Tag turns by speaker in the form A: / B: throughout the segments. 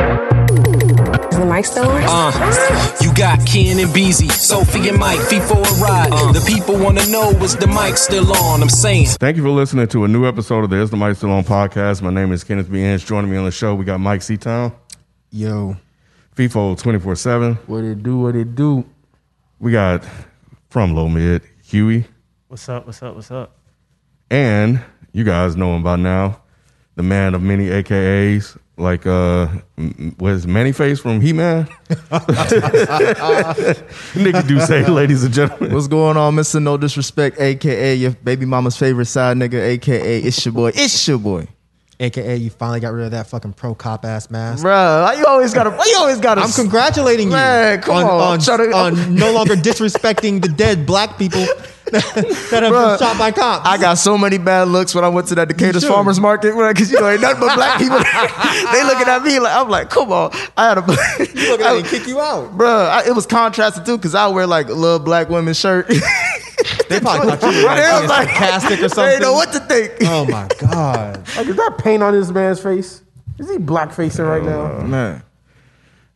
A: Is the mic still on?
B: Uh, you got Ken and Beezy, Sophie and Mike, feet for a ride. Uh, the people wanna know is the mic still on? I'm saying.
C: Thank you for listening to a new episode of the Is the Mike Still On podcast. My name is Kenneth B. Inch. Joining me on the show, we got Mike Seatown,
D: Yo,
C: FIFO 24 7.
D: what it do? What it do?
C: We got from Low Mid, Huey.
E: What's up? What's up? What's up?
C: And you guys know him by now, the man of many AKAs, like, uh, m- was Manny Face from He Man? Nicky Duce, ladies and gentlemen.
D: What's going on, Mr. No Disrespect, aka your baby mama's favorite side nigga, aka it's your boy, it's your boy.
F: AKA, you finally got rid of that fucking pro cop ass mask.
D: Bruh, why you always gotta, why you always gotta.
F: I'm congratulating you
D: Man, come
F: on,
D: on,
F: on,
D: shut it up.
F: on no longer disrespecting the dead black people that have
D: Bruh,
F: been shot by cops.
D: I got so many bad looks when I went to that Decatur's
F: should.
D: Farmers Market, because you know ain't nothing but black people. they looking at me like I'm like, come on, I had a.
F: you look at me, kick you out.
D: Bruh, I, it was contrasted too, because I wear like a little black women's shirt. they
F: They probably thought you were
D: They
F: like,
D: was like-
F: like sarcastic or something.
D: didn't know what to think.
F: oh my god!
G: Like, is that paint on this man's face? Is he black facing right now?
D: Man.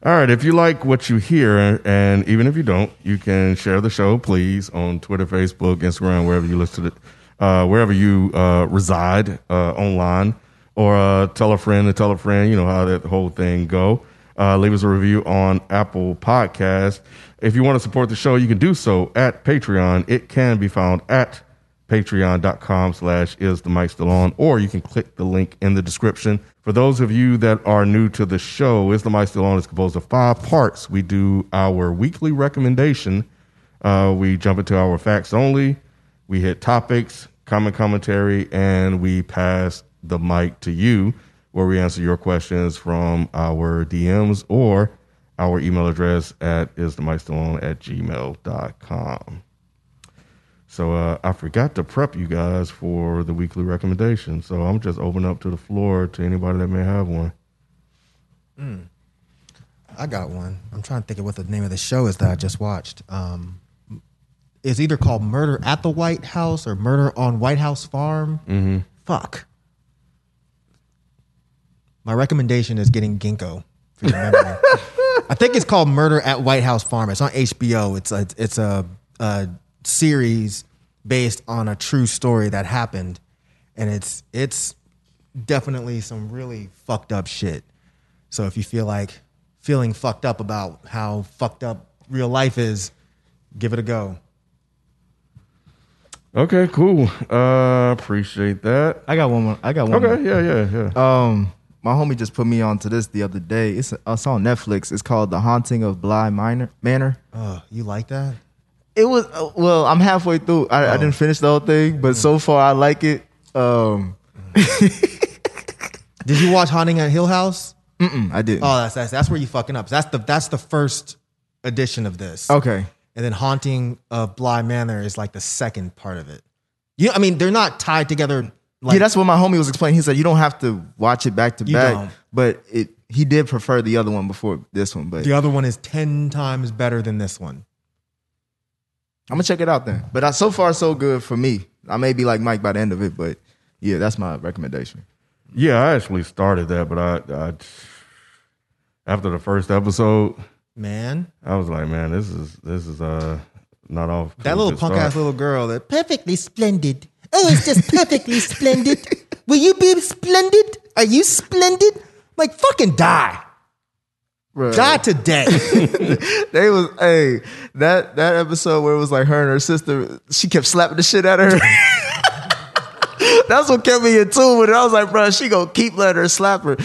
C: All right, if you like what you hear, and even if you don't, you can share the show, please, on Twitter, Facebook, Instagram, wherever you listen to it, uh, wherever you uh, reside uh, online, or uh, tell a friend to tell a friend. You know how that whole thing go. Uh, leave us a review on Apple Podcast. If you want to support the show, you can do so at Patreon. It can be found at patreon.com slash is the mic still on or you can click the link in the description for those of you that are new to the show is the mic still on is composed of five parts we do our weekly recommendation uh, we jump into our facts only we hit topics common commentary and we pass the mic to you where we answer your questions from our dms or our email address at is the mic still on at gmail.com so uh, I forgot to prep you guys for the weekly recommendation. So I'm just open up to the floor to anybody that may have one.
F: I got one. I'm trying to think of what the name of the show is that I just watched. Um, it's either called Murder at the White House or Murder on White House Farm. Fuck. My recommendation is getting ginkgo for your memory. I think it's called Murder at White House Farm. It's on HBO. It's a it's a, a series based on a true story that happened, and it's it's definitely some really fucked up shit. So if you feel like feeling fucked up about how fucked up real life is, give it a go.
C: Okay, cool. Uh, appreciate that. uh,
D: I got one more. I got one more.
C: Okay, yeah, yeah, yeah.
D: Um, my homie just put me onto this the other day. It's uh, it's on Netflix. It's called The Haunting of Bly Minor Manor.
F: Uh, you like that?
D: It was uh, well, I'm halfway through. I, I
F: Oh.
D: didn't finish the whole thing, but
F: Mm.
D: so far I like it. Um,
F: Did you watch Haunting at Hill House?
D: mm, I did.
F: Oh, that's that's that's where you fucking up. That's the that's the first edition of this.
D: okay,
F: And then Haunting of Bly Manor is like the second part of it. You I mean, they're not tied together like
D: yeah, that's what my homie was explaining. He said you don't have to watch it back to
F: You
D: back,
F: don't.
D: but it he did prefer the other one before this one. But
F: the other one is 10 times better than this one.
D: I'm gonna check it out then. But I, so far so good for me. I may be like Mike by the end of it, but yeah, that's my recommendation.
C: Yeah, I actually started that, but I, I after the first episode,
F: Man,
C: I was like, man, this is this is uh not off. to a
F: that little
C: good
F: punk
C: start.
F: ass little girl that
H: perfectly splendid. Oh, it's just perfectly splendid. Will you be splendid?
F: Are you splendid? Like fucking die.
D: Bruh.
F: Die today.
D: They was hey that that episode where it was like her and her sister. She kept slapping the shit out of her. That's what kept me in tune with it. I was like, bro, she gonna keep letting her slap her.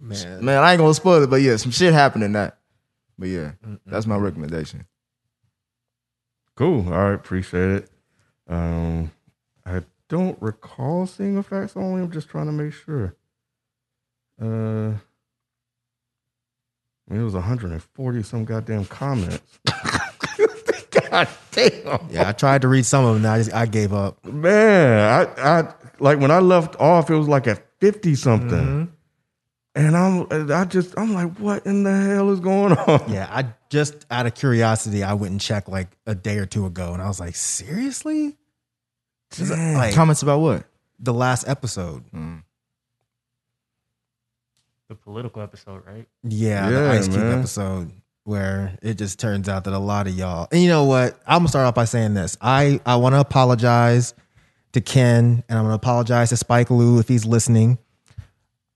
D: Man, I ain't gonna spoil it, but yeah, some shit happened in that. But yeah, that's my recommendation.
C: Cool. All right, appreciate it. Um, I don't recall seeing a fax only. I'm just trying to make sure. Uh, I mean, it was 140 some goddamn comments. God damn.
F: Yeah, I tried to read some of them. and I just I gave up.
C: Man, I, I like when I left off, it was like at 50 something.
F: Mm-hmm.
C: And I'm I just I'm like, what in the hell is going on?
F: Yeah, I just out of curiosity, I went and checked like a day or two ago, and I was like, seriously? This is, like,
I: Comments about what?
F: the last episode.
C: Mm.
E: The political episode, right?
F: Yeah, the
C: Yeah,
F: Ice Cube
C: man.
F: episode where it just turns out that a lot of y'all. And you know what? I'm gonna start off by saying this. I I want to apologize to Ken, and I'm gonna apologize to Spike Lee if he's listening.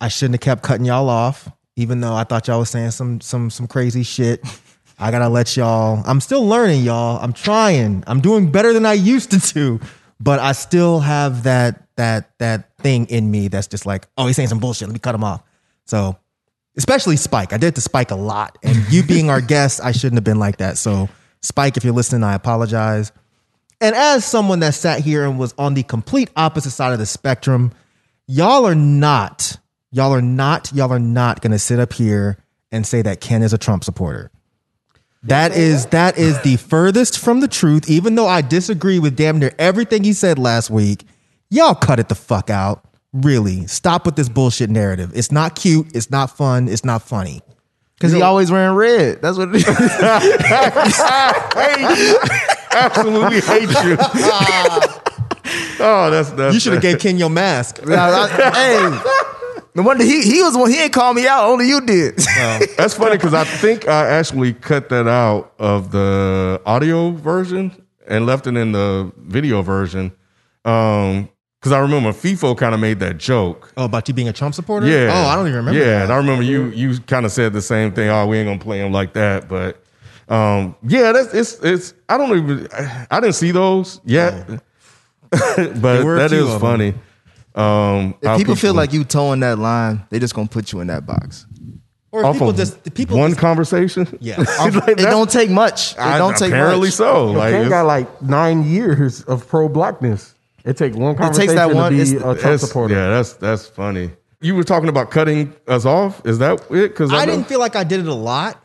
F: I shouldn't have kept cutting y'all off, even though I thought y'all was saying some some some crazy shit. I gotta let y'all. I'm still learning, y'all. I'm trying. I'm doing better than I used to do, but I still have that that that thing in me that's just like, oh, he's saying some bullshit. Let me cut him off. So, especially Spike. I did it to Spike a lot, and you being our guest, I shouldn't have been like that. So, Spike, if you're listening, I apologize. And as someone that sat here and was on the complete opposite side of the spectrum, y'all are not, y'all are not, y'all are not going to sit up here and say that Ken is a Trump supporter. That is that is the furthest from the truth. Even though I disagree with damn near everything he said last week, y'all cut it the fuck out. Really, stop with this bullshit narrative. It's not cute. It's not fun. It's not funny.
D: Because he always wearing red. That's what it is.
C: Absolutely hate you. oh, that's that's
F: You should have gave Ken your mask.
D: hey, no wonder he he was the one. He ain't called me out. Only you did.
C: That's funny because I think I actually cut that out of the audio version and left it in the video version. Um, because I remember FIFO kind of made that joke.
F: Oh, about you being a Trump supporter?
C: Yeah.
F: Oh, I don't even remember.
C: Yeah,
F: that.
C: and I remember you you kind of said the same thing. Oh, we ain't gonna play him like that, but um, yeah, that's it's it's. I don't even. I didn't see those yet, but
F: Oh. were a
C: that
F: few
C: is
F: of 'em.
C: funny. Um,
D: If
C: how
D: people feel like you towing that line, they just gonna put you in that box.
F: Or
C: off
F: people
C: of
F: just the people.
C: one
F: just,
C: conversation.
F: yes.
C: Like,
D: It
C: that's-
D: don't take much. It
C: I-
D: don't take
C: apparently
D: much.
C: so. Like
G: Ken
C: it's-
G: got like nine years of pro blackness. It takes one
D: takes
G: conversation
D: that one-
G: to be
D: it's-
G: a Trump
C: That's-
G: supporter.
C: Yeah, that's that's funny. You were talking about cutting us off. Is that it? Because
F: I didn't feel like I did it a lot.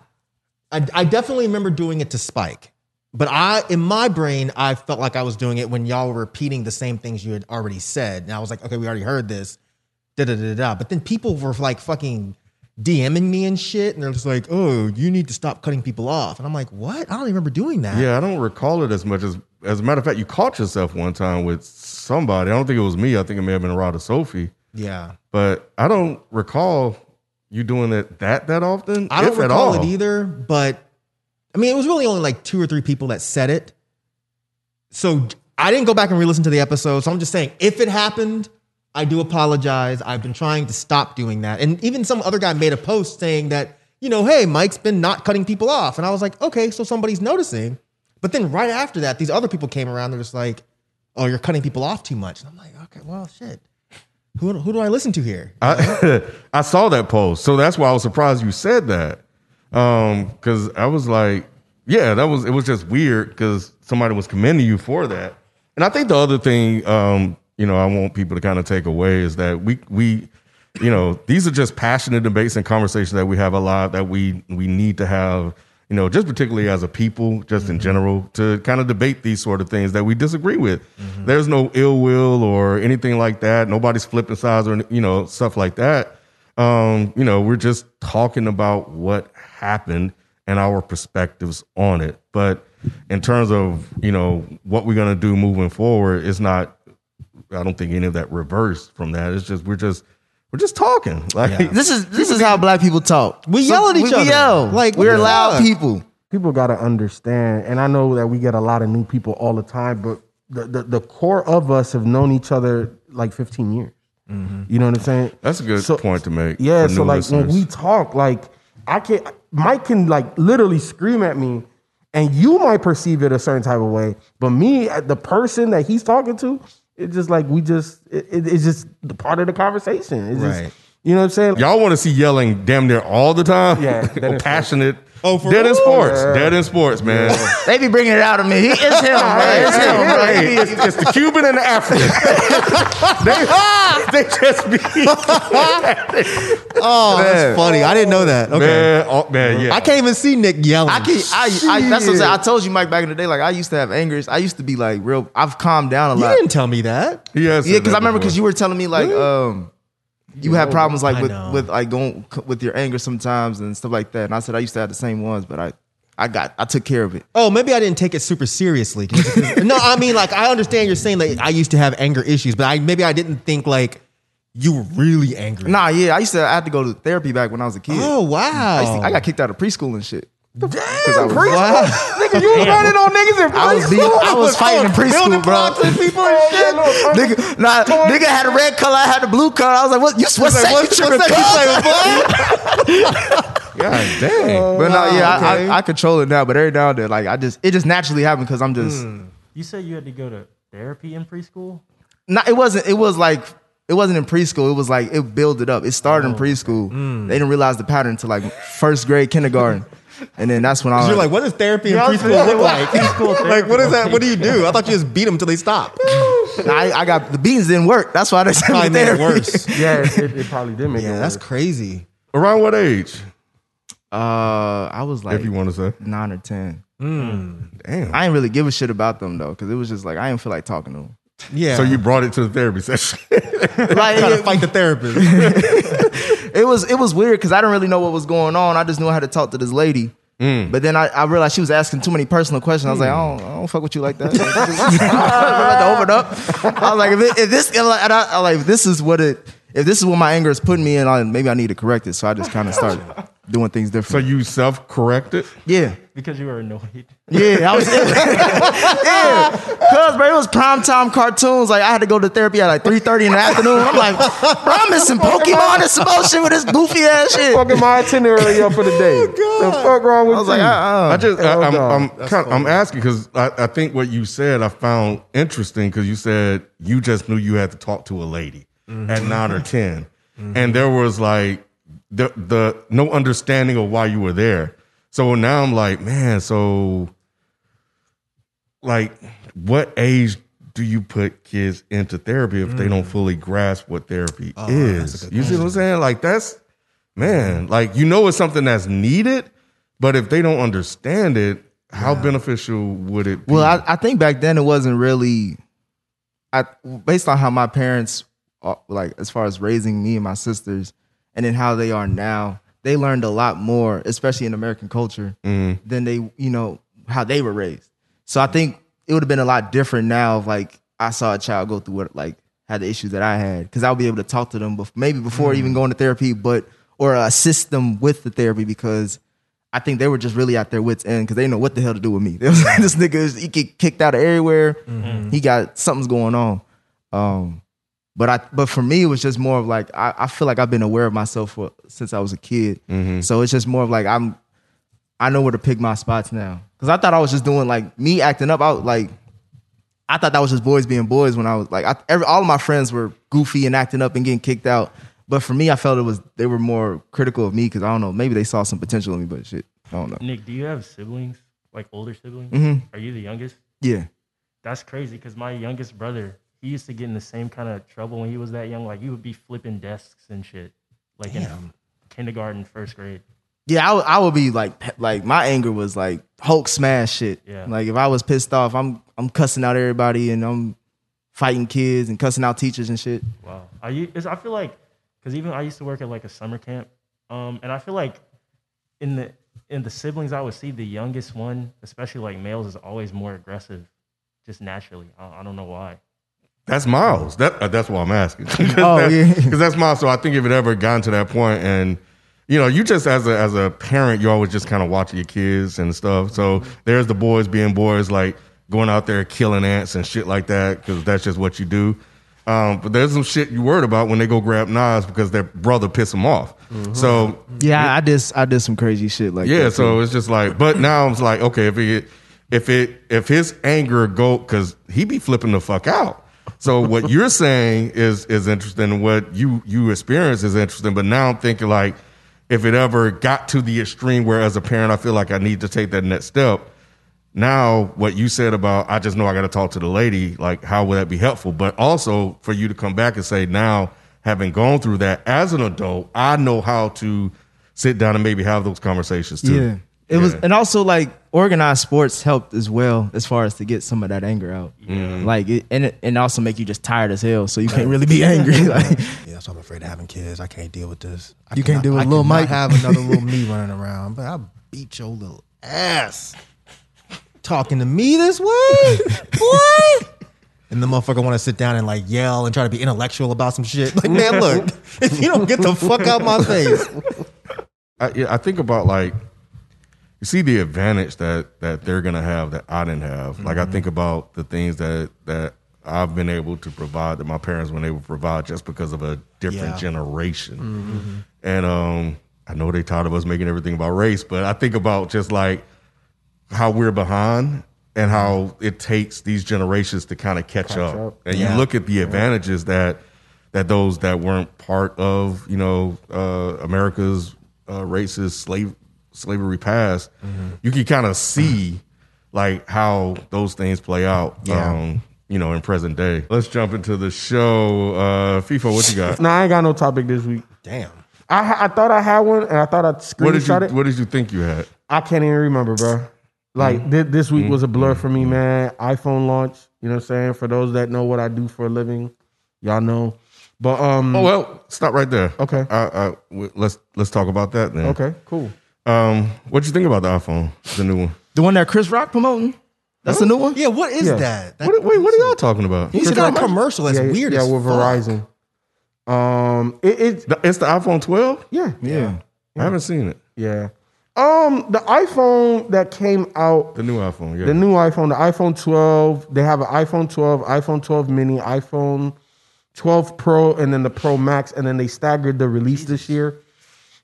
F: I, I definitely remember doing it to Spike, but I in my brain I felt like I was doing it when y'all were repeating the same things you had already said, and I was like, okay, we already heard this, da da da da, da. But then people were like fucking DMing me and shit, and they're just like, oh, you need to stop cutting people off, and I'm like, what? I don't even remember doing that.
C: Yeah, I don't recall it as much as. As a matter of fact, you caught yourself one time with somebody. I don't think it was me. I think it may have been Rada Sophie.
F: yeah.
C: But I don't recall you doing it that that often.
F: I don't
C: if at
F: recall
C: all.
F: it either, but I mean, it was really only like two or three people that said it. So I didn't go back and re-listen to the episode. So I'm just saying, if it happened, I do apologize. I've been trying to stop doing that. And even some other guy made a post saying that, you know, hey, Mike's been not cutting people off. And I was like, okay, so somebody's noticing. But then right after that, these other people came around. They're just like, oh, you're cutting people off too much. And I'm like, okay, well, shit. Who, who do I listen to here?
C: I, I saw that post, so that's why I was surprised you said that. Um, because I was like, yeah, that was it was just weird because somebody was commending you for that. And I think the other thing, um, you know, I want people to kind of take away is that we we, you know, these are just passionate debates and conversations that we have alive that we we need to have. You know, just particularly as a people, just in general, to kind of debate these sort of things that we disagree with. There's no ill will or anything like that. Nobody's flipping sides or you know stuff like that um, you know, we're just talking about what happened and our perspectives on it. But in terms of, you know, what we're going to do moving forward, it's not, I don't think any of that reversed from that. It's just, we're just, we're just talking. Like,
D: This is this is how black people talk.
F: We yell at each
D: we,
F: other.
D: We yell
F: Like,
D: like we're
F: what the
D: loud
F: fuck?
D: people.
G: people got to understand and i know that we get a lot of new people all the time but the, the, the core of us have known each other like 15 years you know what i'm saying
C: Mm-hmm. That's a good point to make
G: yeah
C: for
G: so
C: new
G: like when
C: listeners.
G: we talk like i can not mike can like literally scream at me and you might perceive it a certain type of way but me uh, the person that he's talking to it's just like we just it, it- it's just the part of the conversation it's
F: Right.
G: just you know what i'm saying
C: y'all want to see yelling damn near all the time?
G: Yeah, that
C: or
G: is-
C: passionate
I: Oh, for
C: Dead in
I: real?
C: sports. Dead in sports, man.
D: They be bringing it out of me. He is him, man. It's him, bro.
C: Hey, it's, it's the Cuban and the African. they, they just be
F: Oh,
C: Man.
F: that's funny. I didn't know that. Okay.
C: man, oh, man, yeah.
F: I can't even see Nick yelling.
D: I can I, I that's what I'm saying. I told you, Mike, back in the day, like I used to have anger. I used to be like real. I've calmed down a
F: you
D: lot.
F: didn't tell me that.
C: He has
D: Yeah,
C: said
D: because
C: that
D: I remember
C: before.
D: because you were telling me like um, you had problems like
F: I
D: with,
F: know.
D: with like going c- with your anger sometimes and stuff like that. And I said I used to have the same ones, but I I got I took care of it.
F: Oh, maybe I didn't take it super seriously. no, I mean, like, I understand you're saying like I used to have anger issues, but I maybe I didn't think like you were really angry.
D: Nah, yeah, I used to I had to go to therapy back when I was a kid.
F: Oh
D: I, used
F: wow.
D: to- I got kicked out of preschool and shit.
G: Damn,
D: I was-
G: preschool. Nigga, you was running on niggas in preschool.
D: I was being, I was fighting in preschool, bro.
G: people and shit.
D: Nigga, nah, nigga had a red color, I had a blue color. I was like, what? You what's that? you tripping, cuz?
C: God dang.
D: But no, yeah, I, I, I control it now. But every now and then, like I just, it just naturally happened because I'm just.
F: Hmm.
E: You said you had to go to therapy in preschool.
D: No, it wasn't. It was like it wasn't in preschool. It was like it built it up. It started
F: Oh,
D: in preschool.
F: Hmm.
D: They didn't realize the pattern until like first grade kindergarten, and then that's when I was
F: You're like, what does therapy in
E: I was
F: preschool
E: thinking,
F: look
E: what
F: like?
E: preschool
F: like, what
E: therapy
F: is that? What do you
E: look
F: do? I thought you just beat them until they stop.
D: I, I got the beans didn't work. That's why they sent me
F: Probably
D: to
F: made it
D: therapy.
F: worse.
G: Yeah, it, it, it probably did make it
F: Yeah,
G: worse.
F: that's crazy.
C: Around what age,
D: Uh, I was like
C: if you want to say?
D: nine or ten.
F: Hmm.
C: Damn.
D: I didn't really give a shit about them though, because it was just like I didn't feel like talking to them.
F: Yeah.
C: So you brought it to the therapy session.
D: Like
F: gotta
D: it,
F: fight the therapist.
D: it was it was weird because I didn't really know what was going on. I just knew I had to talk to this lady. But then I, I realized she was asking too many personal questions. I was like, I don't, I don't fuck with you like that. I'm about to open up. I was like, if, it, if this, and I, and I- I like, if this is what it, if this is what my anger is putting me in, I, maybe I need to correct it. So I just kind of started doing things
C: so
D: different.
C: you self corrected?
D: yeah,
E: Because you were annoyed.
D: yeah, I was, yeah, cause bro, it was primetime cartoons. Like I had to go to therapy at like three thirty in the afternoon. I'm like, bro, I'm missing Pokemon and some bullshit with this goofy ass shit.
G: fucking my itinerary up for the
F: Oh,
G: day. the fuck wrong with
D: I was like,
G: you?
D: uh-uh.
C: I just,
G: Hell
C: I, I'm,
G: no.
C: I'm, kind I'm asking because I, I think what you said I found interesting because you said you just knew you had to talk to a lady
D: Mm-hmm.
C: at nine or 10. And there was like the, the no understanding of why you were there. So now I'm like, man, so like what age do you put kids into therapy if they don't fully grasp what therapy is? You see what I'm saying? Like that's man, like you know it's something that's needed, but if they don't understand it, how beneficial would it be?
D: Well, I, I think back then it wasn't really, I based on how my parents, uh, like as far as raising me and my sisters, and then how they are now, they learned a lot more, especially in American culture, than they, you know, how they were raised. So I think it would have been a lot different now if like I saw a child go through what like had the issues that I had, because I would be able to talk to them, bef- maybe before even going to therapy, but or assist them with the therapy because I think they were just really at their wits end because they didn't know what the hell to do with me. They was like, this nigga, is- he get kicked out of everywhere. He got something's going on. Um, but I, but for me, it was just more of like I, I feel like I've been aware of myself for, since I was a kid. So it's just more of like I'm, I know where to pick my spots now because I thought I was just doing like me acting up. I was like, I thought that was just boys being boys when I was like, I, every, all of my friends were goofy and acting up and getting kicked out. But for me, I felt it was they were more critical of me because I don't know, maybe they saw some potential in me, but shit, I don't know.
E: Nick, do you have siblings? Like older siblings? Are you the youngest?
D: Yeah.
E: That's crazy because my youngest brother, he used to get in the same kind of trouble when he was that young. Like he would be flipping desks and shit, like in kindergarten, first grade.
D: Yeah, I would- I would be like, pe- like my anger was like Hulk smash shit.
E: Yeah.
D: Like if I was pissed off, I'm I'm cussing out everybody and I'm fighting kids and cussing out teachers and shit.
E: Wow. I u- it's- I feel like because even I used to work at like a summer camp, um, and I feel like in the in the siblings I would see the youngest one, especially like males, is always more aggressive, just naturally. I, I don't know why.
C: That's Miles. That uh, that's why I'm asking.
D: Oh,
C: that's,
D: yeah.
C: because that's Miles. So I think if it ever gotten to that point, and you know, you just as a as a parent, you always just kind of watching your kids and stuff. So there's the boys being boys, like going out there killing ants and shit like that, because that's just what you do. Um, but there's some shit you worried about when they go grab knives because their brother pissed them off.
D: Mm-hmm.
C: So
D: Yeah, I, I did I did some crazy shit like
C: yeah,
D: that,
C: so it's just like, but now I'm just like, okay, if it, if it, if his anger go, because he be flipping the fuck out. So what you're saying is is interesting. and What you you experience is interesting. But now I'm thinking like, if it ever got to the extreme where as a parent I feel like I need to take that next step. Now, what you said about I just know I got to talk to the lady, like how would that be helpful? But also for you to come back and say now having gone through that as an adult, I know how to sit down and maybe have those conversations too.
I: Yeah. It was,
C: Yeah.
I: and also like organized sports helped as well as far as to get some of that anger out. Like, it, and it, and also make you just tired as hell, so you can't really be angry. Like,
F: Yeah, that's why I'm afraid of having kids. I can't deal with this. I
D: You
F: cannot-
D: can't deal with
F: I
D: Lil
F: cannot
D: Mike.
F: have another little me running around, but I'll beat your little ass. Talking to me this way? Boy! And the motherfucker want to sit down and like yell and try to be intellectual about some shit. Like, man, look, if you don't get the fuck out my face,
C: I, yeah, I think about like you see the advantage that that they're gonna have that I didn't have. Like I think about the things that that I've been able to provide that my parents weren't able to provide just because of a different
F: Yeah.
C: generation. And um, I know they tired of us making everything about race, but I think about just like how we're behind and how it takes these generations to kind of catch, up. And you look at the advantages that that those that weren't part of you know uh, America's uh, racist slave slavery past, you can kind of see like how those things play out. Um, you know, in present day. Let's jump into the show. Uh, FIFA, what you got?
G: Nah, I ain't got no topic this week.
F: damn.
G: I ha- I thought I had one, and I thought I
C: What did you
G: screenshot it.
C: What did you think you had?
G: I can't even remember, bro. Like
F: Mm.
G: thi- this week was a blur for me, man. iPhone launch, you know what I'm saying? For those that know what I do for a living, y'all know. But um,
C: Oh well, stop right there.
G: Okay.
C: I, I, w- let's let's talk about that then.
G: okay, cool.
C: Um, what you think about the iPhone, the new one?
I: the one that Chris Rock promoting, that's the new one.
F: Yeah, what is
G: Yeah.
F: that? that
C: What, wait, what are y'all talking about?
F: you
C: Chris
F: got a
C: Rock?
F: commercial that's
G: yeah,
F: weird
G: yeah,
F: as
G: with
F: fuck.
G: Verizon. Um, it, it
C: The- It's the iPhone 12.
G: yeah,
I: Yeah,
C: I haven't seen it.
G: yeah. Um, the iPhone that came out
C: The new iPhone. Yeah.
G: The new iPhone, the iPhone 12, they have an iPhone 12, iPhone 12 mini, iPhone 12 Pro, and then the Pro Max, and then they staggered the release this year.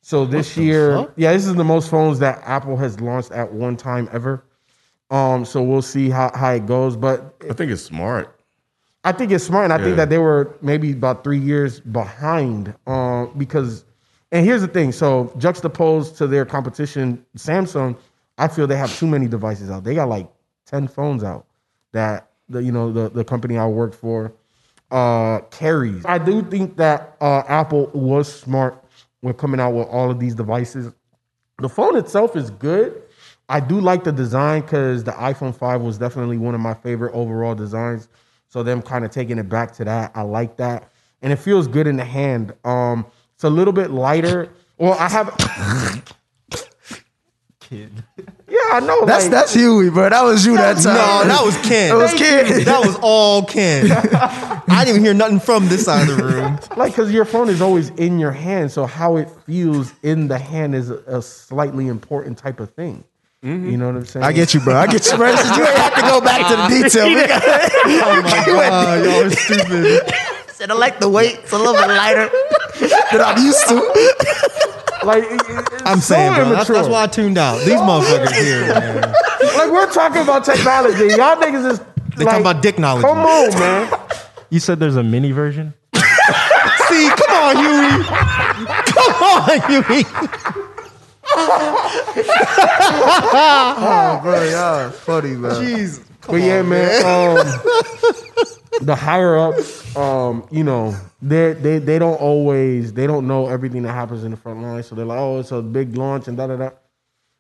G: So this year, yeah, this is the most phones that Apple has launched at one time ever. Um, so we'll see how, how it goes. But
C: I think it's smart.
G: I think it's smart, and I
C: Yeah.
G: think that they were maybe about three years behind um, because. And here's the thing: so juxtaposed to their competition, Samsung, I feel they have too many devices out. They got like ten phones out that the you know the the company I work for uh, carries. I do think that uh, Apple was smart when coming out with all of these devices. The phone itself is good. I do like the design because the iPhone 5 was definitely one of my favorite overall designs. So them kind of taking it back to that, I like that, and it feels good in the hand. Um, it's a little bit lighter. Well, I have. Kid. Yeah, I know.
D: That's
G: like-
D: that's Huey, bro. That was you that time.
F: No, that was Ken.
D: That was Ken.
F: That was all Ken. I didn't even hear nothing from this side of the room.
G: like because your phone is always in your hand so how it feels in the hand is a, a slightly important type of thing you know what i'm saying
D: I get you, bro. I get you, bro. Since you ain't have to go back to the detail. We got, oh my
F: God, y'all are stupid.
D: Said I like the weight. It's a little bit lighter than I'm used to.
G: like it- it- it's
F: I'm
G: so
F: saying, bro, that's,
G: immature.
F: that's why I tuned out. These motherfuckers here, man.
G: like we're talking about technology y'all niggas is
F: They
G: like,
F: talking about dick knowledge.
G: come on man
E: You said there's a mini version.
F: See, come on, Huey. Come on, Huey.
D: Bro, y'all funny, man.
F: Jeez.
G: but yeah man um, the higher ups um, you know they they they don't always they don't know everything that happens in the front line so they're like oh it's a big launch and da da da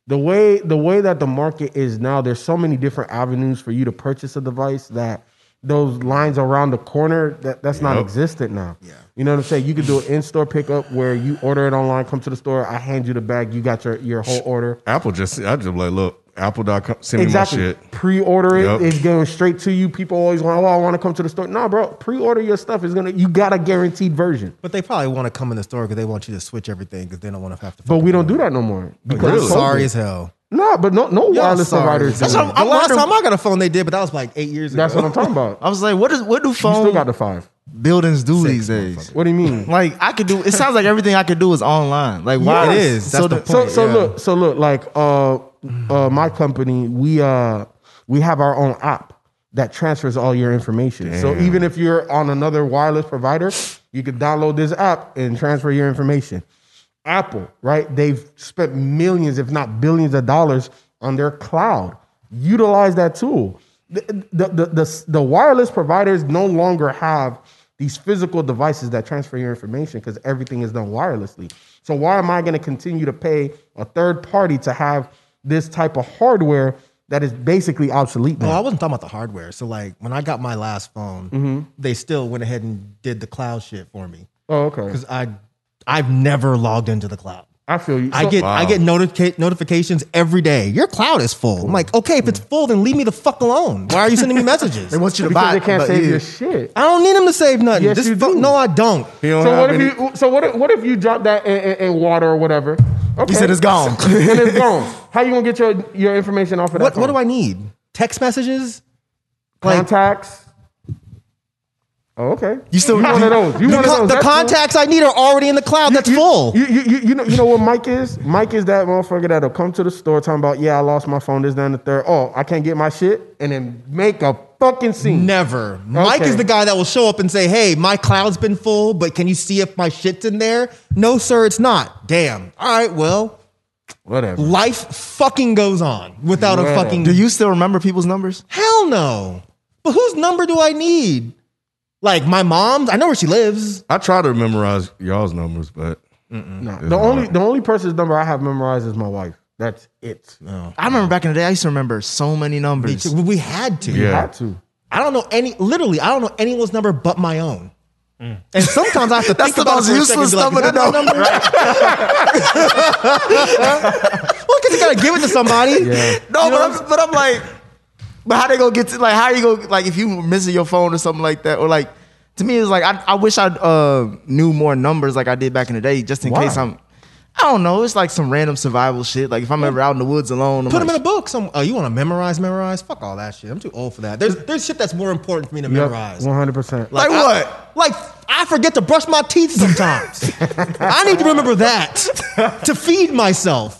G: the way the way that the market is now, there's so many different avenues for you to purchase a device that those lines around the corner that that's not existent now. Yeah. You know what I'm saying? You can do an in-store pickup where you order it online, come to the store, I hand you the bag, you got your your whole order.
C: Apple just. I just like look. Apple.com. Send me my shit.
G: Pre-order it.
C: Yep.
G: It's going straight to you. People always want, oh, I want to come to the store. No, bro. Pre-order your stuff. It's gonna. You got a guaranteed version.
F: But they probably want to come in the store because they want you to switch everything because they don't want to have to.
G: But we don't do that no more.
F: I'm
G: Because
F: sorry as hell.
G: No, but no, no
F: Y'all
G: wireless
F: sorry
G: providers.
F: as
G: do
F: hell.
G: that.
F: The last time I got a phone, they did, but that was like eight years
G: That's what
F: ago.
G: I'm talking about.
I: I was like, what is what do
G: You still
I: phone
G: got the five.
I: buildings do
F: Six,
I: these days?
G: What do you mean?
I: Like I could do. It sounds like everything I could do is online. Like why
F: it is. That's
I: so
F: the
I: the-
F: point.
G: so so
F: yeah.
G: look so look like uh uh my company we uh we have our own app that transfers all your information so even if you're on another wireless provider you can download this app and transfer your information Apple, right? They've spent millions, if not billions, of dollars on their cloud. Utilize that tool. The, the, the, the, the wireless providers no longer have these physical devices that transfer your information because everything is done wirelessly. So, why am I going to continue to pay a third party to have this type of hardware that is basically obsolete
F: Oh,
G: now?
F: I wasn't talking about the hardware. So like when I got my last phone,
G: Mm-hmm.
F: they still went ahead and did the cloud shit for me
G: oh, okay.
F: because I I've never logged into the cloud.
G: I feel you.
F: I
G: So-
F: get I get notifica- notifications every day. Your cloud is full. I'm like, okay, if it's full, then leave me the fuck alone. Why are you sending me messages?
D: They want you to
G: because
D: buy.
G: they
D: it,
G: can't
D: but
G: save
D: you-
G: your shit.
F: I don't need them to save nothing.
G: Yes,
F: This
G: you
F: phone-
G: do.
F: No, I don't.
C: He don't
G: So
C: have
G: what if
C: any-
G: you? So what? If, what if you drop that in, in, in water or whatever? Okay.
D: You said it's gone.
G: and it's gone. How you gonna get your your information off of that?
F: What what
G: phone?
F: do I need? Text messages?
G: contacts? Oh, okay.
D: You still-
G: you one of those? You
F: The,
G: one of
F: con-
G: those?
F: the
G: That's cool.
F: contacts I need are already in the cloud. That's
G: you,
F: full.
G: You, you, you, you know, you know what Mike is? Mike is that motherfucker that'll come to the store talking about, yeah, I lost my phone, this, that, and the third. Oh, I can't get my shit. And then make a fucking scene.
F: Never. Mike is the guy that will show up and say, "Hey, my cloud's been full, but can you see if my shit's in there?" No, sir, it's not. Damn. All right, well,
C: Whatever.
F: life fucking goes on without a fucking.
D: Do you still remember people's numbers?
F: Hell no. But whose number do I need? Like my mom's. I know where she lives.
C: I try to memorize y'all's numbers, but
G: Nah, the only the only person's number I have memorized is my wife. That's it.
I: I remember back in the day, I used to remember so many
F: Me
I: numbers.
F: too. We had to.
C: yeah.
G: Had to.
F: I don't know any. Literally, I don't know anyone's number but my own. And sometimes I have to
D: That's
F: think
D: the
F: about
D: most
F: it for a
D: useless
F: second,
D: number
F: be like,
D: to
F: "Is that my
D: know.
F: number?" well, because you gotta give it to somebody.
D: No, but I'm, but I'm like, but how they gonna get to like how you gonna like if you missing your phone or something like that or like to me it's like I, I wish I uh, knew more numbers like I did back in the day just in
G: Why?
D: case I'm I don't know it's like some random survival shit like if I'm ever out in the woods alone I'm
F: Put them in
D: like,
F: a book. Some, oh, you want to memorize, memorize? Fuck all that shit. I'm too old for that. There's there's shit that's more important for me to memorize.
G: One hundred percent.
D: like
F: I-
D: what
F: Like I forget to brush my teeth sometimes. I need to remember that to feed myself.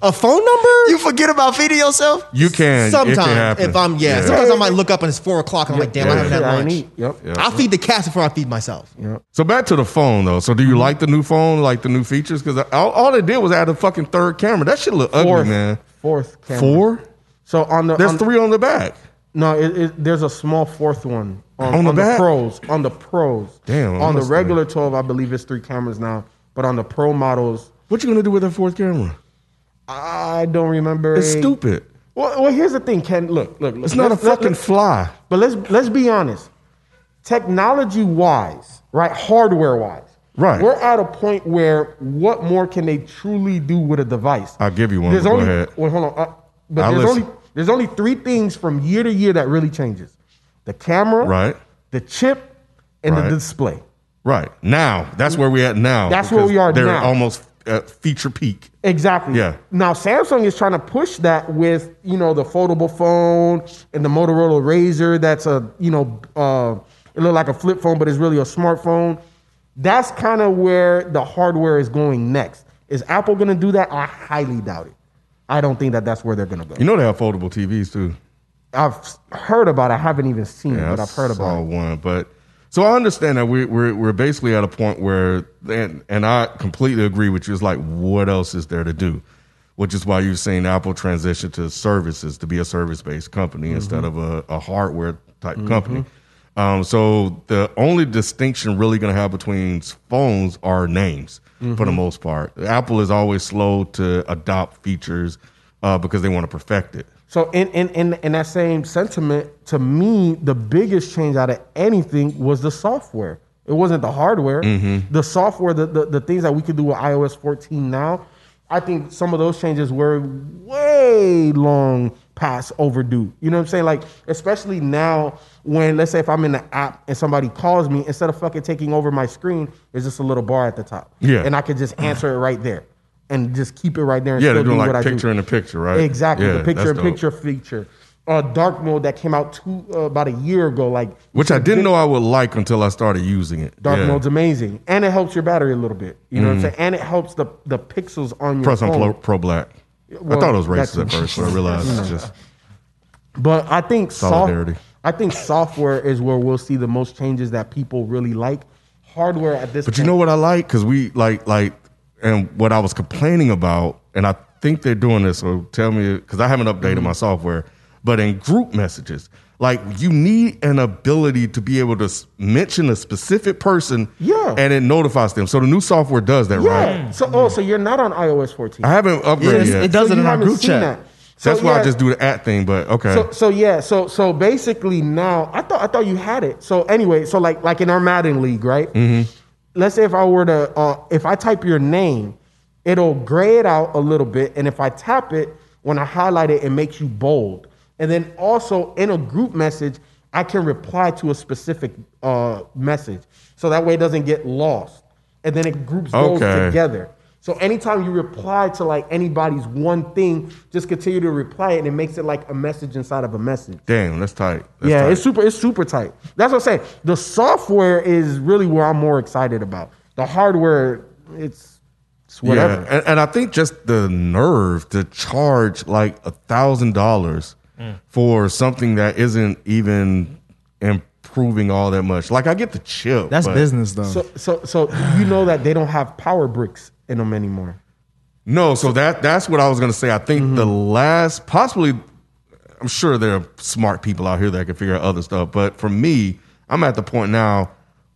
F: A phone number?
D: you forget about feeding yourself
C: You can. Sometimes. It can
F: sometimes
C: happen.
F: if I'm yeah, sometimes I might look up and it's four o'clock. And I'm like, damn, I haven't had
G: I ain't
F: lunch.
G: eat. Yep.
F: I'll feed the cats before I feed myself.
C: So back to the phone though. So do you
D: Mm-hmm.
C: like the new phone? Like the new features? Because all, all they did was add a fucking third camera. That shit look ugly,
G: Fourth.
C: man.
G: Fourth. Camera.
C: Four?
G: So on the
C: There's
G: on-
C: three on the back.
G: No, it, it, there's a small fourth one on,
C: On
G: on,
C: the
G: the,
C: back?
G: pros. On the pros,
C: Damn, I
G: On the
C: must have-
G: regular twelve, I believe it's three cameras now. But on the pro models,
C: What you gonna do with that fourth camera?
G: I don't remember.
C: It's stupid.
G: Well, well, here's the thing, Ken. Look, look.
C: It's not a fucking fly.
G: But let's let's be honest. Technology wise, right? Hardware wise,
C: Right.
G: We're at a point where what more can they truly do with a device?
C: I'll give you one,
G: There's
C: but go
G: only
C: ahead.
G: well, hold on. Uh, but
C: I'll
G: there's
C: listen.
G: only there's only three things from year to year that really changes: the camera,
C: Right.
G: the chip, and
C: Right.
G: the display.
C: Right now, that's where we at now.
G: That's where
C: because
G: we are
C: They're
G: now.
C: almost at feature peak.
G: Exactly.
C: Yeah.
G: Now Samsung is trying to push that with you know the foldable phone and the Motorola Razor. That's a you know uh, it look like a flip phone, but it's really a smartphone. That's kind of where the hardware is going next. Is Apple going to do that? I highly doubt it. I don't think that that's where they're going to go.
C: You know they have foldable TVs too.
G: I've s- heard about. it. I haven't even seen
C: Yeah,
G: it, but I've heard
C: saw
G: about it.
C: one. But so I understand that we're we're, we're basically at a point where, and, and I completely agree with you. It's like, what else is there to do? Which is why you've seen Apple transition to services to be a service based company
G: Mm-hmm.
C: instead of a, a hardware type company. Um, so the only distinction really going to have between phones are names for the
G: Mm-hmm.
C: most part. Apple is always slow to adopt features uh, because they want to perfect it.
G: So in, in in in that same sentiment, to me, the biggest change out of anything was the software. It wasn't the hardware. The software, the, the the things that we could do with iOS 14 now, I think some of those changes were way long past overdue. You know what I'm saying? Like especially now when let's say if I'm in the app and somebody calls me, instead of fucking taking over my screen, there's just a little bar at the top.
C: Yeah.
G: And I could just answer it right there. And just keep it right there. And
C: Yeah,
G: still
C: they're doing
G: do
C: like
G: what I do.
C: picture in the picture, right?
G: Exactly,
C: Yeah,
G: the picture
C: that's
G: in
C: dope.
G: picture feature. Uh, dark mode that came out two, uh, about a year ago, like
C: Which I didn't know I would like until I started using it.
G: dark
C: Yeah. Mm.
G: mode's amazing, and it helps your battery a little bit. You know what I'm saying? And it helps the the pixels on your
C: Plus, I'm
G: phone.
C: pro, pro black. I
G: Oh. Well,
C: thought it was
G: that's-
C: racist at first, but I realized it's just
G: But I think
C: Solidarity.
G: soft, I think software is where we'll see the most changes that people really like. Hardware at this,
C: But you know what I like? Because we like like, and what I was complaining about, and I think they're doing this. So tell me, because I haven't
G: Mm-hmm.
C: updated my software, but in group messages, like you need an ability to be able to s- mention a specific person,
G: Yeah.
C: and it notifies them. So the new software does that,
G: Yeah.
C: right?
G: So oh, so you're not on iOS 14.
C: I haven't upgraded
I: it
C: yet.
I: does
G: So
I: it in
G: you
I: our
G: haven't
I: group
G: seen
I: chat.
G: that. So,
C: That's why
G: yeah.
C: I just do the at thing. But okay,
G: So, so yeah, so so basically now I thought I thought you had it. So anyway, so like like in our Madden league, right? Let's say if I were to uh, if I type your name, it'll gray it out a little bit, and if I tap it, when I highlight it, it makes you bold. And then also in a group message, I can reply to a specific uh, message, so that way it doesn't get lost. And then it groups
C: Okay.
G: those together together. So anytime you reply to like anybody's one thing, just continue to reply it, and it makes it like a message inside of a message.
C: damn, that's tight. That's
G: yeah,
C: tight.
G: it's super, it's super tight. That's what I'm saying. The software is really where I'm more excited about. The hardware, it's, it's whatever.
C: Yeah, and, and I think just the nerve to charge like a thousand dollars for something that isn't even improving all that much. Like I get the chip.
I: That's
C: but-
I: business though.
G: So, so, so you know that they don't have power bricks in them anymore.
C: No, so that that's what I was gonna say. I think the last possibly I'm sure there are smart people out here that can figure out other stuff, but for me, I'm at the point now,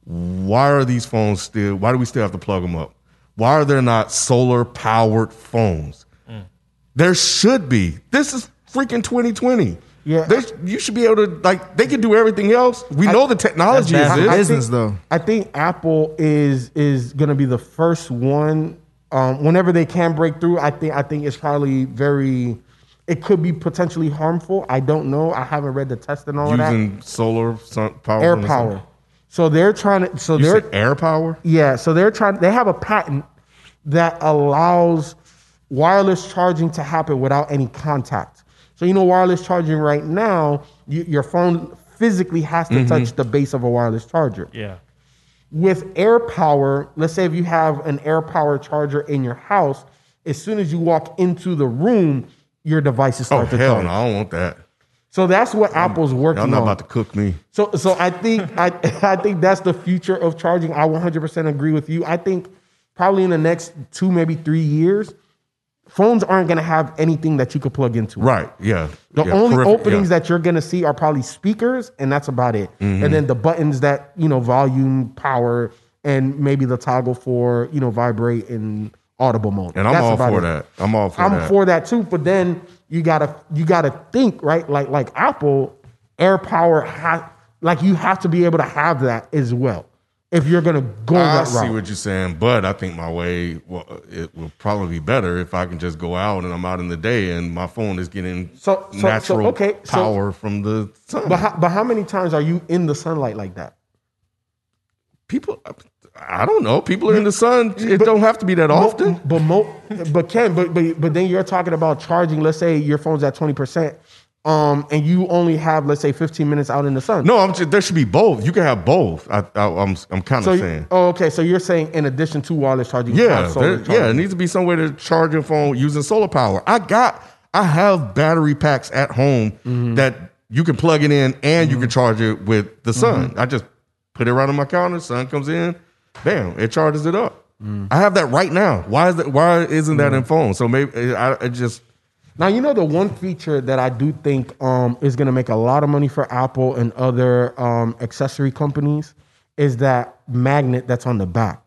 C: why are these phones still why do we still have to plug them up? Why are there not solar powered phones? There should be. This is freaking 2020.
G: Yeah.
C: There's, you should be able to like they can do everything else. We know the technology
I: bad for
C: exists.
I: business though.
G: I think Apple is is gonna be the first one. Um, whenever they can break through, I think I think it's probably very. It could be potentially harmful. I don't know. I haven't read the test and all of that.
C: Using solar sun, power
G: Air
C: from the sun.
G: power. So they're trying to. So
C: You
G: they're
C: said air power?
G: yeah. So they're trying. They have a patent that allows wireless charging to happen without any contact. So you know, wireless charging right now, you, your phone physically has to
C: Mm-hmm.
G: touch the base of a wireless charger
E: Yeah.
G: with air power, let's say if you have an air power charger in your house, as soon as you walk into the room, your devices
C: Oh
G: start to
C: hell
G: charge.
C: no, I don't want that.
G: So that's what Apple's working
C: Y'all
G: on.
C: not about to cook me.
G: so so I think I I think that's the future of charging. I 100% agree with you. I think probably in the next 2 maybe 3 years, phones aren't going to have anything that you could plug into.
C: Right. Yeah.
G: The
C: yeah,
G: only
C: peripher-
G: openings
C: yeah. Mm-hmm.
G: that you're gonna see are probably speakers, and that's about it. And then the buttons that you know, volume, power, and maybe the toggle for you know, vibrate and audible mode.
C: and I'm
G: That's
C: all
G: about
C: for
G: it.
C: that. I'm all for
G: I'm
C: that.
G: for that too. But then you gotta you gotta think right, like like Apple Air Power, ha- like you have to be able to have that as well if you're gonna go
C: I
G: that
C: see
G: route.
C: what you're saying, but I think my way well, it will probably be better if I can just go out and I'm out in the day and my phone is getting
G: So- so- so,
C: natural
G: okay, so-
C: power from the sun.
G: but how, but how many times are you in the sunlight like that?
C: people, I don't know. People are in the sun. It don't have to be that often.
G: Mo- but mo- but Ken, but, but but then you're talking about charging. Let's say your phone's at twenty percent, um, and you only have let's say fifteen minutes out in the sun.
C: No, I'm just, there should be both. You can have both. I, I, I'm I'm kind of
G: so you,
C: saying.
G: oh, okay. So you're saying in addition to wireless charging, you
C: Yeah,
G: have
C: there-
G: solar
C: yeah. It
G: charging.
C: needs to be some way to charge your phone using solar power. I got, I have battery packs at home
G: Mm-hmm.
C: that you can plug it in and you can charge it with the sun.
G: Mm-hmm.
C: I just put it right on my counter. Sun comes in, bam, it charges it up.
G: Mm.
C: I have that right now. Why is that? Why isn't that in phone? So maybe I, I just
G: Now you know the one feature that I do think um, is going to make a lot of money for Apple and other um, accessory companies is that magnet that's on the back.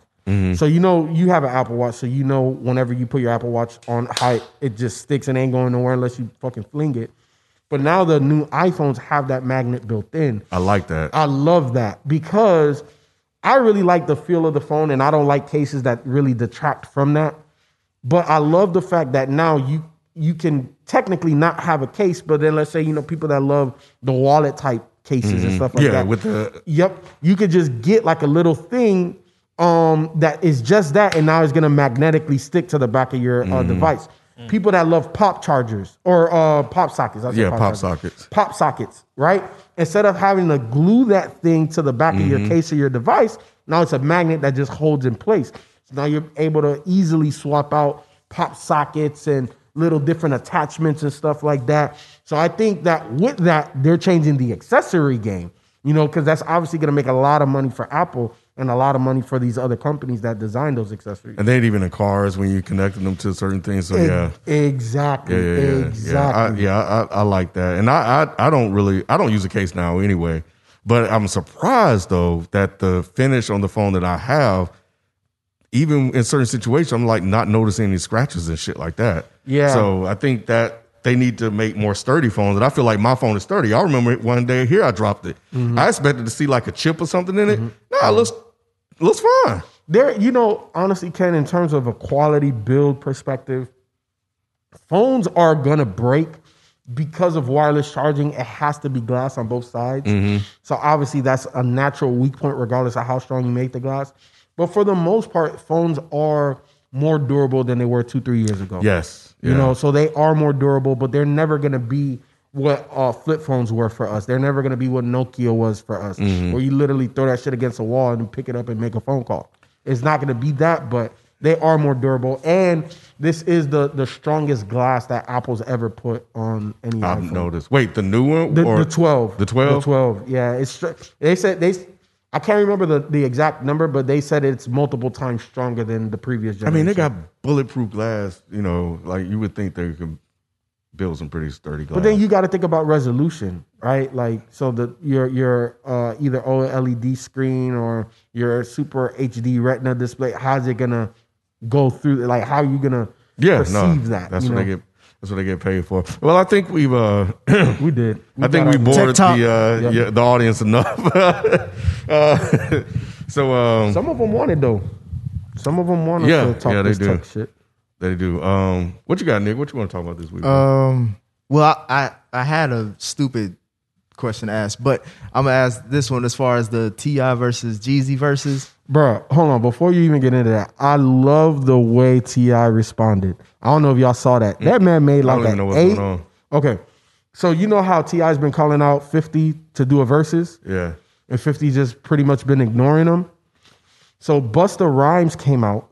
G: So you know you have an Apple Watch, so you know whenever you put your Apple Watch on high, it just sticks and ain't going nowhere unless you fucking fling it. But now the new iPhones have that magnet built in.
C: I like that.
G: I love that because I really like the feel of the phone and I don't like cases that really detract from that. But I love the fact that now you you can technically not have a case, but then let's say you know people that love the wallet type cases and stuff like
C: Mm-hmm. yeah,
G: that.
C: with the
G: yep, you could just get like a little thing um, that is just that, and now it's gonna magnetically stick to the back of your
C: Mm-hmm.
G: uh, device. People that love pop chargers or uh, pop sockets. I said
C: Yeah, pop
G: chargers
C: sockets.
G: pop sockets, right? Instead of having to glue that thing to the back
C: Mm-hmm.
G: of your case or your device, now it's a magnet that just holds in place. So now you're able to easily swap out pop sockets and little different attachments and stuff like that. So I think that with that, they're changing the accessory game, you know, because that's obviously going to make a lot of money for Apple and a lot of money for these other companies that design those accessories.
C: And they ain't even in cars when you connected them to certain things. So yeah.
G: Exactly.
C: Yeah, yeah, yeah,
G: exactly.
C: yeah. I, yeah, I, I like that, and I, I, I don't really, I don't use a case now anyway. But I'm surprised though that the finish on the phone that I have, even in certain situations, I'm like not noticing any scratches and shit like that.
G: Yeah.
C: So I think that they need to make more sturdy phones. And I feel like my phone is sturdy. I remember it one day here I dropped it.
G: Mm-hmm.
C: I expected to see like a chip or something in it. Nah, it looks looks fine.
G: There, you know, honestly, Ken, in terms of a quality build perspective, phones are gonna break because of wireless charging. It has to be glass on both sides. So obviously, that's a natural weak point, regardless of how strong you make the glass. But for the most part, phones are more durable than they were two, three years ago.
C: Yes.
G: You
C: Yeah.
G: know, so they are more durable, but they're never going to be what uh, flip phones were for us. They're never going to be what Nokia was for us,
C: Mm-hmm.
G: where you literally throw that shit against a wall and pick it up and make a phone call. It's not going to be that, but they are more durable. And this is the the strongest glass that Apple's ever put on any
C: I've
G: iPhone.
C: noticed. Wait, the new one
G: The,
C: or
G: the 12.
C: The 12?
G: The 12. Yeah. It's str- they said they I can't remember the, the exact number, but they said it's multiple times stronger than the previous
C: I
G: generation.
C: mean, they got bulletproof glass. You know, like you would think they could build some pretty sturdy glass.
G: But then you got to think about resolution, right? Like so the your your uh, either OLED screen or your super HD Retina display. How's it gonna go through? Like how are you gonna
C: yeah,
G: perceive
C: no,
G: that?
C: That's
G: you
C: what
G: know?
C: they get. That's what they get paid for. Well, I think we've. uh
G: We did.
C: I think
G: got
C: we
G: our-
C: bored the
D: TikTok.
C: uh,
G: Yeah.
C: yeah, the audience enough. uh, so um,
G: Some of them wanted though. Some of them wanted
C: Yeah,
G: to talk
C: yeah, they
G: this
C: do.
G: tech shit.
C: they do. Um, what you got, Nick? What you want to talk about this week?
D: Um. Well, I, I I had a stupid question to ask, but I'm gonna ask this one as far as the Ti versus Jeezy versus.
G: Bruh, hold on. Before you even get into that, I love the way Ti responded. I don't know if y'all saw that. That man made
C: I
G: like
C: don't even
G: an
C: know what's
G: eight.
C: going on.
G: Okay, so you know how Ti's been calling out Fifty to do a verses,
C: yeah,
G: and Fifty just pretty much been ignoring him. So Busta Rhymes came out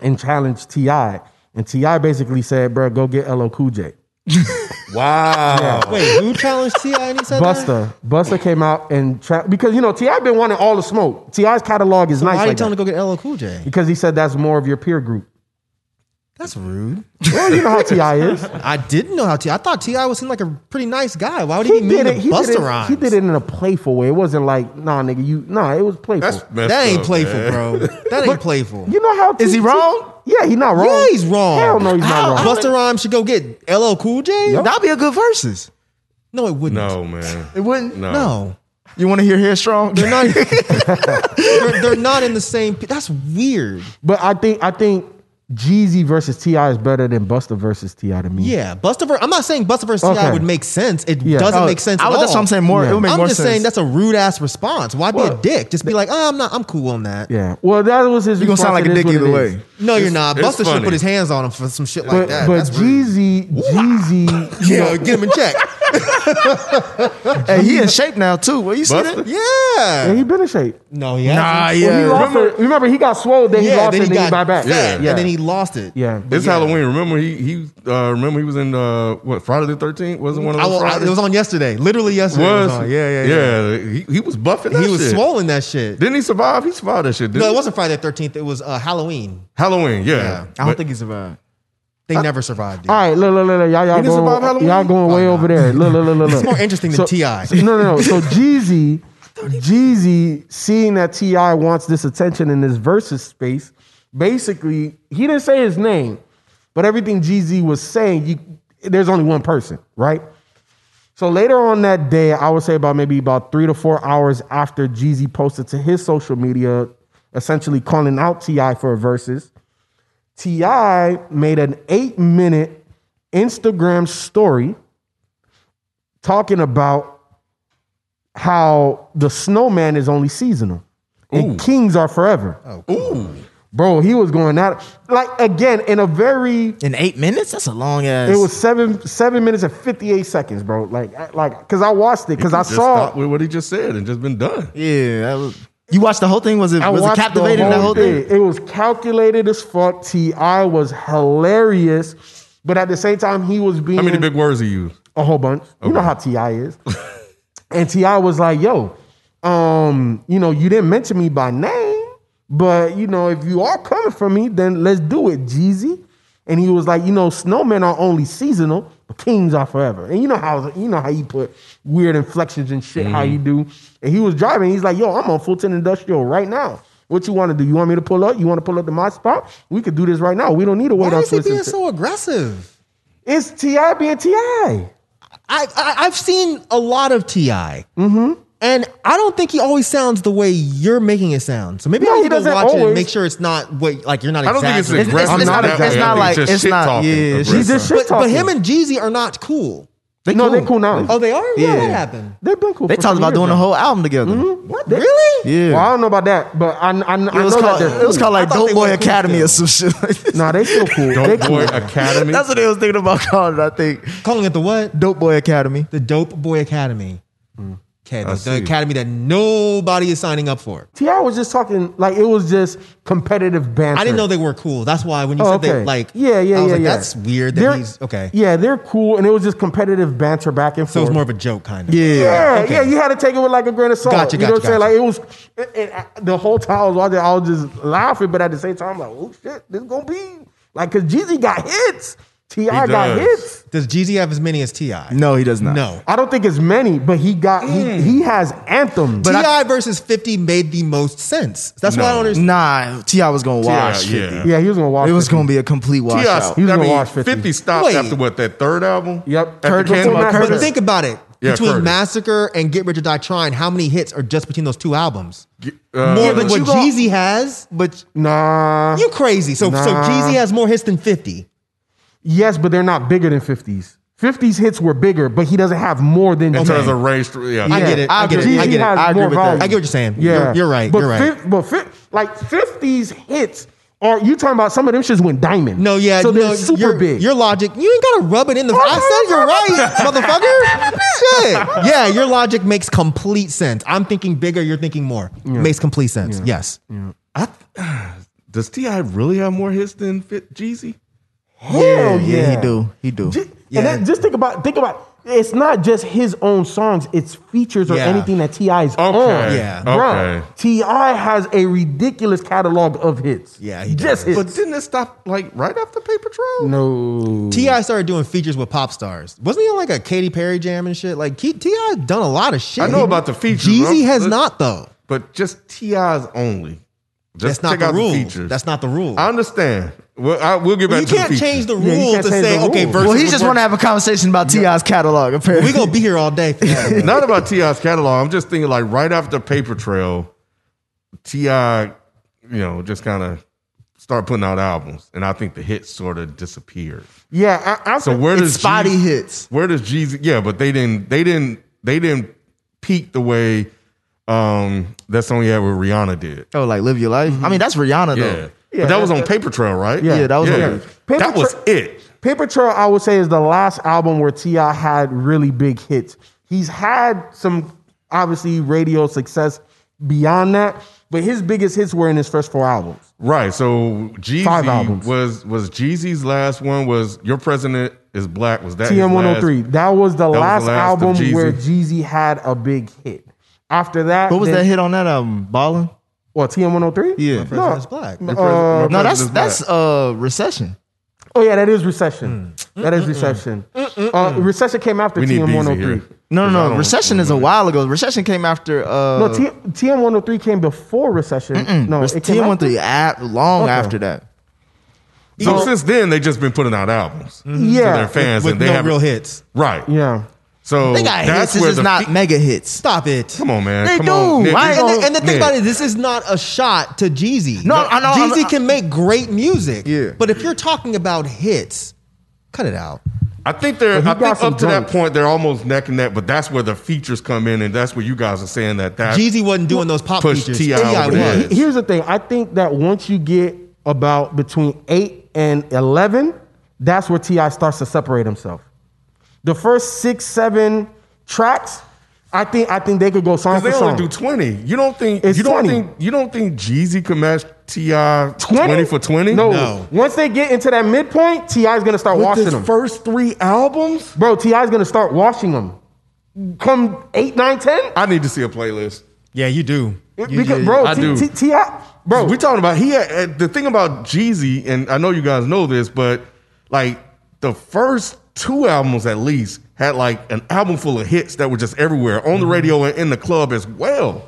G: and challenged Ti, and Ti basically said, "Bruh, go get LL Cool J."
F: Wait, who challenged Ti and he said that?
G: Busta, Busta came out and tra- because you know Ti been wanting all the smoke. Ti's catalog is nice
F: Why are you
G: like
F: telling
G: that.
F: him to go get LL Cool J?
G: because he said that's more of your peer group.
F: That's rude.
G: Well, you know how Ti is.
F: I didn't know how Ti. I thought Ti was seem like a pretty nice guy. Why would he,
G: He
F: be mean
G: did it.
F: to
G: He did
F: Busta
G: it,
F: Rhymes?
G: he did it in a playful way. It wasn't like, nah, nigga, you. Nah, it was playful.
C: that's messed
F: That ain't
C: up,
F: playful,
C: man.
F: bro. That ain't playful.
G: you know how?
F: Is he wrong?
G: Yeah, he's not wrong.
F: Yeah, he's wrong.
G: Hell no, he's
F: How-
G: not wrong.
F: Busta Rhymes should go get LL Cool J.
G: Yup.
D: That'd be a good versus.
F: No, it wouldn't.
C: No man.
D: It wouldn't.
C: No.
F: no.
D: You want to hear hair strong?
F: They're not. they're, they're not in the same. p- That's weird.
G: But I think I think Jeezy versus Ti is better than Busta versus Ti to me.
F: Yeah, Busta. Ver- I'm not saying Busta versus
G: Okay.
F: Ti would make sense. It
G: Yeah.
F: doesn't
G: Oh,
F: make sense.
D: I
F: at
D: would- that's
F: all.
D: what I'm saying. More. It would make
F: I'm
D: more
F: just
D: sense.
F: saying that's a rude ass response. Why be a
G: Well,
F: dick? Just be like, oh, I'm not. I'm cool on that.
G: yeah. Well, that was his.
D: You gonna sound like
G: response,
D: a
G: it is
D: dick
G: what
D: either
G: it is.
D: way.
F: No, you're not.
C: it's
F: Buster should
C: funny.
F: put his hands on him for some shit
G: But
F: like that.
G: but
F: That's rude.
G: Jeezy, Jeezy,
F: you know, get him in check.
D: Hey, he in shape now too. Well, you see
C: Busta?
D: that?
G: yeah,
F: Yeah.
G: he been in shape.
F: No, yeah.
D: Ah,
F: Nah,
G: Well, he lost
D: Remember-
G: it. remember, he got swole, then he
F: yeah,
G: lost
F: then
G: it,
F: he
G: then
F: got
G: he buy back.
F: fat,
C: Yeah.
F: and then he lost it.
G: Yeah.
C: It's Halloween. Remember he he uh, remember he was in uh, what Friday the Thirteenth wasn't one of
F: Mm-hmm. I,
C: those.
F: will- I-
C: Fridays?
F: it was on yesterday. Literally yesterday. it
C: Was?
F: was on. Yeah, yeah, yeah.
C: He, he was buffing. That
F: he was
C: shit.
F: swollen that shit.
C: Didn't he survive? He survived that shit. Didn't
F: no,
C: he?
F: it wasn't Friday the 13th. It was uh, Halloween.
C: Halloween. Yeah,
F: Yeah.
D: I don't
C: But-
D: think he's survived.
F: They never survived. Dude.
G: All right, look, look, look, look. y'all, y'all
C: He didn't survive
G: going,
C: Halloween?
G: y'all going way
F: Why not?
G: over there. Look, look, look, look.
F: It's more interesting than T.I..
G: No, no, no. So Jeezy, Jeezy, seeing that Ti wants this attention in this versus space, basically, he didn't say his name, but everything Jeezy was saying, you, there's only one person, right? So later on that day, I would say about maybe about three to four hours after Jeezy posted to his social media, essentially calling out Ti for a versus. Ti made an eight minute Instagram story talking about how the snowman is only seasonal and kings are forever.
D: Oh.
G: Bro, he was going out like again in a very
D: In eight minutes? That's a long ass.
G: it was seven seven minutes and fifty eight seconds, bro. Like I- like because I watched it because I
C: Just
G: saw
C: stopped with what he just said and just been done.
D: Yeah. that was- you watched the whole thing? Was it
G: I
D: was it
G: watched the
D: captivating that whole thing?
G: It was calculated as fuck. Ti was hilarious, but at the same time he was being
C: How many big words he used?
G: a whole bunch. You know how Ti is. and Ti was like, "Yo, um, you know, you didn't mention me by name, but you know, if you are coming for me, then let's do it, Jeezy. And he was like, you know, snowmen are only seasonal, but kings are forever. And you know how you know how he put weird inflections and shit, how
D: Mm.
G: you do. And he was driving. He's like, yo, I'm on Fulton Industrial right now. What you want to do? You want me to pull up? You want to pull up to my spot? We could do this right now. We don't need to wait
F: Why
G: on
F: is he
G: Twisted.
F: being
G: Ti-
F: so aggressive?
G: it's Ti being Ti.
F: I, I I've seen a lot of Ti. And I don't think he always sounds the way you're making it sound. So maybe
G: No,
F: I
G: he
F: need to
G: doesn't
F: watch it
G: always.
F: and make sure it's not what like you're not.
C: I don't think it's
F: exaggerating.
C: aggressive. that
D: it's not- it's
C: way. I think
D: not like-
C: just
D: it's not-
C: shit-talking
D: yeah, she's
C: aggressive.
G: just shit
F: But, but
G: talking.
F: him and Jeezy are not cool.
D: They
G: No, they cool now.
F: Oh, they are. Yeah,
D: Yeah.
F: what happened?
G: They've been cool.
D: They
G: for
D: talked
G: some
D: about
G: years
D: doing
G: now.
D: a whole album together.
F: What? Really?
D: Yeah.
G: Well, I don't know about that, but I, I, I
D: It
G: know
D: was,
G: that
D: called,
G: they're
D: it was called
G: cool.
D: like
F: thought
D: Dope
F: they
D: Boy
F: were cool
D: Academy or some
F: still.
D: shit like this.
G: Nah, they still cool. they
C: Dope
G: cool.
C: Boy Academy.
D: That's what they was thinking about calling it, I think.
F: Calling it the what?
D: Dope Boy Academy.
F: The Dope Boy Academy.
G: Hmm.
F: Okay, the, the
C: see.
F: academy that nobody is signing up for.
G: Ti was just talking like it was just competitive banter.
F: I didn't know they were cool. That's why when you
G: Oh,
F: said
G: okay.
F: they like,
G: yeah, yeah,
F: I was
G: yeah,
F: like,
G: yeah.
F: That's weird. That
G: They're-
F: he's okay.
G: Yeah, they're cool, and it was just competitive banter back and forth.
F: So it was more of a joke, kind of.
G: Yeah,
F: okay.
G: yeah, you had to take it with like a grain of salt.
F: Gotcha,
G: you know
F: gotcha,
G: what I'm saying? Like it was it, it, I- the whole time I was watching, I was just laughing, but at the same time, I'm like, oh shit, this gonna be like because Jeezy got hits, Ti got
C: does.
G: hits.
F: Does Jeezy have as many as Ti?
D: No, he does not.
F: no.
G: I don't think it's many, but he got
F: Mm.
G: he, he has anthems.
F: Ti versus Fifty made the most sense. That's why I don't understand.
D: Nah, T.I. was going to wash.
C: yeah.
D: 50.
G: yeah, he was gonna watch.
D: It was
G: gonna.
D: going to be a complete washout.
G: He was
C: I
G: gonna
C: mean,
G: watch 50.
C: 50. stopped
F: Wait.
C: after what that third album.
G: Yep.
C: After
G: Curtis-
C: Candy
G: Before
C: Bar
G: Master-
C: Curtis.
F: But think about it.
C: Yeah,
F: between
C: Curtis.
F: Massacre and Get Rich or Die Trying, how many hits are just between those two albums?
C: Uh,
F: More than
D: but
F: what
D: you gon-
F: Jeezy has.
D: But
G: Nah.
F: You crazy. So so
G: Nah.
F: Jeezy has more hits than 50.
G: Yes, but they're not bigger than 50s. 50s hits were bigger, but he doesn't have more than
C: in
G: Jeezy.
C: terms of race, yeah.
F: I get it. I get it.
G: Jeezy
F: I get it.
G: has
F: I
D: agree
G: more
D: with that.
G: volume.
F: I get what you're saying.
G: Yeah,
F: You're, you're right.
G: But
F: you're right.
G: fif- but fif- like 50s hits are you talking about? Some of them shits went diamond.
F: no, yeah,
G: so they're
F: no,
G: super
F: your,
G: big.
F: Your logic, you ain't gotta rub it in the. I said you're right, motherfucker. Shit. Yeah, your logic makes complete sense. I'm thinking bigger. You're thinking more. Makes complete sense. Yes.
C: Does Ti really have more hits than Fit Jeezy?
G: Hell yeah,
D: he do. He do.
G: Ju- And that, just think about think about it's not just his own songs, it's features or
F: Yeah.
G: anything that T.I.'s on.
F: Yeah.
G: Bruh,
C: Okay.
G: T.I. has a ridiculous catalog of hits.
F: Yeah, he
G: Just
F: does.
G: hits.
C: But didn't it stop like right after Paper Trail?
G: no.
F: Ti started doing features with pop stars. Wasn't he on like a Katy Perry jam and shit? Like Ti done a lot of shit.
C: I know
F: He-
C: about the features.
F: Jeezy
C: I'm-
F: has
C: let's-
F: not though.
C: But just Ti's only. Just
F: That's not
C: check
F: the
C: out
F: rule.
C: The features.
F: That's not the rule.
C: I understand. Well, I, we'll get back
F: you
C: to the
F: can't
C: features.
F: change the
G: you
F: rule
G: can't
F: to
G: change
F: say
G: the
F: okay.
G: rule.
F: Versus
D: Well, he just want to
F: to.
D: have a conversation about T.I.'s catalog, apparently.
F: We gonna be here all day. For that, bro.
C: Not about Ti's catalog. I'm just thinking like right after Paper Trail, Ti, you know, just kind of start putting out albums, and I think the hits sort of disappeared.
G: Yeah, I, I,
C: So where
D: It's
C: does
D: spotty
C: Jeezy-
D: hits.
C: Where does Jeezy? Yeah, but they didn't. They didn't. They didn't peak the way um that song you had with Rihanna did.
D: Oh, like live your life. I mean, that's Rihanna
C: Yeah,
D: though.
G: Yeah,
C: but that was
G: that-
C: on Paper Trail, right?
D: Yeah, that was on Paper-
G: Paper
C: that was
G: Trail-
C: it.
G: Paper Trail, I would say, is the last album where T.I. had really big hits. He's had some, obviously, radio success beyond that, but his biggest hits were in his first four albums.
C: Right. So Jeezy
G: Five albums.
C: was was Jeezy's last one was Your President is Black. Was that his
G: TM103.
C: last-
G: That was the
C: was the
G: last,
C: last of
G: album
C: Jeezy.
G: where Jeezy had a big hit. After that,
D: What was
G: then-
D: that hit on that album? Ballin'?
G: What, TM103?
D: Yeah.
G: No.
F: That's black.
C: Your
D: No, that's
C: President is
D: that's uh recession.
G: Oh, yeah, that is Recession. That is Recession. Uh, recession came after
C: Mm. We need Beezy
G: TM103.
C: here.
D: No,
C: Because I
D: no, no.
C: don't
D: Recession is a while ago. Recession came after uh
G: No, T- TM103 came before Recession. No, it came
C: oh
G: after?
D: TM13 at, long
G: Okay.
D: after that.
C: Black. So since then they just been putting out albums.
G: Yeah.
C: Their fans
F: with
C: and they
F: no
C: have
F: real hits.
C: Right.
G: Mm-hmm. Yeah.
C: So
D: They got
C: that's
D: hits. It's
C: where
D: just
C: the
D: not
C: fe-
D: mega hits.
F: Stop it.
C: Come on, man.
D: They
C: Come
D: do.
C: on, Nick.
D: I-
C: You
F: And,
C: gon-
F: the- and the thing
C: Nick.
F: about it, this is not a shot to Jeezy.
D: No, I know, I know,
F: Jeezy
D: I-
F: can make great music.
D: Yeah.
F: But if you're talking about hits, cut it out.
C: I think they're.
G: he
C: I
G: got
C: think
G: some
C: up to that
G: jokes.
C: point they're almost neck and neck, but that's where the features come in, and that's where you guys are saying that that
F: Jeezy wasn't doing those pop
C: Push
F: features.
C: T.I. over the
F: was.
C: head.
G: He- Here's the thing. I think that once you get about between eight and eleven, that's where Ti starts to separate himself. The first six, seven tracks, I think I think they could go song
C: Because
G: for
C: they
G: song.
C: only do twenty. You don't think
G: It's
C: you don't
G: 20.
C: think you don't think Jeezy can match Ti 20? for twenty?
G: No. Once they get into that midpoint, Ti is gonna start washing them.
C: first three albums,
G: Bro, Ti is gonna start washing them. Come eight, nine, ten.
C: I need to see a playlist.
F: Yeah, you do.
G: It- because, bro,
C: I
G: T-
C: do.
G: T- T.I.
C: bro. We talking about he had uh, the thing about Jeezy, and I know you guys know this, but like the first two albums at least had like an album full of hits that were just everywhere on the radio and in the club as well.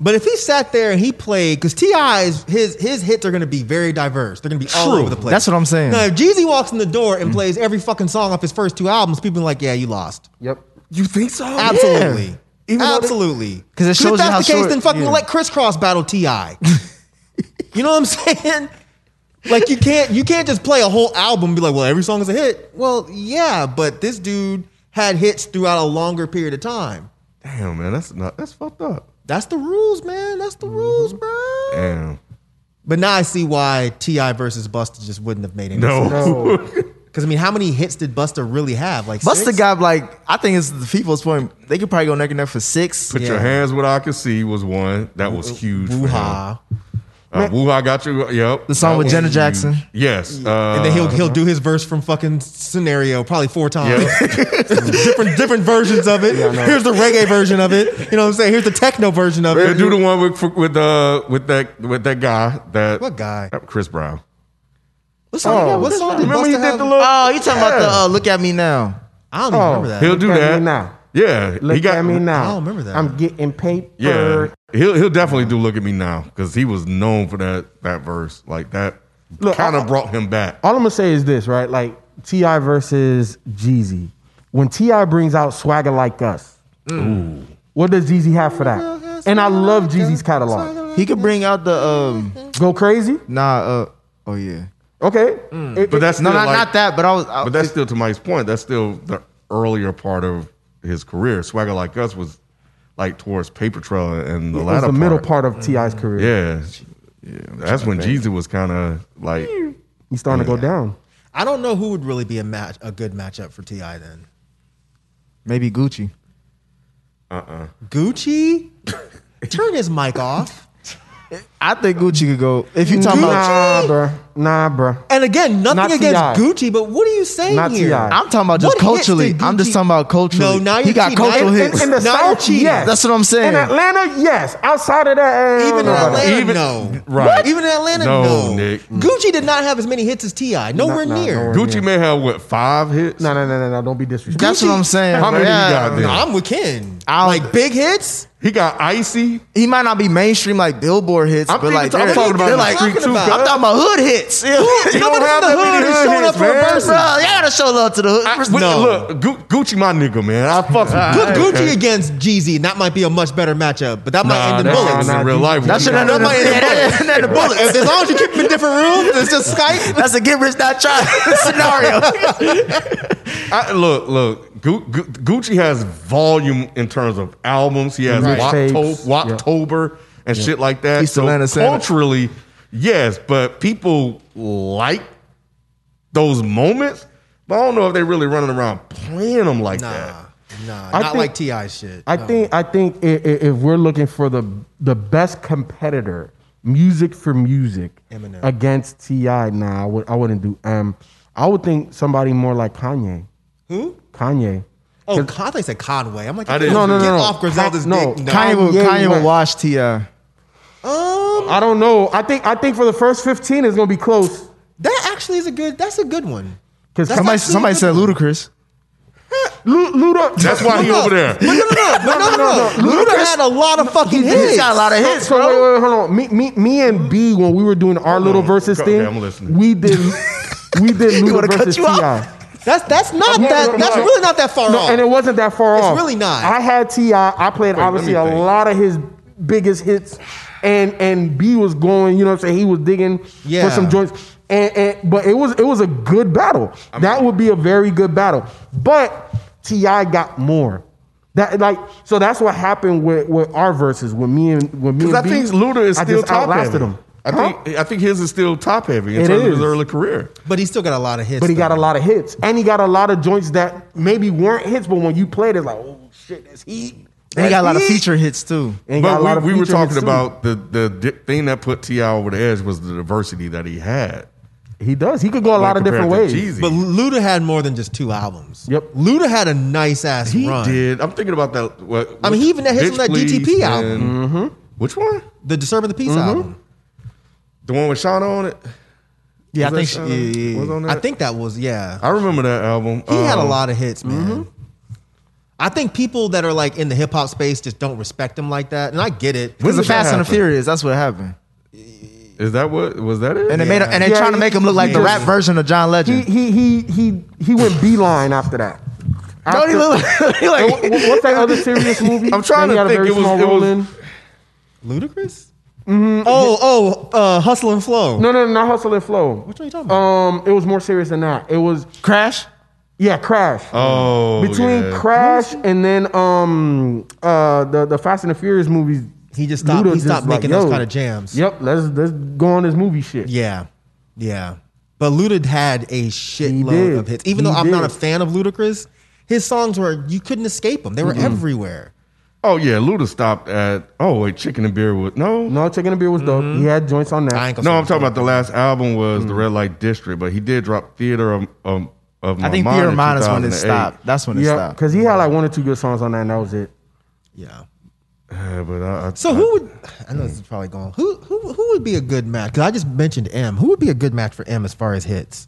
F: But if he sat there and he played, because Ti's his his hits are going to be very diverse. They're going to be all
C: True.
F: over the place.
I: That's what I'm saying. Mm.
F: Now, if Jeezy walks in the door and plays every fucking song off his first two albums, people are like, "Yeah, you lost."
G: Yep.
C: You think so?
F: Absolutely.
C: Even though they-
F: Absolutely.
I: 'Cause it shows you
F: if that's
I: how
F: the case,
I: short-
F: then fucking
I: yeah.
F: let crisscross battle Ti. you know what I'm saying? Like you can't you can't just play a whole album and be like, well, every song is a hit. Well, yeah, but this dude had hits throughout a longer period of time.
C: Damn, man, that's not that's fucked up.
F: That's the rules, man. That's
I: Mm-hmm.
F: the rules, bro.
C: Damn.
F: But now I see why Ti versus Busta just wouldn't have made any
C: No.
F: Because I mean, how many hits did Busta really have? Like
D: Busta
F: six?
D: got like I think it's the people's point. They could probably go neck and neck for six.
C: Put your hands where I can see was one that was huge. for him.
F: Wuha.
C: Uh, Woo I got you. Yep.
I: The song
C: That
I: with
C: was
I: Jenna
C: huge.
I: Jackson.
C: Yes. Uh,
F: and then he'll he'll do his verse from fucking scenario probably four times.
C: yeah.
F: different different versions of it. Here's the reggae version of it. You know what I'm saying? Here's the techno version of
C: They'll
F: it.
C: do the one with with uh with that with that guy that
F: What guy?
C: that Chris Brown.
F: What song?
G: Oh,
F: what song did
C: Remember
F: Busta
C: he did
F: have?
C: the little Oh.
D: Oh, you talking about the uh, look at me now?
F: I don't even remember that.
C: He'll do
G: Look at
C: that.
G: me now.
C: Yeah,
G: Look
C: he got
G: at me now.
F: I don't remember that.
G: I'm getting paper.
C: Yeah, he'll he'll definitely do look at me now because he was known for that that verse like that.
G: Look, uh,
C: Kind
G: I-
C: of brought him back.
G: All I'm gonna say is this, right? Like Ti versus Jeezy. When Ti brings out swagger like us, what does Jeezy have for that? And I love Jeezy's catalog.
D: He could bring out the um
G: Go crazy.
I: Nah, uh, oh yeah.
G: Okay. It-
C: But that's
D: no,
C: still
D: not,
C: like-
D: not that, but I was I,
C: But that's still to Mike's point. That's still the earlier part of his career. Swagger like us was like towards Paper Trail and the
G: it was
C: latter
G: the middle part of Ti's career.
C: Yeah, yeah. That's when Jeezy was kind of like
G: He's starting to go down.
F: I don't know who would really be a match a good matchup for Ti then.
I: Maybe Gucci.
C: Uh-uh.
F: Gucci, turn his mic off.
I: I think Gucci could go. If you talking
G: Nah, bruh. Nah, bruh.
F: And again, nothing
G: Not
F: against
G: T.I..
F: Gucci, but what are you saying
G: Not
F: here?
G: T.I..
I: I'm talking about just
F: What hits did
I: culturally. I'm just
F: Gucci-
I: talking about culturally.
F: No, now
I: He
F: you're
I: got
F: cheating. Now
I: cultural
F: you're-
I: hits.
G: In the
F: Now you're
G: South,
F: cheating.
G: yes.
D: That's what I'm saying.
G: In Atlanta, yes. Outside of that, eh, I
F: Even
G: don't
F: in
G: know about that.
F: Atlanta,
C: Even-
F: no.
C: Right.
F: What? Even in Atlanta,
C: No,
F: no.
C: Nick.
F: Gucci did not have as many hits as Ti. Nowhere
G: no,
F: near.
G: nowhere.
C: Gucci may have what five hits.
G: No, no, no, no, no. Don't be disrespectful.
I: That's what I'm saying.
C: How many
I: bro.
C: he got
F: No,
C: then?
F: I'm with Ken. like big hits.
C: He got icy.
I: He might not be mainstream like Billboard hits,
C: I'm,
I: but
C: thinking-
I: like
C: I'm
I: they're-
C: talking about
I: they're
C: the
I: like,
C: street
F: talking
C: too.
F: about-
C: cuz.
D: I'm talking about hood hits. Yeah.
C: have
F: Nobody in the
C: that many
F: hood is
C: hood
F: showing up
C: hits,
F: for a
C: man.
F: verse.
D: Bro, y'all gotta show love to the hood.
C: I-
D: First-
C: wait,
F: No.
C: Look, Gu- Gucci, my nigga, man. I fuck with Gucci.
F: Gucci against Jeezy, and that might be a much better matchup, but that might
C: Nah,
F: end in
C: that
F: bullets.
C: happens in real life.
D: That should have
F: That might end in bullets.
D: been the bullet.
F: As as long as you keep them in different rooms, it's just Skype.
D: That's a get rich not try scenario.
C: I, look, look. Gu- Gu- Gucci has volume in terms of albums. He has
G: Right.
C: Wackto-
G: Tapes.
C: Wacktober and shit like that.
I: East
C: so
I: Atlanta Santa.
C: culturally, yes, but people like those moments. But I don't know if they really running around playing them like that.
F: Nah,
G: I
F: not
G: think-
F: like Ti shit.
G: I think I think i- i- if we're looking for the the best competitor, music for music,
F: Eminem.
G: against Ti, nah, I would I wouldn't do M. I would think somebody more like Kanye.
F: Who?
G: Kanye.
F: Oh, Con- I thought you said Conway. I'm like,
C: I
F: I
C: didn't-
F: didn't.
C: No, no,
F: get
G: no, no.
F: off Griselda's
G: Con- no.
F: dick.
I: Kanye will,
G: Kanye
I: Kanye will
G: West.
I: watch Ti.
F: Um,
G: I don't know. I think I think for the first fifteen is gonna be close.
F: That actually is a good. That's a good one.
G: Cause
F: That's
I: Somebody,
F: actually a
I: somebody
F: good
I: said
F: one.
I: Ludacris.
G: Lu- Luda.
C: That's why he
F: No,
C: over there.
F: But no, no, no, but no, no, no. Luda had a lot of fucking hits.
D: He's got a lot of hits,
G: So
D: bro.
G: wait, wait, hold on. Me, me, me, and B when we were doing our little
C: on.
G: verses
C: Okay,
G: thing,
C: I'm listening.
G: we did, we did
D: wanna
G: Luda
D: cut
G: versus
D: you off?
G: Ti.
F: That's that's not
G: Yeah,
F: that.
G: no, no,
F: that's
G: no.
F: really not that far
G: No,
F: off.
G: and it wasn't that far
F: It's
G: off.
F: really not.
G: I had Ti. I played
C: let
G: obviously
C: me
G: a
C: think.
G: lot of his biggest hits, and and B was going. You know what I'm saying? He was digging
F: Yeah.
G: for some joints, and, and but it was it was a good battle. that would be a very good battle, but Ti got more. That like so that's what happened with, with our verses with me and with me.
C: Because
G: And
C: I
G: B,
C: think Luda is
G: I
C: still
G: just
C: top heavy.
G: outlasted him.
C: I think I think his is still top heavy in
G: It
C: terms of his
G: is.
C: early career.
F: but he still got a lot of hits.
G: But he got
F: though.
G: a lot of hits, and he got a lot of joints that maybe weren't hits, but when you played, it's like, oh shit, that's heat.
I: And he got a lot of
G: That's heat.
I: feature hits too.
G: And got a lot
C: But
G: of
C: we, we were
G: feature hits,
C: talking
G: too.
C: about the, the di- thing that put Ti over the edge was the diversity that he had.
G: He does. He could go a lot of different ways.
F: But Luda had more than just two albums.
G: Yep.
F: Luda had a nice ass
C: he
F: run.
C: did. I'm thinking about that. What,
F: I mean, he even had hits on that DTP
C: album. Which one?
F: The Disturb of the Peace album.
C: The one with Sean on it.
F: Yeah, I think.
C: Was that
F: She,
C: Shallow?
F: yeah, yeah, yeah.
C: Was on
F: I
C: that?
F: think that was yeah.
C: I remember that album.
F: He had a
C: Um,
F: lot of hits, man. I think people that are like in the hip hop space just don't respect him like that, and I get it.
C: When
D: Because of
C: did that
D: Fast and the
C: happen?
D: Furious, that's what happened.
C: Is that what was that it?
D: And they made, and they
G: Yeah,
D: trying to make him look like the
G: he-
D: rap version of John
G: He
D: Legend.
G: he he he he went beeline after that.
D: Don't he
G: After-
D: look he
G: And wh-
D: like?
G: wh- What's that other serious movie?
C: I'm trying
G: that
C: to
G: he had a
C: think.
G: very
C: It was-
G: small
C: it
G: role
C: was-
G: in?
F: Ludacris. Oh, oh, uh, Hustle and Flow.
G: No, no, no, not Hustle and Flow.
F: What are you talking about?
G: Um, it was more serious than that. It was
D: Crash.
G: yeah, Crash.
C: Oh,
G: Between
C: yeah.
G: Crash and then um uh the the Fast and the Furious movies,
F: He just stopped- he
G: just
F: stopped making those
G: yo,
F: kinda jams.
G: Yep, let's let's go on this movie shit.
F: yeah, yeah. But Luda had a
G: did.
F: shitload of hits. Even
G: He
F: though I'm not a
G: did.
F: fan of Ludacris, his songs were you couldn't escape them. They were everywhere.
C: Oh yeah, Luda stopped at. Oh wait, Chicken and Beer was no.
G: No, Chicken and Beer was dope.
C: Mm-hmm.
G: He had joints on that.
F: I ain't gonna
C: No,
F: say
C: I'm talking about the last album was the Red Light District, but he did drop Theater of, um, of My
I: I think
C: Mind
I: Theater
C: in
I: Mine is when it
C: 2008.
I: stopped. That's when it
G: yeah,
I: stopped.
G: because he had like one or two good songs on that, and that was it.
F: Yeah.
C: Yeah, but I, I,
F: So who would I know this is probably going who who who would be a good match? Because I just mentioned M. Who would be a good match for M as far as hits?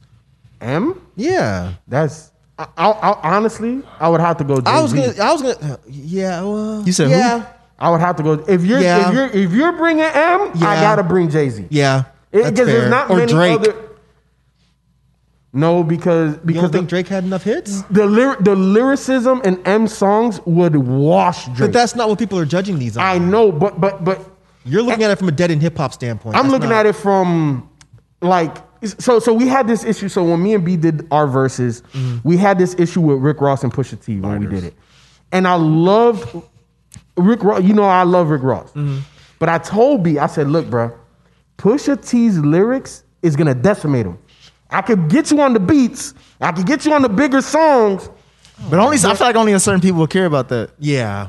G: M.
F: Yeah,
G: That's I, I, I honestly, I would have to go. Jay-Z.
F: I was gonna I was gonna uh, yeah. Well,
I: You said who?
F: yeah
G: I would have to go. If you're
F: Yeah.
G: if you're if you're bringing M, I
F: Yeah.
G: gotta bring Jay Z.
F: yeah.
G: because there's not
F: or
G: many
F: Drake.
G: other. No, because
F: you
G: because
F: don't think
G: the,
F: Drake had enough hits?
G: the, lyri- the lyricism in M songs would wash Drake.
F: But that's not what people are judging these on.
G: I know, but but but
F: You're looking at it from a dead end hip hop standpoint.
G: I'm looking at it from like so so we had this issue. So when me and B did our verses,
F: Mm.
G: we had this issue with Rick Ross and Pusha T when we did it. And I loved Rick Ross. You know I love Rick Ross.
F: Mm-hmm.
G: But I told B, I said, look, bro, Pusha T's lyrics is gonna decimate him. I could get you on the beats, I could get you on the bigger songs.
D: But only I feel like only a certain people will care about that.
F: Yeah.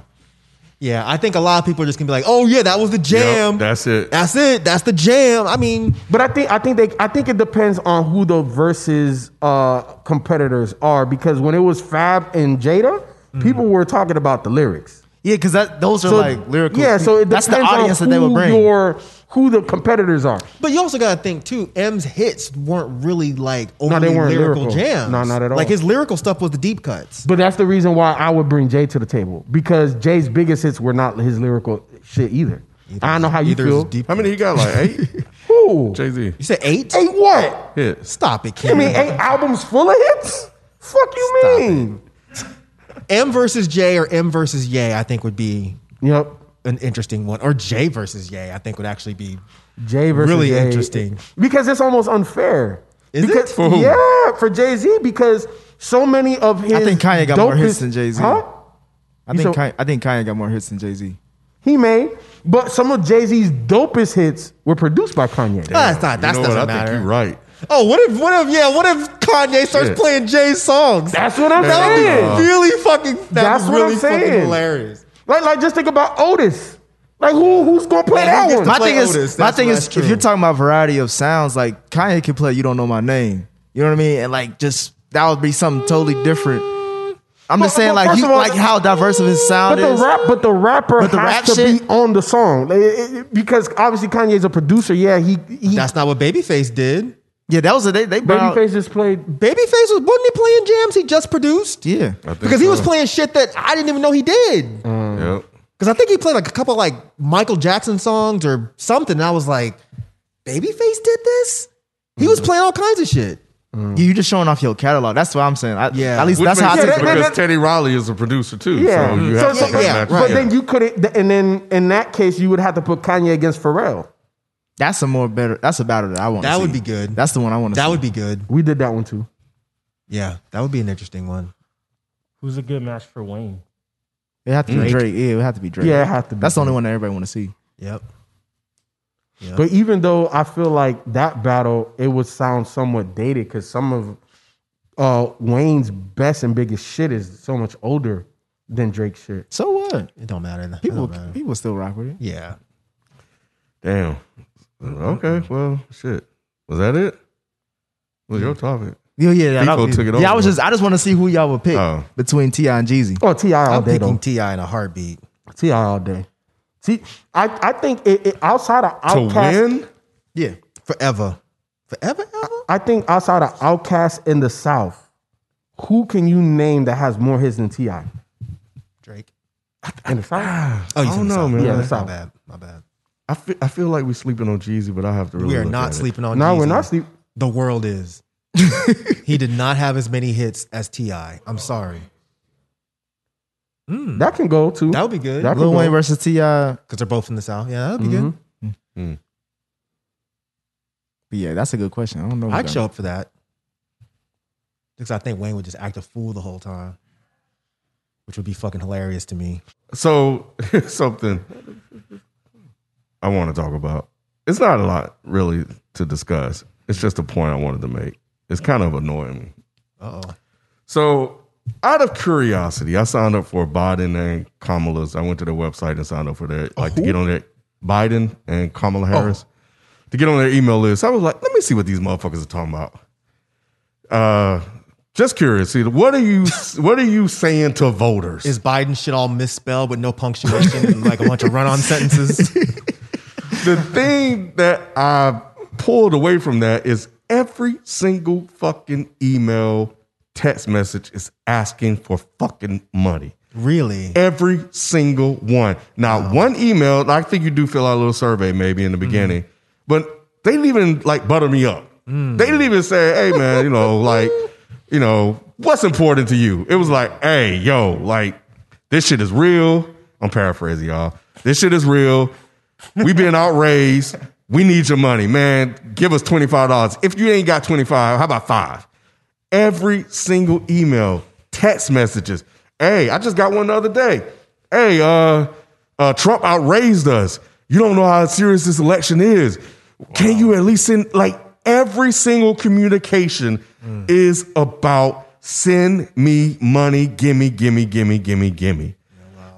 F: Yeah, I think a lot of people are just gonna be like, "Oh yeah, that was the jam.
C: that's it.
F: That's it. That's the jam." I mean,
G: But I think I think they I think it depends on who the versus uh, competitors are because when it was Fab and Jada,
D: Mm.
G: people were talking about the lyrics.
D: Yeah, because that those are like lyrical.
G: Yeah, so it
D: people. that's
G: depends
D: the audience
G: on
D: that they
G: who
D: will bring.
G: your who the competitors are.
F: But you also gotta think too. M's hits weren't really like overly
G: they weren't
F: lyrical,
G: lyrical.
F: jams.
G: No, not at all.
F: Like his lyrical stuff was the deep cuts.
G: But that's the reason why I would bring Jay to the table because Jay's biggest hits were not his lyrical shit either. I don't know how you
F: Either is
G: feel.
F: deep.
C: how many he got? Like eight.
G: Who?
C: Jay Z.
F: You said eight.
G: Eight what?
C: Hits.
F: Stop it,
G: I
F: Kim.
G: mean, eight albums full of hits. Fuck you
F: Stop
G: mean?
F: M versus J or M versus Yay, I think would be
G: Yep.
F: an interesting one. Or J versus Yay, I think would actually be.
G: Jay versus
F: Really
G: Jay.
F: interesting.
G: because it's almost unfair.
F: Is it?
G: because,
F: For who?
G: Yeah, for Jay Z because so many of his.
I: think Kanye got more
G: dopest-
I: hits than Jay-Z.
G: Huh?
I: I think
G: so-
I: Kanye, I think Kanye got more hits than Jay Z.
G: He may, but some of Jay Z's dopest hits were produced by Kanye.
F: That's not. That
C: you know
F: doesn't
C: what? I
F: matter.
C: think you're right.
F: Oh, what if? What if? Yeah, what if Kanye starts
C: Yeah.
F: playing Jay's songs?
G: That's what I'm
F: That would be
G: saying.
F: really fucking. That
G: That's
F: would
G: what
F: really
G: I'm
F: fucking
G: saying.
F: hilarious.
G: Like, like just think about Otis. Like who who's gonna play
F: Yeah, he
G: that
F: gets
G: one?
F: to
I: My
F: play
I: thing is,
F: Otis,
I: my
F: that's
I: thing
F: why
I: is,
F: it's
I: if
F: true.
I: you're talking about variety of sounds, like Kanye can play "You Don't Know My Name." You know what I mean? And like, just that would be something totally different. I'm just
G: But-
I: saying,
G: but
I: like,
G: first
I: you
G: of all-
I: like how diverse of his
G: but
I: sound
G: the
I: is.
G: rap, but the rapper
I: But the
G: has
I: rap
G: to be
I: shit-
G: on the song Like, it- it- because obviously Kanye's a producer. Yeah, he, he
F: That's not what Babyface did.
I: yeah, that was a, they they brought.
G: Babyface just played.
F: Babyface was wasn't he playing jams he just produced?
I: Yeah,
F: Because he was
C: so.
F: playing shit that I didn't even know he did.
C: Yep.
F: Because I think he played like a couple like Michael Jackson songs or something. And I was like, Babyface did this? He was playing all kinds of shit.
I: you just showing off your catalog. That's what I'm saying. I,
F: Yeah.
I: yeah, at least
C: Which
I: that's how I
C: makes
I: take
C: sense
I: it.
G: that-
C: because
G: that-
C: Teddy Riley is a producer too.
G: Yeah,
C: So you have
G: So-
C: to
G: so-
C: take
F: yeah,
C: that
F: right.
G: but then you couldn't. And then in that case, you would have to put Kanye against Pharrell.
I: That's a more better. That's a battle that I want.
F: That would be good.
I: That's the one I want to.
F: That
I: see.
F: would be good.
G: We did that one too.
F: Yeah, that would be an interesting one.
E: Who's a good match for Wayne?
I: It have to be Drake. Yeah, it would have to be Drake.
G: Yeah, it had to be.
I: that's the only one that everybody want to see.
F: Yep. Yeah.
G: But even though I feel like that battle, it would sound somewhat dated because some of uh, Wayne's best and biggest shit is so much older than Drake's shit.
I: So what?
F: It don't matter. It
I: People,
F: don't matter.
I: people still rock with it.
F: Yeah.
C: Damn. Okay. Well, shit. Was that it? Well, your topic.
I: Yeah, yeah. I,
C: People took it
I: yeah, I was
C: over.
I: just I just want to see who y'all would pick
C: Oh.
I: between Ti and Jeezy.
G: Oh, Ti all
F: I'm
G: day
F: picking
G: though.
F: Ti in a heartbeat.
G: Ti all day. See, I, I think it, it, outside of
C: To
G: Outcast,
C: win?
F: Yeah, forever, forever, ever.
G: I think outside of Outcast in the South, who can you name that has more hits than Ti
F: Drake.
G: in the South?
F: Oh, you
C: I
F: said
C: don't
F: the
C: know,
F: South.
C: man.
G: Yeah, the
F: My
G: South.
F: bad. My bad.
C: I feel, I feel like we're sleeping on Jeezy, but I have to really.
F: We are
C: look at
F: not
C: it.
F: sleeping on.
G: No, we're
F: Jeezy.
G: not sleep.
F: The world is. he did not have as many hits as Ti. I'm sorry.
G: That can go too.
F: That would be good.
G: That- I
I: Lil
G: could
I: Wayne
G: go-
I: versus Ti. But
F: Because they're both in the South. Yeah, that'd be
G: Mhm.
F: good.
I: yeah, that's a good question. I don't know.
F: I'd
I: about-
F: show up for that. Because I think Wayne would just act a fool the whole time, which would be fucking hilarious to me.
C: So here's something I want to talk about. It's not a lot really to discuss. It's just a point I wanted to make. It's kind of annoying me.
F: Uh oh.
C: So, out of curiosity, I signed up for Biden and Kamala's. I went to their website and signed up for their like to get on their Biden and Kamala Harris to get on their email list. I was like, let me see what these motherfuckers are talking about. Uh, just curious. See, what are you what are you saying to voters?
F: Is Biden shit all misspelled with no punctuation and like a bunch of run on sentences?
C: the thing that I pulled away from that is every single fucking email, text message is asking for fucking money.
F: Really?
C: Every single one. Now, one email, I think you do fill out a little survey maybe in the beginning, but they didn't even like butter me up. They didn't even say, hey man, you know, like, you know, what's important to you? It was like, hey, yo, like, this shit is real. I'm paraphrasing y'all. This shit is real. We been outraised. We need your money, man. Give us $25. If you ain't got 25, how about five? every single email, text messages. Hey, I just got one the other day. Hey, uh, uh, Trump outraised us. You don't know how serious this election is. Can you at least send like every single communication is about send me money, gimme, gimme, gimme, gimme, gimme.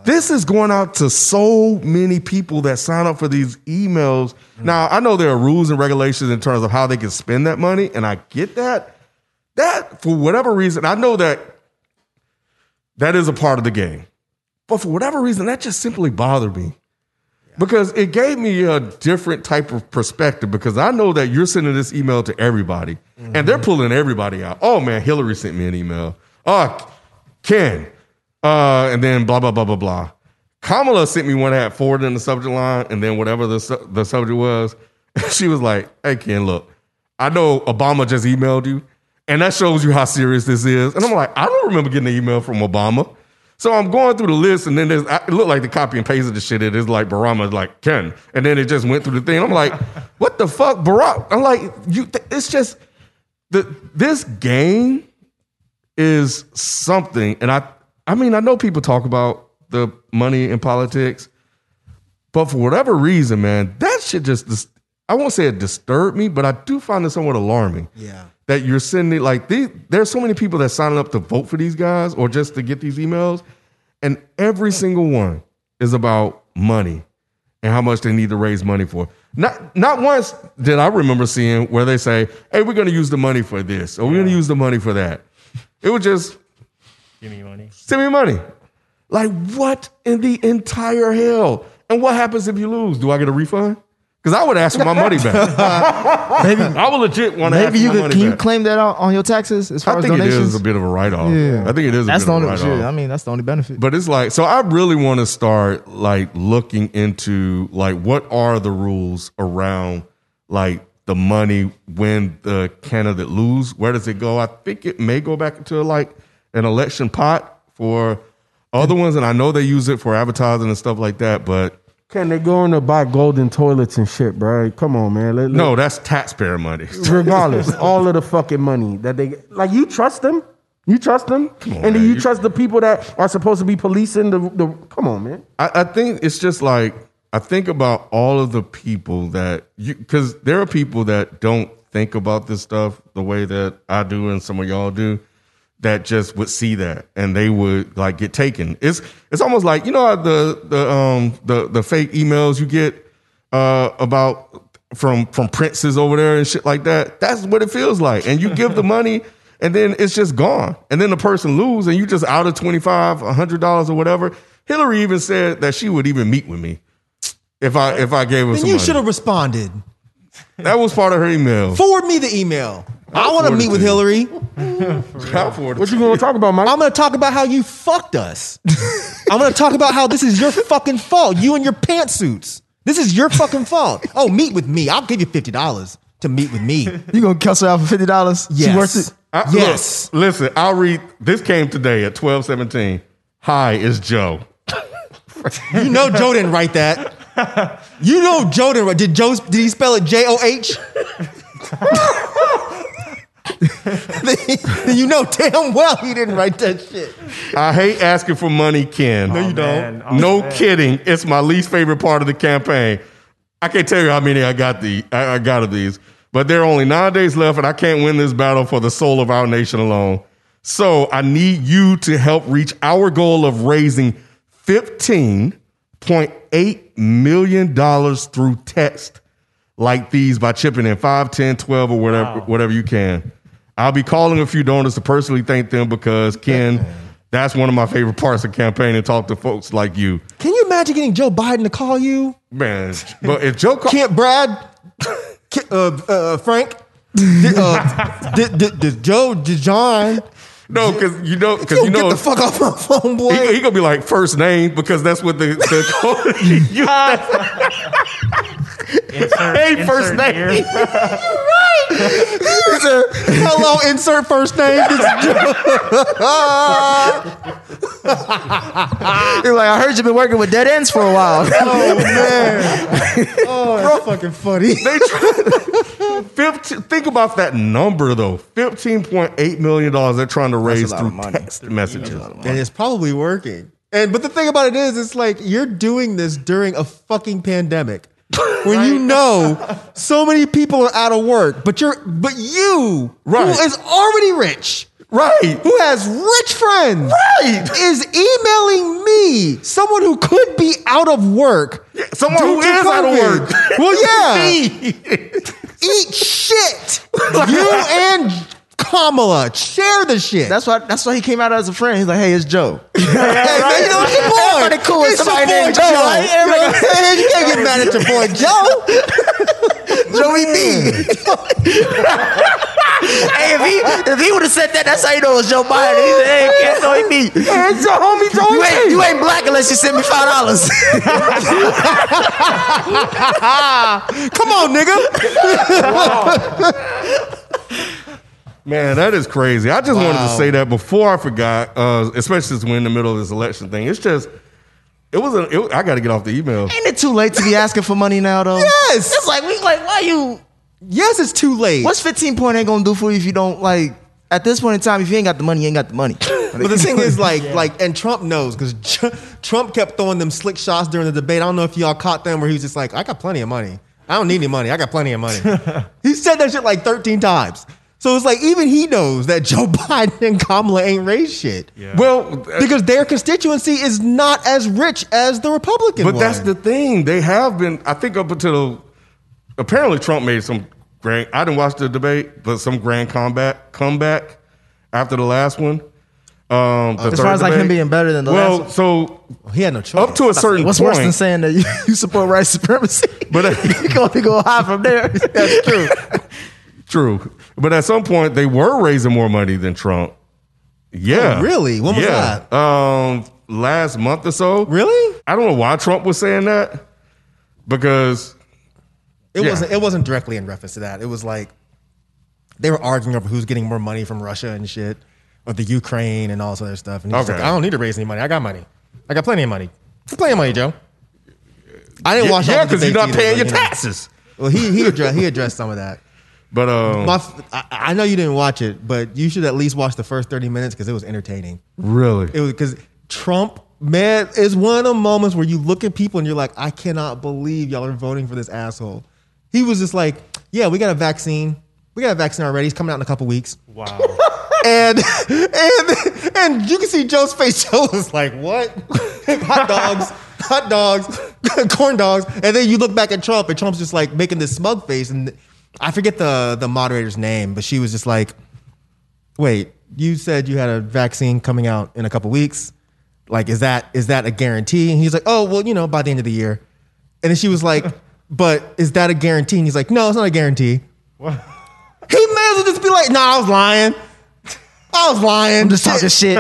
C: This is going out to so many people that sign up for these emails. Now, I know there are rules and regulations in terms of how they can spend that money, and I get that that for whatever reason i know that that is a part of the game but for whatever reason that just simply bothered me because it gave me a different type of perspective because i know that you're sending this email to everybody and they're pulling everybody out oh man hillary sent me an email oh ken uh, and then blah blah blah blah blah kamala sent me one that had forward in the subject line and then whatever the, su- the subject was she was like hey ken look I know Obama just emailed you, and that shows you how serious this is. And I'm like, I don't remember getting an email from Obama. So I'm going through the list, and then there's, I- it looked like the copy and paste of the shit. It is like Barama, like Ken, and then it just went through the thing. I'm like, what the fuck, Barack? I'm like, you. Th- it's just the this game is something, and I, I mean, I know people talk about the money in politics, but for whatever reason, man, that shit just, dis- I won't say it disturbed me, but I do find it somewhat alarming.
F: Yeah.
C: That you're sending, like, these, there's so many people that sign up to vote for these guys or just to get these emails, and every single one is about money and how much they need to raise money for. Not, not once did I remember seeing where they say, hey, we're going to use the money for this or we're going to use the money for that. It was just,
E: Give me money.
C: send me money. Like, what in the entire hell? And what happens if you lose? Do I get a refund? Because I would ask for my money back.
I: Maybe-
C: I would legit want to ask
I: Maybe
C: for
I: you
C: my
I: could
C: money
I: can you
C: back.
I: claim that out on your taxes as far
C: I
I: as
C: think it
I: donations.
C: is a bit of a write off.
I: Yeah.
C: I think it is.
I: that's
C: a
I: the
C: bit of a
I: only. shit,
C: write-off.
I: I mean, that's the only benefit.
C: But it's like so I really want to start like looking into like what are the rules around like the money when the candidate lose? Where does it go? I think it may go back into like an election pot for other ones, and I know they use it for advertising and stuff like that, but
G: Can they go in to buy golden toilets and shit, bro? Come on, man. Let- let-
C: no, that's taxpayer money.
G: regardless, all of the fucking money that they like, you trust them. You trust them,
C: on,
G: and then
C: man.
G: you
C: You-
G: trust the people that are supposed to be policing the. the come on, man.
C: I, I think it's just like I think about all of the people that you because there are people that don't think about this stuff the way that I do and some of y'all do that just would see that and they would like get taken. It's it's almost like you know how the the um the the fake emails you get uh about from from princes over there and shit like that. That's what it feels like. And you give the money and then it's just gone. And then the person lose and you just out of 25, $100 or whatever. Hillary even said that she would even meet with me if I if I gave her
F: Then
C: some
F: you
C: money.
F: should have responded.
C: That was part of her email.
F: Forward me the email. I want to
C: forward it
F: meet with
C: to you.
F: Hillary.
C: How for it?
G: What you gonna talk about, Mike?
F: I'm going to talk about how you fucked us. I'm going to talk about how this is your fucking fault. You and your pantsuits. This is your fucking fault. Oh, meet with me. I'll give you fifty dollars to meet with me.
D: You gonna cuss her out for fifty dollars?
F: Yes.
D: She worth it. Uh,
C: I- look,
F: yes.
C: listen, I'll read. This came today at 1217. Hi, it's Joe.
F: You know Joe didn't write that. You know Joe didn't write. Did Joe? Did he spell it J O H? Then- Then you know damn well he didn't write that shit.
C: I hate asking for money, Ken. No, you
E: man. Oh,
C: no
E: man.
C: kidding. It's my least favorite part of the campaign. I can't tell you how many I got the I, I got of these, but there are only nine days left, and I can't win this battle for the soul of our nation alone. So I need you to help reach our goal of raising fifteen point eight million dollars through text like these by chipping in 5, 10, 12, or whatever, whatever you can. I'll be calling a few donors to personally thank them because Ken, that's one of my favorite parts of campaigning. Talk to folks like you,
F: Can you imagine getting Joe Biden to call you?
C: man. But if Joe, call-
F: Can't Brad? Ki- Uh, uh, Frank? Did, uh, did, did, did Joe? Did John?
C: no, because you know, because
F: You
C: you know,
F: get the fuck off my phone, boy.
C: he, he gonna be like first name because that's what the, the code you
E: Insert,
C: Hey, first
E: insert
C: name.
E: year.
F: Hello, insert first name. This is Joe.
D: You're like, I heard you've been working with dead ends for a while.
F: Oh, that's fucking funny.
C: They try- 15, think about that number though. Fifteen point eight million dollars they're trying to raise
I: lot of
C: through
I: money.
C: text messages.
F: And it's probably working. And but the thing about it is, it's like you're doing this during a fucking pandemic. When you know so many people are out of work, but you're but you
C: Right.
F: who is already rich,
C: Right.
F: who has rich friends,
C: Right.
F: is emailing me, someone who could be out of work.
C: Someone
F: due
C: who
F: to
C: is out of
F: COVID.
C: work.
F: Well, yeah.
C: Me.
F: Eat shit. you and Kamala share the shit.
D: that's why. That's why he came out as a friend. He's like, Hey, it's Joe.
F: Hey, man, you know, it's your boy.
D: Everybody cool
F: It's
D: with
F: your
D: somebody
F: boy
D: named Joe, right?
F: You know what I'm saying? You can't get mad at your boy Joe. Joey B.
D: hey, if he if he would have said that, that's how you know it was Joe Biden. He said, Hey, can't know it me.
G: It's your homie Joey.
D: You ain't, you ain't black unless you send me five dollars.
F: Come on, nigga.
C: Man, that is crazy. I just wanted to say that before I forgot, uh, especially since we're in the middle of this election thing. It's just, it was a, it, I got to get off the email.
D: ain't it too late to be asking for money now, though?
F: Yes.
D: It's like we like, why you?
F: Yes, it's too late.
D: What's fifteen point ain't gonna do for you if you don't like? At this point in time, if you ain't got the money, you ain't got the money.
F: but the thing is, like, like, and Trump knows because Trump kept throwing them slick shots during the debate. I don't know if y'all caught them where he was just like, "I got plenty of money. I don't need any money. I got plenty of money." he said that shit like thirteen times. So it's like even he knows that Joe Biden and Kamala ain't raised shit.
C: Well,
F: because their constituency is not as rich as the Republican
C: but
F: one.
C: that's the thing. They have been, I think up until, apparently Trump made some grand, I didn't watch the debate, but some grand combat, comeback after the last one. Um,
I: As far as like him being better than the
C: well,
I: last one.
C: so
F: he had no choice.
C: up to a certain
I: What's
C: point.
I: worse than saying that you, you support white supremacy?
C: but
D: you gonna go high from there.
C: That's true. true. But at some point, they were raising more money than Trump. Yeah.
F: Oh, really? When was
C: that? Um, last month or so.
F: Really?
C: I don't know why Trump was saying that because
F: It
C: Yeah.
F: wasn't. It wasn't directly in reference to that. It was like they were arguing over who's getting more money from Russia and shit, or the Ukraine and all this other stuff. And he's
C: Okay.
F: like, I don't need to raise any money. I got money. I got plenty of money. Plenty of money, Joe. I didn't watch. all
C: yeah,
F: the
C: because you're
F: debates
C: not
F: either,
C: paying
F: but,
C: your
F: you know.
C: taxes.
F: Well, he he addressed he addressed some of that.
C: But um,
F: My, f- I, I know you didn't watch it, but you should at least watch the first thirty minutes because it was entertaining.
C: really,
F: It was because Trump, man, is one of the moments where you look at people and you're like, I cannot believe y'all are voting for this asshole. He was just like, Yeah, we got a vaccine. We got a vaccine already. He's coming out in a couple weeks.
E: Wow.
F: And and and you can see Joe's face. Joe was like, What? hot dogs, hot dogs, corn dogs, and then you look back at Trump, and Trump's just like making this smug face, and I forget the the moderator's name, but she was just like, "Wait, you said you had a vaccine coming out in a couple weeks. Like, is that is that a guarantee?" And he's like, "Oh, well, you know, by the end of the year." And then she was like, "But is that a guarantee?" And he's like, "No, it's not a guarantee." He may as well just be like, "Nah, I was lying." I was lying.
D: I'm just talking shit.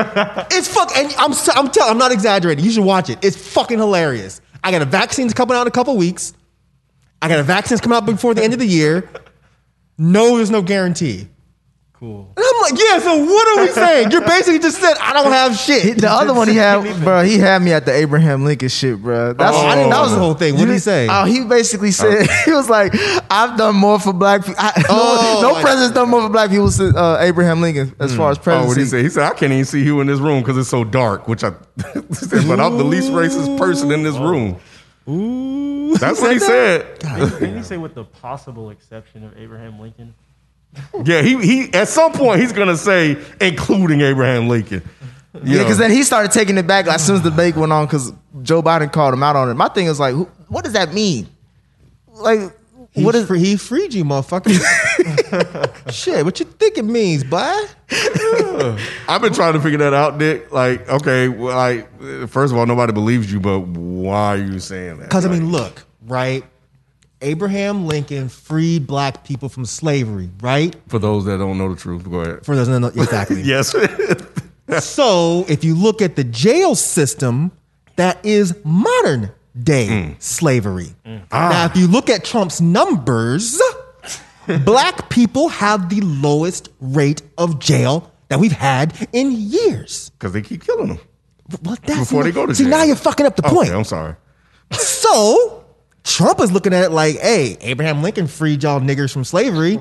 F: It's fuck. And I'm so- I'm telling. I'm not exaggerating. You should watch it. It's fucking hilarious. I got a vaccine coming out in a couple weeks. I got a vaccine coming out before the end of the year. No, there's no guarantee.
E: Cool.
F: And I'm like, yeah. So what are we saying? You're basically just said I don't have shit.
D: The other one he had, bro, he had me at the Abraham Lincoln shit, bro. That's
F: Oh, I didn't- that was the whole thing. What did he say?
D: Oh, he basically said he was like, "I've done more for black people. I,
F: Oh,
D: no,
F: I-
D: no president's done more for black people since uh, Abraham Lincoln, as far as
C: Oh,
D: presidency."
C: what he say? He said, "I can't even see you in this room because it's so dark." Which I, said, but I'm the least racist person in this room. Ooh, that's what he said.
E: Didn't he say with the possible exception of Abraham Lincoln?
C: Yeah, he he. At some point, he's gonna say, including Abraham Lincoln. You
D: Yeah,
C: know.
D: because then he started taking it back like, as soon as the debate went on because Joe Biden called him out on it. My thing is like, who, what does that mean? Like,
F: He
D: what is?
F: free, he freed you, motherfucker? shit. What you think it means, boy?
C: I've been trying to figure that out, Nick. Like, okay, well, like first of all, nobody believes you, but why are you saying that?
F: Because I
C: Like,
F: mean, look, right? Abraham Lincoln freed black people from slavery, right?
C: for those that don't know the truth, go ahead.
F: For those no, no, exactly.
C: Yes,
F: So if you look at the jail system, that is modern day
C: Mm.
F: slavery.
C: Ah.
F: Now, if you look at Trump's numbers, black people have the lowest rate of jail that we've had in years.
C: because they keep killing them
F: Well, that's
C: before they
F: not-
C: go to
F: See,
C: jail. Oh,
F: now you're fucking up the
C: Okay,
F: point.
C: I'm sorry.
F: So Trump is looking at it like, hey, Abraham Lincoln freed y'all niggers from slavery.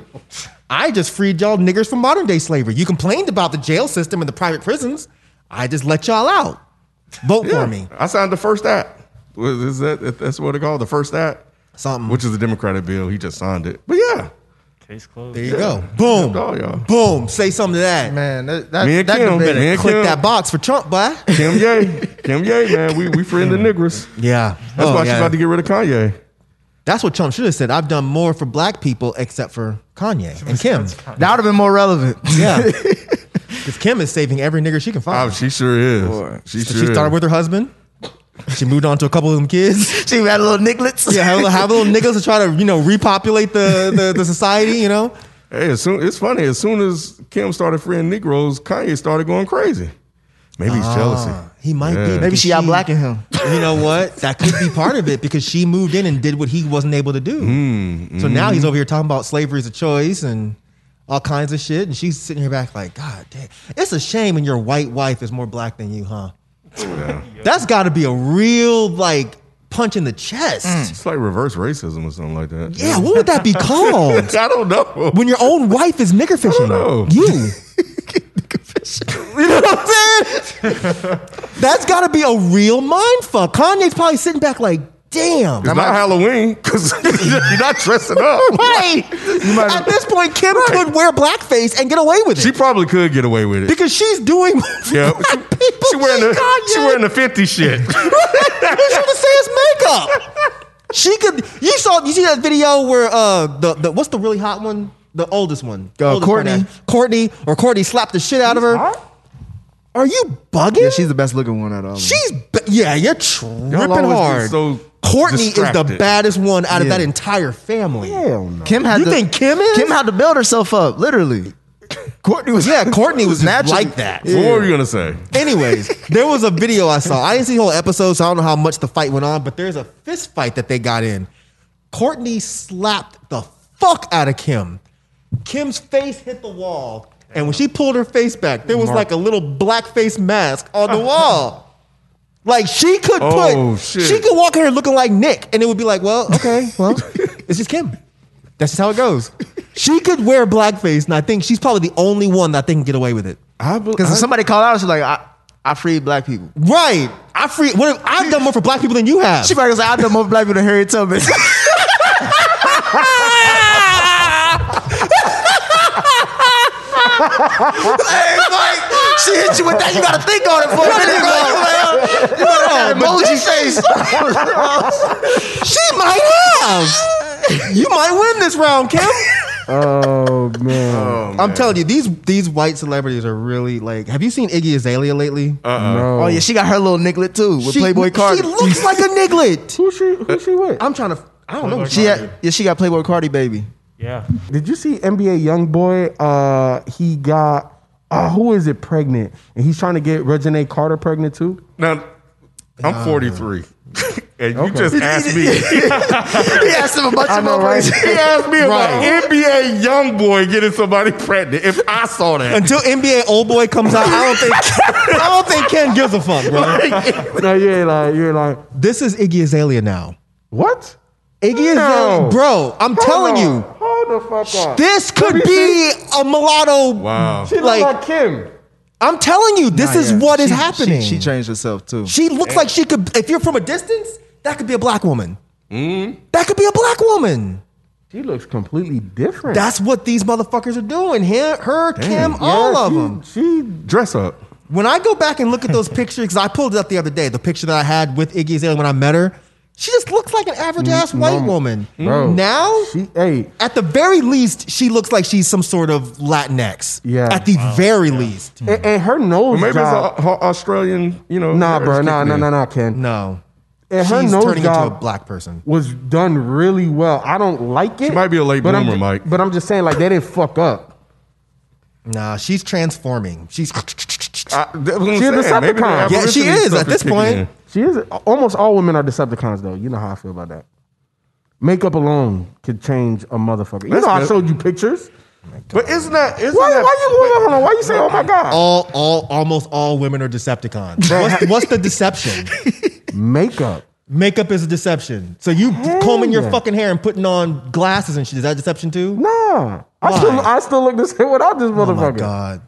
F: I just freed y'all niggers from modern day slavery. You complained about the jail system and the private prisons. I just let y'all out. Vote
C: Yeah,
F: for me.
C: I signed the first act. Was- Is that that's what it called? The first act,
F: Something.
C: which is a Democratic bill. He just signed it. But yeah,
E: Case closed.
F: there you go. Boom.
C: all y'all.
F: Boom. Say something to that.
D: Man, that, that,
C: Me and
D: that
C: Kim,
D: debate-
C: me and
F: Click
C: Kim,
F: that box for Trump, boy.
C: Kim Ye, Kim Ye, man, we we friend the niggers.
F: Yeah.
C: That's
F: Oh,
C: why
F: yeah.
C: she's about to get rid of Kanye.
F: That's what Trump should have said. I've done more for black people except for Kanye and Kim.
D: That would have been more relevant.
F: Yeah. Because Kim is saving every nigger she can find.
C: Oh, she sure is. She
F: So
C: sure.
F: she started
C: is.
F: with her husband. She moved on to a couple of them kids.
D: she had little nicklets.
F: Yeah, have, have little niggas to try to you know repopulate the the, the society. You know,
C: Hey, as soon, it's funny. As soon as Kim started freeing Negroes, Kanye started going crazy. Maybe
F: Ah.
C: it's jealousy.
F: Uh, he might
C: Yeah.
F: be.
C: Maybe
D: Maybe she out blacking him.
F: You know what? That could be part of it because she moved in and did what he wasn't able to do. So now he's over here talking about slavery is a choice and all kinds of shit, and she's sitting here back like, God damn, it's a shame when your white wife is more black than you, huh? That's got to be a real like punch in the chest.
D: Mm.
C: It's like reverse racism or something like that.
F: Yeah, what would that be called?
C: I don't know.
F: when your own wife is nigger fishing.
C: know.
F: You. You know what I'm saying? That's got to be a real mind fuck. Kanye's probably sitting back like, damn.
C: It's not Halloween because you're not dressing up.
F: Right.
C: might-
F: At this point, Kim could wear blackface and get away with it
C: She probably could get away with it.
F: because she's doing what
C: Yeah.
F: black people.
C: she wearing the
F: Kanye.
C: she wearing the fifty shit.
F: You should have seen his makeup. She could. You saw. You see that video where uh the, the what's the really hot one? The oldest one.
D: Uh,
F: Oldest
D: Courtney.
F: one that- Courtney or Courtney slapped the shit out of her. Are you bugging?
D: Yeah, she's the best looking one out of all. of them.
F: She's ba- yeah, you're tripping
C: Y'all always get
F: hard.
C: so
F: Courtney is the
C: distracted.
F: baddest one out of
D: Yeah.
F: that entire family.
G: Hell no.
D: Kim had
F: You
D: to,
F: think Kim is?
D: Kim had to build herself up, literally.
F: Courtney was yeah, Courtney was just like that.
C: What were you gonna say?
F: Anyways, there was a video I saw. I didn't see the whole episode, so I don't know how much the fight went on. But there's a fist fight that they got in. Courtney slapped the fuck out of Kim. Kim's face hit the wall, and when she pulled her face back, there was like a little black face mask on the wall. Like she could put,
C: Oh, shit.
F: she could walk in here looking like Nick, and it would be like, well, okay, well, it's just Kim. That's just how it goes. She could wear blackface, and I think she's probably the only one that I think can get away with it.
C: I believe
D: Because if somebody called out, she's like, I, I freed black people.
F: Right. I free. What if, I've done more for black people than you have.
D: She probably was like, I've done more for black people than Harriet Tubman.
F: Ah!
D: Hey, Mike, she hit you with that, you gotta think on it for a minute, bro. You like, oh, you gotta have emoji face.
H: She might have.
F: You might win this round, Kim.
G: Oh man.
F: I'm telling you, these these white celebrities are really like. Have you seen Iggy Azalea lately?
G: No.
D: Oh yeah, she got her little nicklet too with
F: Uh-uh. She-
D: Playboy Cardi.
F: She looks like a niglet.
G: Who she who she with?
F: I'm trying to. I don't know.
D: She had, yeah, she got Playboy Cardi baby.
E: Yeah.
G: Did you see NBA YoungBoy? Uh, he got uh, who is it pregnant, and he's trying to get Regina Carter pregnant too.
C: Now, I'm
F: Uh.
C: 43, and you just asked me.
D: He asked him a bunch of more questions.
C: He asked me about
F: Right.
C: NBA young boy getting somebody pregnant. If I saw that,
F: Until NBA Old Boy comes out, I don't think I don't think Ken gives a fuck, bro.
G: no, you ain't like you ain't like
F: This is Iggy Azalea now.
G: what?
F: Iggy
G: No.
F: Azalea, bro. I'm telling
G: Hold on.
F: you,
G: hold the fuck up.
F: this could be a mulatto.
C: wow.
G: she
F: like-
G: like, like Kim.
F: I'm telling you, this is what is happening.
D: She, she changed herself too.
F: She looks like she could. If you're from a distance, that could be a black woman.
D: Mm-hmm.
F: That could be a black woman.
G: She looks completely different.
F: That's what these motherfuckers are doing. Him, her, Kim,
G: Yeah,
F: all of
G: she-
F: them.
G: She
C: Dress up.
F: When I go back and look at those pictures, because I pulled it up the other day, the picture that I had with Iggy Azalea when I met her, she just looks like an average ass white woman.
G: Mm, Bro. Mm.
F: Now,
G: she hey.
F: at the very least, she looks like she's some sort of Latinx.
G: Yeah.
F: At the very least.
G: And, and her nose
C: Or maybe
G: job.
C: it's a, a- Australian. You know,
G: nah,
C: marriage
G: bro. Nah,
C: kicking
G: nah,
C: in.
G: nah, nah, Ken.
F: No.
G: And
F: She's
G: her nose
F: turning
G: job
F: into a black person.
G: was done really well. I don't like it.
C: might be a late
G: but I'm
C: bloomer,
G: ju-
C: Mike.
G: But I'm just saying, like they didn't fuck up.
F: Nah, she's transforming. She's.
C: I, that's what I'm
G: She a
C: saying. Maybe the
G: Decepticon.
F: Yeah, she
C: Aborigine
F: is
C: stuff
F: at this
C: kicking
F: point.
C: in.
G: She is almost all women are Decepticons, though. You know how I feel about that. Makeup alone could change a motherfucker. You know, I
C: good.
G: showed you pictures.
C: But isn't that? Isn't
G: Why,
C: that
G: why you hold on, hold on? Why you say, "Oh my god"?
F: All, all, almost all women are Decepticons. What's, what's the deception?
G: Makeup.
F: Makeup is a deception. So you
G: Hell
F: combing your
G: yeah.
F: fucking hair and putting on glasses and shit is that deception too?
G: Nah, I
F: Why?
G: still, I still look the same without this
F: Oh my
G: motherfucker.
F: god!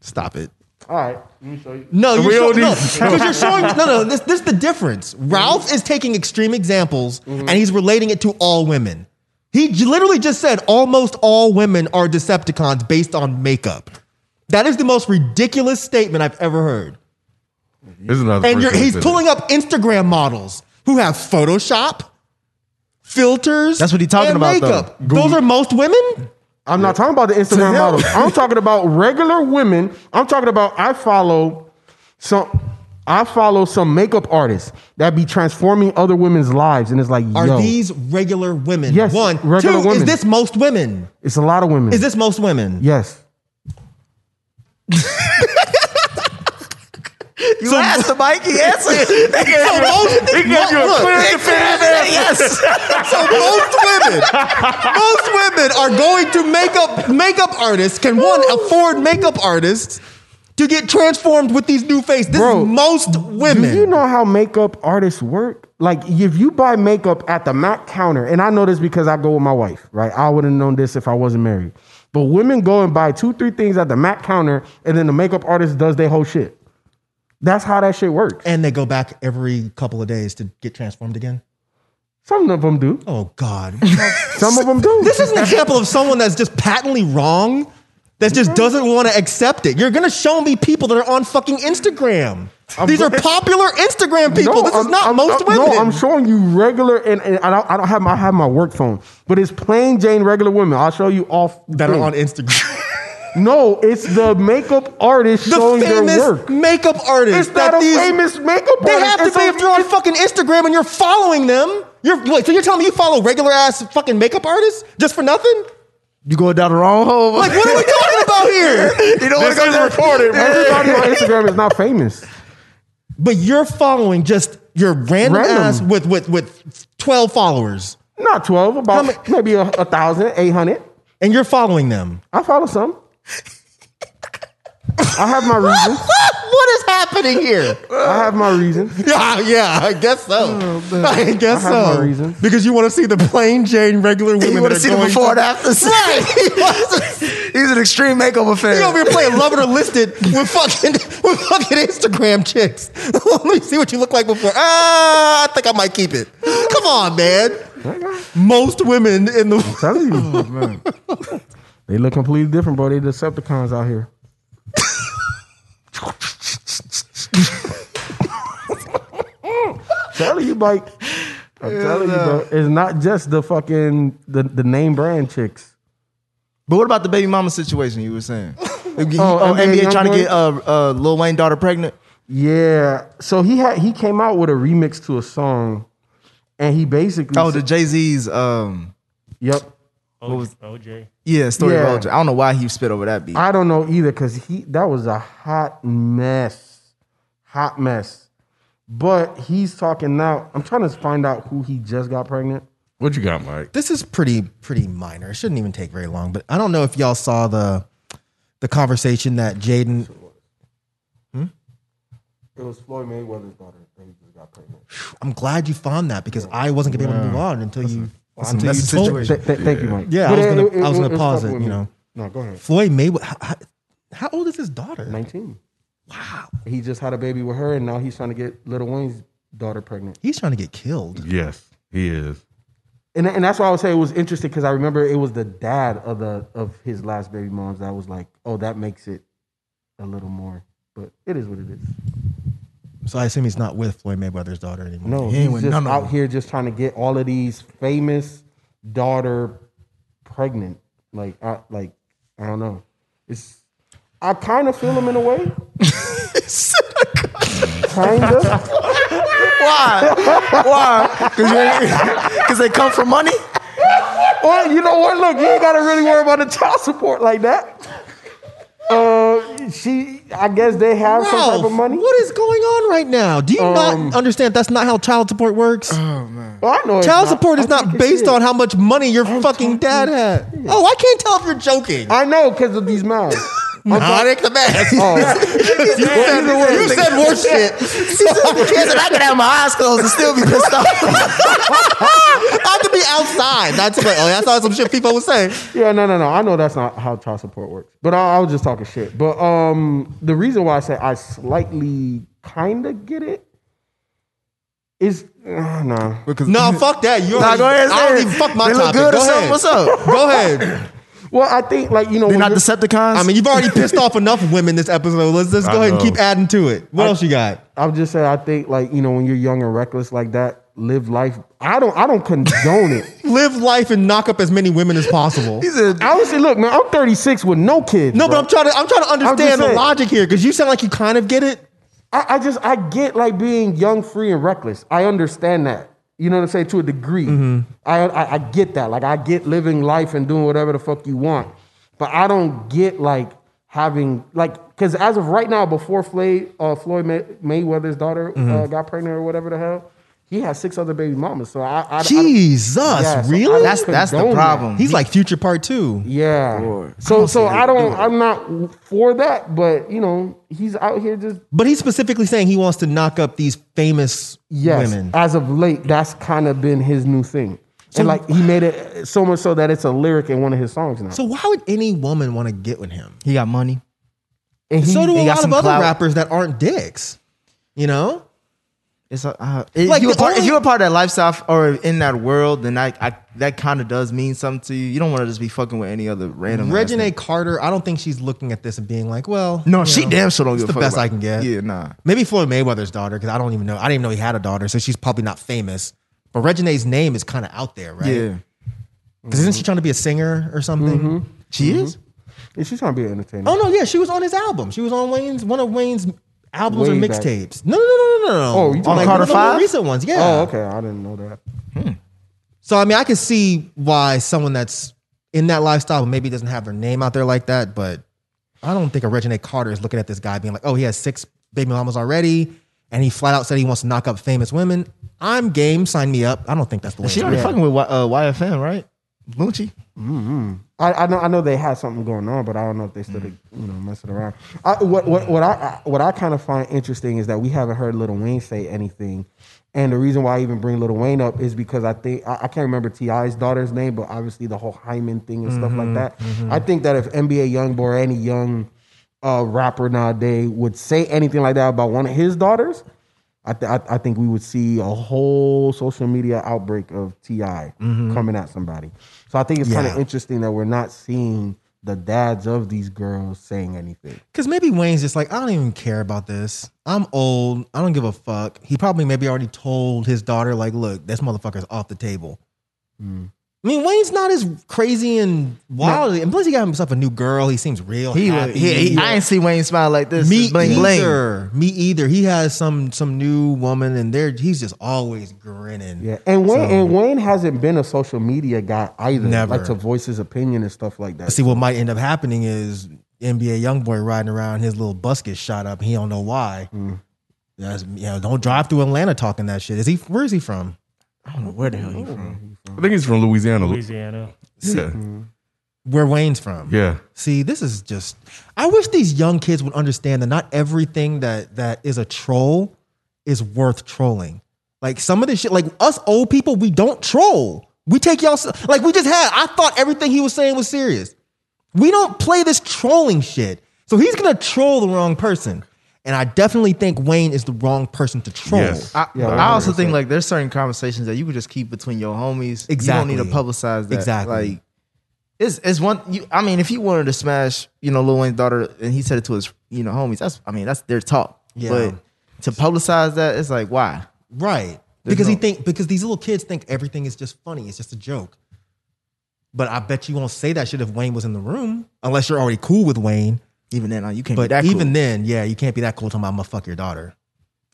F: Stop it.
G: All right, let me show you.
F: No, you're
C: We
F: show,
C: don't
F: no,
C: need-
F: because you're showing. No, no, this this is the difference. Ralph is taking extreme examples and he's relating it to all women. He j- literally just said almost all women are Decepticons based on makeup. That is the most ridiculous statement I've ever heard.
C: This is another.
F: And you're,
C: person
F: he's
C: that did
F: pulling up Instagram models who have Photoshop, filters.
I: That's what he talking
F: and
I: about, though.
F: Makeup. Those are most women.
G: I'm not talking about the Instagram models. I'm talking about regular women. I'm talking about I follow some I follow some makeup artists that be transforming other women's lives, and it's like,
F: Are
G: yo,
F: these regular women?
G: Yes,
F: One,
G: regular
F: two. Is
G: women.
F: this most women?
G: it's a lot of women.
F: Is this most women?
G: yes?
D: You asked the Mike, he answered. He gave
F: So most,
C: gave you a
F: look,
C: clear-
D: yes.
F: so most women, most women are going to makeup makeup artists. Can one afford makeup artists to get transformed with these new faces? This
G: Bro,
F: is most women.
G: Do you know how makeup artists work? Like, if you buy makeup at the MAC counter, and I know this because I go with my wife, right? I wouldn't have known this if I wasn't married. But women go and buy two, three things at the MAC counter, and then the makeup artist does their whole shit. That's how that shit works.
F: and they go back every couple of days to get transformed again.
G: Some of them do.
F: Oh God.
G: Some of them do.
F: This is an example of someone that's just patently wrong, that just
G: Mm-hmm.
F: doesn't want to accept it. You're gonna show me people that are on fucking Instagram. These are popular Instagram people. this is
G: I'm-
F: not
G: I'm-
F: most
G: I'm-
F: women.
G: No, I'm showing you regular, and, and I, don't, I don't have my I have my work phone, but it's plain Jane regular women. I'll show you off
F: that are on Instagram.
G: No, it's the makeup artist
F: the
G: showing their
F: famous
G: work.
F: makeup artists.
G: It's not a famous makeup
F: They
G: artist.
F: have to
G: It's
F: be
G: a-
F: if you're on fucking Instagram and you're following them. You're wait, so you're telling me you follow regular ass fucking makeup artists just for nothing?
D: You going down the wrong hole.
F: Like what are we talking about here?
D: You don't want to
C: This
D: go
C: is
D: down.
C: recorded. man.
G: Everybody on Instagram is not famous.
F: But you're following just your random,
G: Random.
F: ass with with with twelve followers,
G: Not twelve,
F: How
G: about
F: many-
G: maybe a, a thousand, eight hundred.
F: and you're following them.
G: I follow some. I have my reasons.
F: what is happening here?
G: I have my reasons.
F: yeah, yeah, I guess so. I guess
G: I have
F: so.
G: my reasons.
F: Because you want to see the plain Jane regular women.
D: You
F: want to
D: see the before and after.
F: Right.
D: He's an extreme makeover fan.
F: You over here playing Love It or Listed with fucking with fucking Instagram chicks. Let me see what you look like before. Ah, I think I might keep it. Come on, man. Most women in the
G: telling you. They look completely different, bro. They Decepticons out here. telling you, like, I'm telling you, bro. It's not just the fucking the, the name brand chicks.
I: But what about the baby mama situation you were saying? oh,
G: NBA
I: NBA, trying
G: Youngboy?
I: to get uh, uh, Lil Wayne daughter pregnant.
G: Yeah. So he had he came out with a remix to a song, and he basically
I: Oh, the Jay Z's. Um,
G: yep.
E: OJ. OJ.
I: yeah, story
G: Yeah.
I: of OJ. I don't know why he spit over that beat.
G: I don't know either because he that was a hot mess, hot mess. But he's talking now. I'm trying to find out who he just got pregnant.
C: What you got, Mike?
F: this is pretty pretty minor. It shouldn't even take very long. But I don't know if y'all saw the the conversation that Jaden.
G: It was Floyd Mayweather's daughter that he just got pregnant.
F: I'm glad you found that because I wasn't gonna be able to move on until you until you
I: that's the
F: told me.
I: situation.
G: Thank you, Mike.
F: Yeah, I was
G: it-
F: gonna-
G: it-
F: I was gonna
G: it's
F: pause
G: fucking
F: it,
G: with
F: you
G: me.
F: know.
G: No, go ahead.
F: Floyd Mayweather. How, how old is his daughter?
G: 19. Wow. He just had a baby with her, and now he's trying to get Little Wayne's daughter pregnant.
F: He's trying to get killed.
C: Yes, he is.
G: And, and that's why I would say it was interesting because I remember it was the dad of the of his last baby moms that was like, oh, that makes it a little more. But it is what it is.
F: So I assume he's not with Floyd Mayweather's daughter anymore.
G: No,
F: He ain't
G: he's
F: with
G: just
F: none of
G: out
F: them.
G: here just trying to get all of these famous daughter pregnant. Like, I, like I don't know. It's I kind of feel him in a way. kind of.
I: Because they come from money.
G: Well, Oh, you know what? Look, you ain't gotta really worry about the child support like that. Uh, she, I guess they have some type
F: Ralph,
G: of money.
F: What is going on right now? Do you
G: Um,
F: not understand? That's not how child support works.
G: Well, Oh, I know it's
F: Child
G: not.
F: support
G: I
F: is not
G: think it
F: based
G: is.
F: on how much money your fucking
G: talking
F: dad had. Oh, I can't tell if you're joking.
G: I know because of these mouths. Oh,
F: Nah, that's the math. you said worse shit. I could have my eyes closed and still be pissed off. I could be outside. That's what, oh, I saw some shit people would say.
G: Yeah, no, no, no. I know that's not how child support works, but I, I was just talking shit. But um, the reason why I say I slightly kind of get it is uh, nah.
F: No, fuck that. You're
I: Nah, go ahead,
F: I
I: say
F: don't
I: it.
F: even fuck my
I: They look
F: topic.
I: good or
F: go
I: something?
F: ahead.
I: What's up?
F: Go ahead.
G: Well, I think like you
I: They're
G: know when
I: not
G: you're-
I: Decepticons.
F: I mean, you've already pissed off enough women this episode. Let's just
C: I
F: go ahead and
C: know.
F: keep adding to it. What else you got?
G: I'm just saying I think like you know when you're young and reckless like that, live life. I don't I don't condone it.
F: Live life and knock up as many women as possible.
G: I would say, look, man, I'm 36 with no kids.
F: No,
G: bro.
F: but I'm trying to I'm trying to understand the
G: saying.
F: logic here because you sound like you kind of get it.
G: I, I just I get like being young, free, and reckless. I understand that. You know what I'm saying to a degree.
F: Mm-hmm.
G: I, I I get that. Like I get living life and doing whatever the fuck you want, but I don't get like having like because as of right now, before Floyd uh, Floyd May- Mayweather's daughter
F: Mm-hmm.
G: uh, got pregnant or whatever the hell, he has six other baby mamas. So I, I- I, I
F: Jesus,
G: Yeah, so I
F: really?
G: don't
I: That's that's the
G: condone that.
I: problem.
F: He's like future part two.
G: yeah.
I: Lord. I
G: So
I: don't see
G: so
I: how
G: I
I: you
G: don't
I: do it.
G: I'm not for that, but you know he's out here just
F: But he's specifically saying he wants to knock up these famous
G: Yes,
F: women.
G: as of late, that's kind of been his new thing. and like he made it so much so that it's a lyric in one of his songs now.
F: So why would any woman want to get with him?
I: he got money.
G: and he,
F: So do a
I: he got
F: lot
I: some
F: of other
I: clout.
F: rappers that aren't dicks. You know?
I: It's a, uh, if,
F: Like,
I: you were
F: the
I: part, if
F: only-
I: you were part of that lifestyle or in that world, then I, I that kind of does mean something to you. You don't want to just be fucking with any other random. ass
F: Regina
I: nigga.
F: Carter, I don't think she's looking at this and being like, well,
I: No,
F: you
I: she
F: know,
I: damn sure don't
F: it's
I: give a
F: the
I: fuck
F: best
I: about
F: I
I: it.
F: can get.
I: Yeah, nah.
F: Maybe Floyd Mayweather's daughter, because I don't even know. I didn't even know he had a daughter, so she's probably not famous. But Reginae's name is kind of out there, right?
I: Yeah,
F: Because isn't she trying to be a singer or something? Mm-hmm.
I: she is.
G: and she's trying to be an entertainer.
F: Oh no, yeah, she was on his album. She was on Wayne's one of Wayne's albums or
G: Way back.
F: mixtapes. No, no, no, no, no, no.
G: Oh,
F: Like,
G: you talking about
F: one
G: Carter
F: of the more
I: Five?
F: recent ones? Yeah.
G: Oh, okay. I didn't know that.
F: So I mean, I can see why someone that's in that lifestyle maybe doesn't have their name out there like that, but I don't think a Regina Carter is looking at this guy being like, "Oh, he has six baby mamas already." And he flat out said he wants to knock up famous women. I'm game. Sign me up. I don't think that's the way.
I: She
F: it's
I: already
F: going.
I: fucking with Y- uh, YFN, right? Lucci.
G: I, I know I know they had something going on, but I don't know if they still you know messing around. I, what what what I I- what I kind of find interesting is that we haven't heard Little Wayne say anything, and the reason why I even bring Little Wayne up is because I think I, I can't remember Ti's daughter's name, but obviously the whole Hyman thing and stuff like that. I think that if NBA YoungBoy or any young uh, rapper nowadays would say anything like that about one of his daughters, I, th- I, I think we would see a whole social media outbreak of TI coming at somebody. So I think it's kind
F: Yeah.
G: of interesting that we're not seeing the dads of these girls saying anything.
F: Because maybe Wayne's just like, I don't even care about this. I'm old. I don't give a fuck. He probably maybe already told his daughter, like, look, this motherfucker's off the table.
D: Mm.
F: I mean, Wayne's not as crazy and wild. And plus, he got himself a new girl. He seems real
D: He,
F: happy.
D: look- he, he- I ain't see Wayne smile like this.
F: me
D: bling bling.
F: either. Me either. He has some some new woman, and there he's just always grinning.
G: Yeah, and Wayne
F: So-
G: and Wayne hasn't been a social media guy either.
F: Never.
G: like to voice his opinion and stuff like that.
F: See, what might end up happening is NBA YoungBoy riding around, his little bus gets shot up. He don't know why.
D: Mm.
F: That's, you know, don't drive through Atlanta talking that shit. Is he? Where is he from? Oh.
D: Where the hell you from?
C: I think he's from Louisiana.
E: Louisiana.
C: Yeah.
F: Where Wayne's from?
C: Yeah.
F: See, this is just. I wish these young kids would understand that not everything that that is a troll is worth trolling. Like some of this shit, like us old people, we don't troll. We take y'all se- like we just had. I thought everything he was saying was serious. We don't play this trolling shit. So he's gonna troll the wrong person, and I definitely think Wayne is the wrong person to troll.
C: Yes.
I: I,
G: Yeah,
I: I also
G: 100%.
I: think like there's certain conversations that you could just keep between your homies. You don't need to
F: Exactly.
I: publicize that.
F: Exactly.
I: Like it's it's one you I mean, if he wanted to smash, you know, Lil Wayne's daughter and he said it to his, you know, homies, that's I mean, that's their talk.
F: Yeah.
I: But to publicize that, it's like why?
F: Right.
I: There's
F: because he
I: no-
F: think because these little kids think everything is just funny. It's just a joke. But I bet you won't say that shit if Wayne was in the room, unless you're already cool with Wayne.
I: Even then, like, you can't be
F: But
I: that
F: even
I: even
F: then, yeah, you can't be that cool talking about I'm gonna fuck your daughter.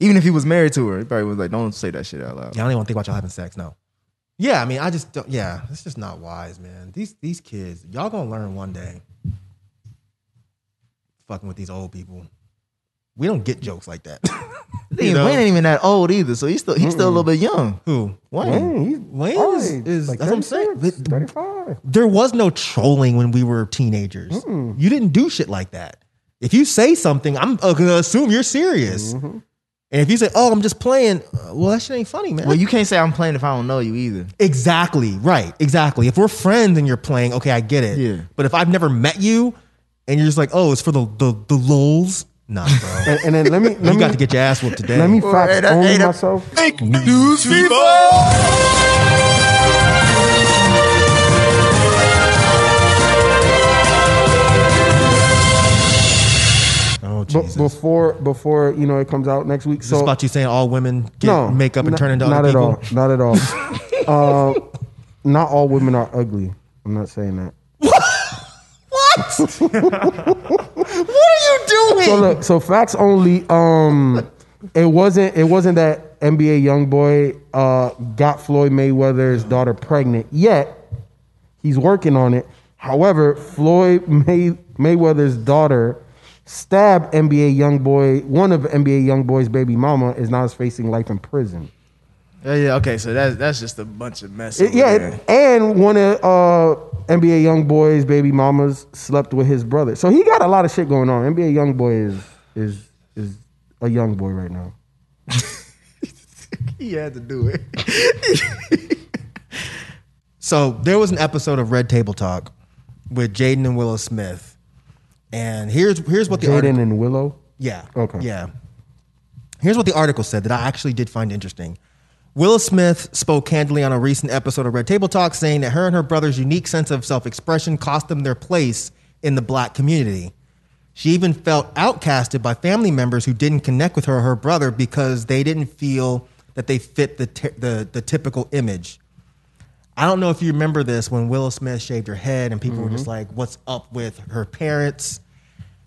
I: even if he was married to her, he probably was like, Don't say that shit out loud.
F: Yeah, I don't even want to think about y'all having sex. No. Yeah, I mean, I just don't. Yeah, it's just not wise, man. These these kids, y'all gonna learn one day. Fucking with these old people, we don't get jokes like that.
I: The thing is, Wayne ain't even that old either, so he's still he's still a little bit young.
F: Who?
I: Wayne.
G: Wayne, he's
F: Wayne
G: old,
F: is, is
G: like
F: that's what I'm saying.
G: 36,
F: But-
G: 35.
F: there was no trolling when we were teenagers. You didn't do shit like that. If you say something, I'm uh, gonna assume you're serious.
G: Mm-hmm.
F: And if you say, "Oh, I'm just playing," uh, well, that shit ain't funny, man.
I: Well, you can't say I'm playing if I don't know you either.
F: exactly right. Exactly. If we're friends and you're playing, okay, I get it.
I: Yeah.
F: But if I've never met you, and you're just like, "Oh, it's for the the, the lulz," nah, bro.
G: And, and then let me let
F: you
G: me
F: got to get your ass whooped today.
G: let me
D: Well,
G: fact
D: hey, that-
G: only
D: hey, that-
G: myself.
B: Fake news, people.
F: oh
G: b-
F: Jesus!
G: before before you know it comes out next week.
F: Is this
G: So
F: about you saying all women get
G: no
F: makeup and
G: n-
F: turn into
G: not
F: other
G: at
F: people?
G: all. Not at all. uh, not all women are ugly. I'm not saying that.
F: What? what are you doing?
G: So look, so facts only. Um, it wasn't. It wasn't that NBA young boy uh, got Floyd Mayweather's daughter pregnant yet. He's working on it. However, Floyd May, Mayweather's daughter stabbed NBA young boy. One of NBA young boy's baby mama is now facing life in prison.
I: Yeah, yeah, okay, so that's that's just a bunch of mess.
G: It-
I: over
G: yeah,
I: there.
G: it- and one of uh, NBA young boy's baby mamas slept with his brother. So he got a lot of shit going on. NBA young boy is is is a young boy right now.
I: he had to do it.
F: So there was an episode of Red Table Talk with Jaden and Willow Smith, and here's here's what the article,
G: Jaden and Willow.
F: yeah
G: Okay.
F: yeah here's what the article said that I actually did find interesting. Willow Smith spoke candidly on a recent episode of Red Table Talk, saying that her and her brother's unique sense of self-expression cost them their place in the black community. She even felt outcasted by family members who didn't connect with her or her brother because they didn't feel that they fit the, ty- the, the typical image. I don't know if you remember this when Willow Smith shaved her head and people were just like, what's up with her parents?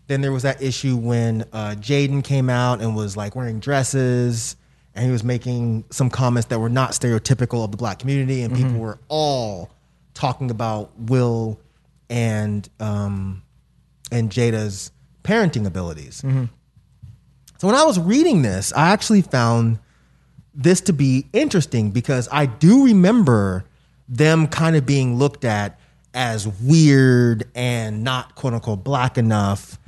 F: Then there was that issue when uh, Jaden came out and was like wearing dresses and he was making some comments that were not stereotypical of the black community. And people were all talking about Will and, um, and Jada's parenting abilities. So when I was reading this, I actually found this to be interesting because I do remember them kind of being looked at as weird and not quote unquote black enough.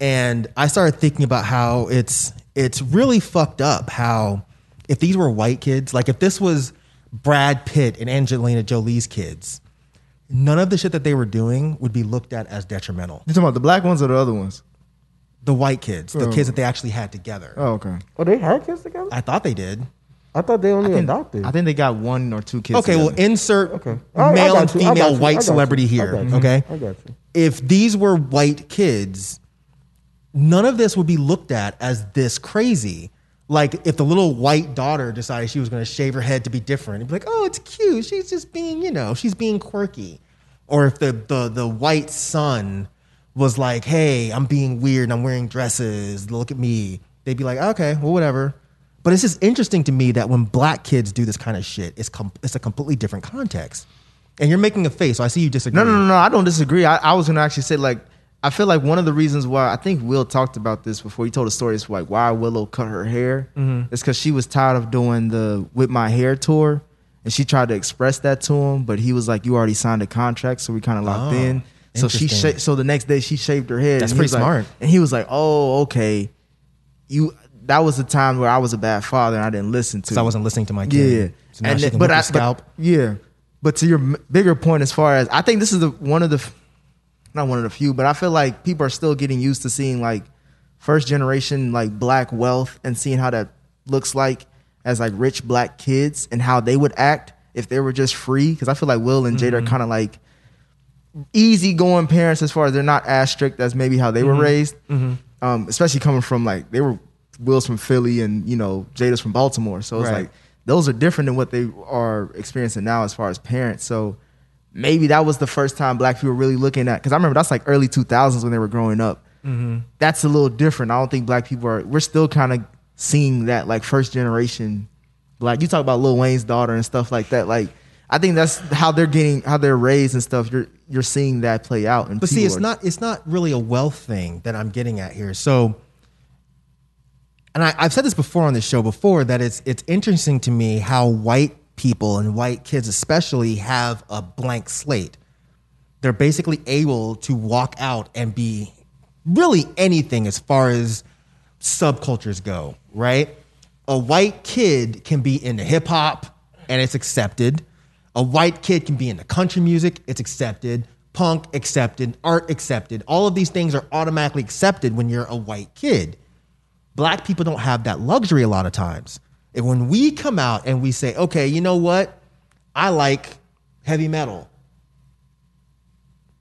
F: And I started thinking about how it's it's really fucked up how if these were white kids, like if this was Brad Pitt and Angelina Jolie's kids, none of the shit that they were doing would be looked at as detrimental.
I: You talking about the black ones or the other ones?
F: The white kids, the kids that they actually had together.
I: Oh, okay.
G: Oh, they had kids together.
F: I thought they did.
G: I thought they only adopted.
D: I think they got one or two kids.
F: Okay, well,
D: together.
F: insert
G: Oh, I- I
F: male and
G: got you. I got
F: female
G: you. I
F: white
G: got you.
F: celebrity
G: I
F: here.
G: got you.
F: Okay,
G: I got you.
F: if these were white kids, none of this would be looked at as this crazy. Like if the little white daughter decided she was going to shave her head to be different, it'd be like, "Oh, it's cute. She's just being, you know, she's being quirky." Or if the the the white son was like, "Hey, I'm being weird. and I'm wearing dresses. Look at me." They'd be like, "Okay, well, whatever." But it's just interesting to me that when black kids do this kind of shit, it's com- it's a completely different context. And you're making a face, so I see you disagree.
D: No, no, no, no. I don't disagree. I, I was gonna actually say like I feel like one of the reasons why I think Will talked about this before he told the story is like why Willow cut her hair.
F: Mm-hmm.
D: It's because she was tired of doing the with my hair tour, and she tried to express that to him, but he was like, "You already signed a contract, so we kind of locked in." So
F: Oh,
D: she
F: interesting.
D: sha- so the next day she shaved her head.
F: That's
D: and he was
F: pretty
D: like-
F: smart.
D: and he was like, "Oh, okay, you." That was the time where I was a bad father and I didn't listen to.
F: So I
D: you."
F: wasn't listening to my kid.
D: Yeah,
F: So now she
D: then-
F: can whip your scalp.
D: yeah, but to your m- bigger point, as far as I think this is the one of the, f- not one of the few, but I feel like people are still getting used to seeing like first generation like black wealth and seeing how that looks like as like rich black kids and how they would act if they were just free. Because I feel like Will and Jada
F: Mm-hmm.
D: are kind of like easygoing parents as far as they're not as strict as maybe how they were raised. Um, especially coming from like they were Will's from Philly and you know Jada's from Baltimore, so it's
F: Right.
D: like those are different than what they are experiencing now as far as parents. So maybe that was the first time black people were really looking at because I remember that's like early two thousands when they were growing up. That's a little different. I don't think black people are. We're still kind of seeing that like first generation black. You talk about Lil Wayne's daughter and stuff like that. Like I think that's how they're getting how they're raised and stuff. You're you're seeing that play out. And
F: But see,
D: people
F: it's
D: are-
F: not it's not really a wealth thing that I'm getting at here. So, and I, I've said this before on this show before that it's it's interesting to me how white people and white kids especially have a blank slate. They're basically able to walk out and be really anything as far as subcultures go, right? A white kid can be into hip hop and it's accepted. A white kid can be into country music, it's accepted. Punk accepted, art accepted. All of these things are automatically accepted when you're a white kid. Black people don't have that luxury a lot of times. And when we come out and we say, okay, you know what? I like heavy metal.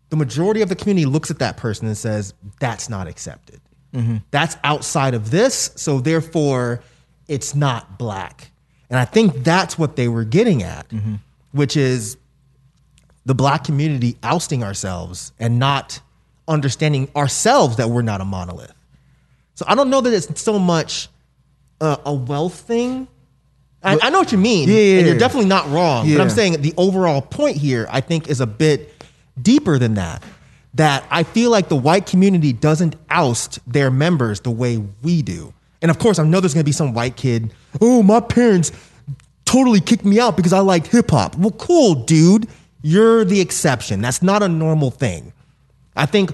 F: The majority of the community looks at that person and says, that's not accepted.
D: Mm-hmm.
F: That's outside of this. So therefore, it's not black. And I think that's what they were getting at,
D: Mm-hmm.
F: which is the black community ousting ourselves and not understanding ourselves that we're not a monolith. So I don't know that it's so much uh, a wealth thing. I, I know what you mean.
D: Yeah, yeah,
F: and you're
D: yeah.
F: definitely not wrong. But I'm
D: Yeah.
F: saying the overall point here, I think, is a bit deeper than that. That I feel like the white community doesn't oust their members the way we do. And of course, I know there's going to be some white kid, oh, my parents totally kicked me out because I like hip hop. Well, cool, dude. You're the exception. That's not a normal thing. I think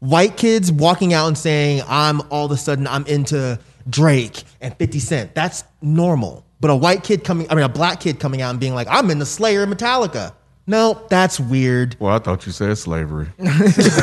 F: white kids walking out and saying, I'm all of a sudden I'm into Drake and 50 Cent, that's normal. But a white kid coming, I mean, a black kid coming out and being like, I'm in the Slayer and Metallica. No, that's weird.
C: Well, I thought you said slavery.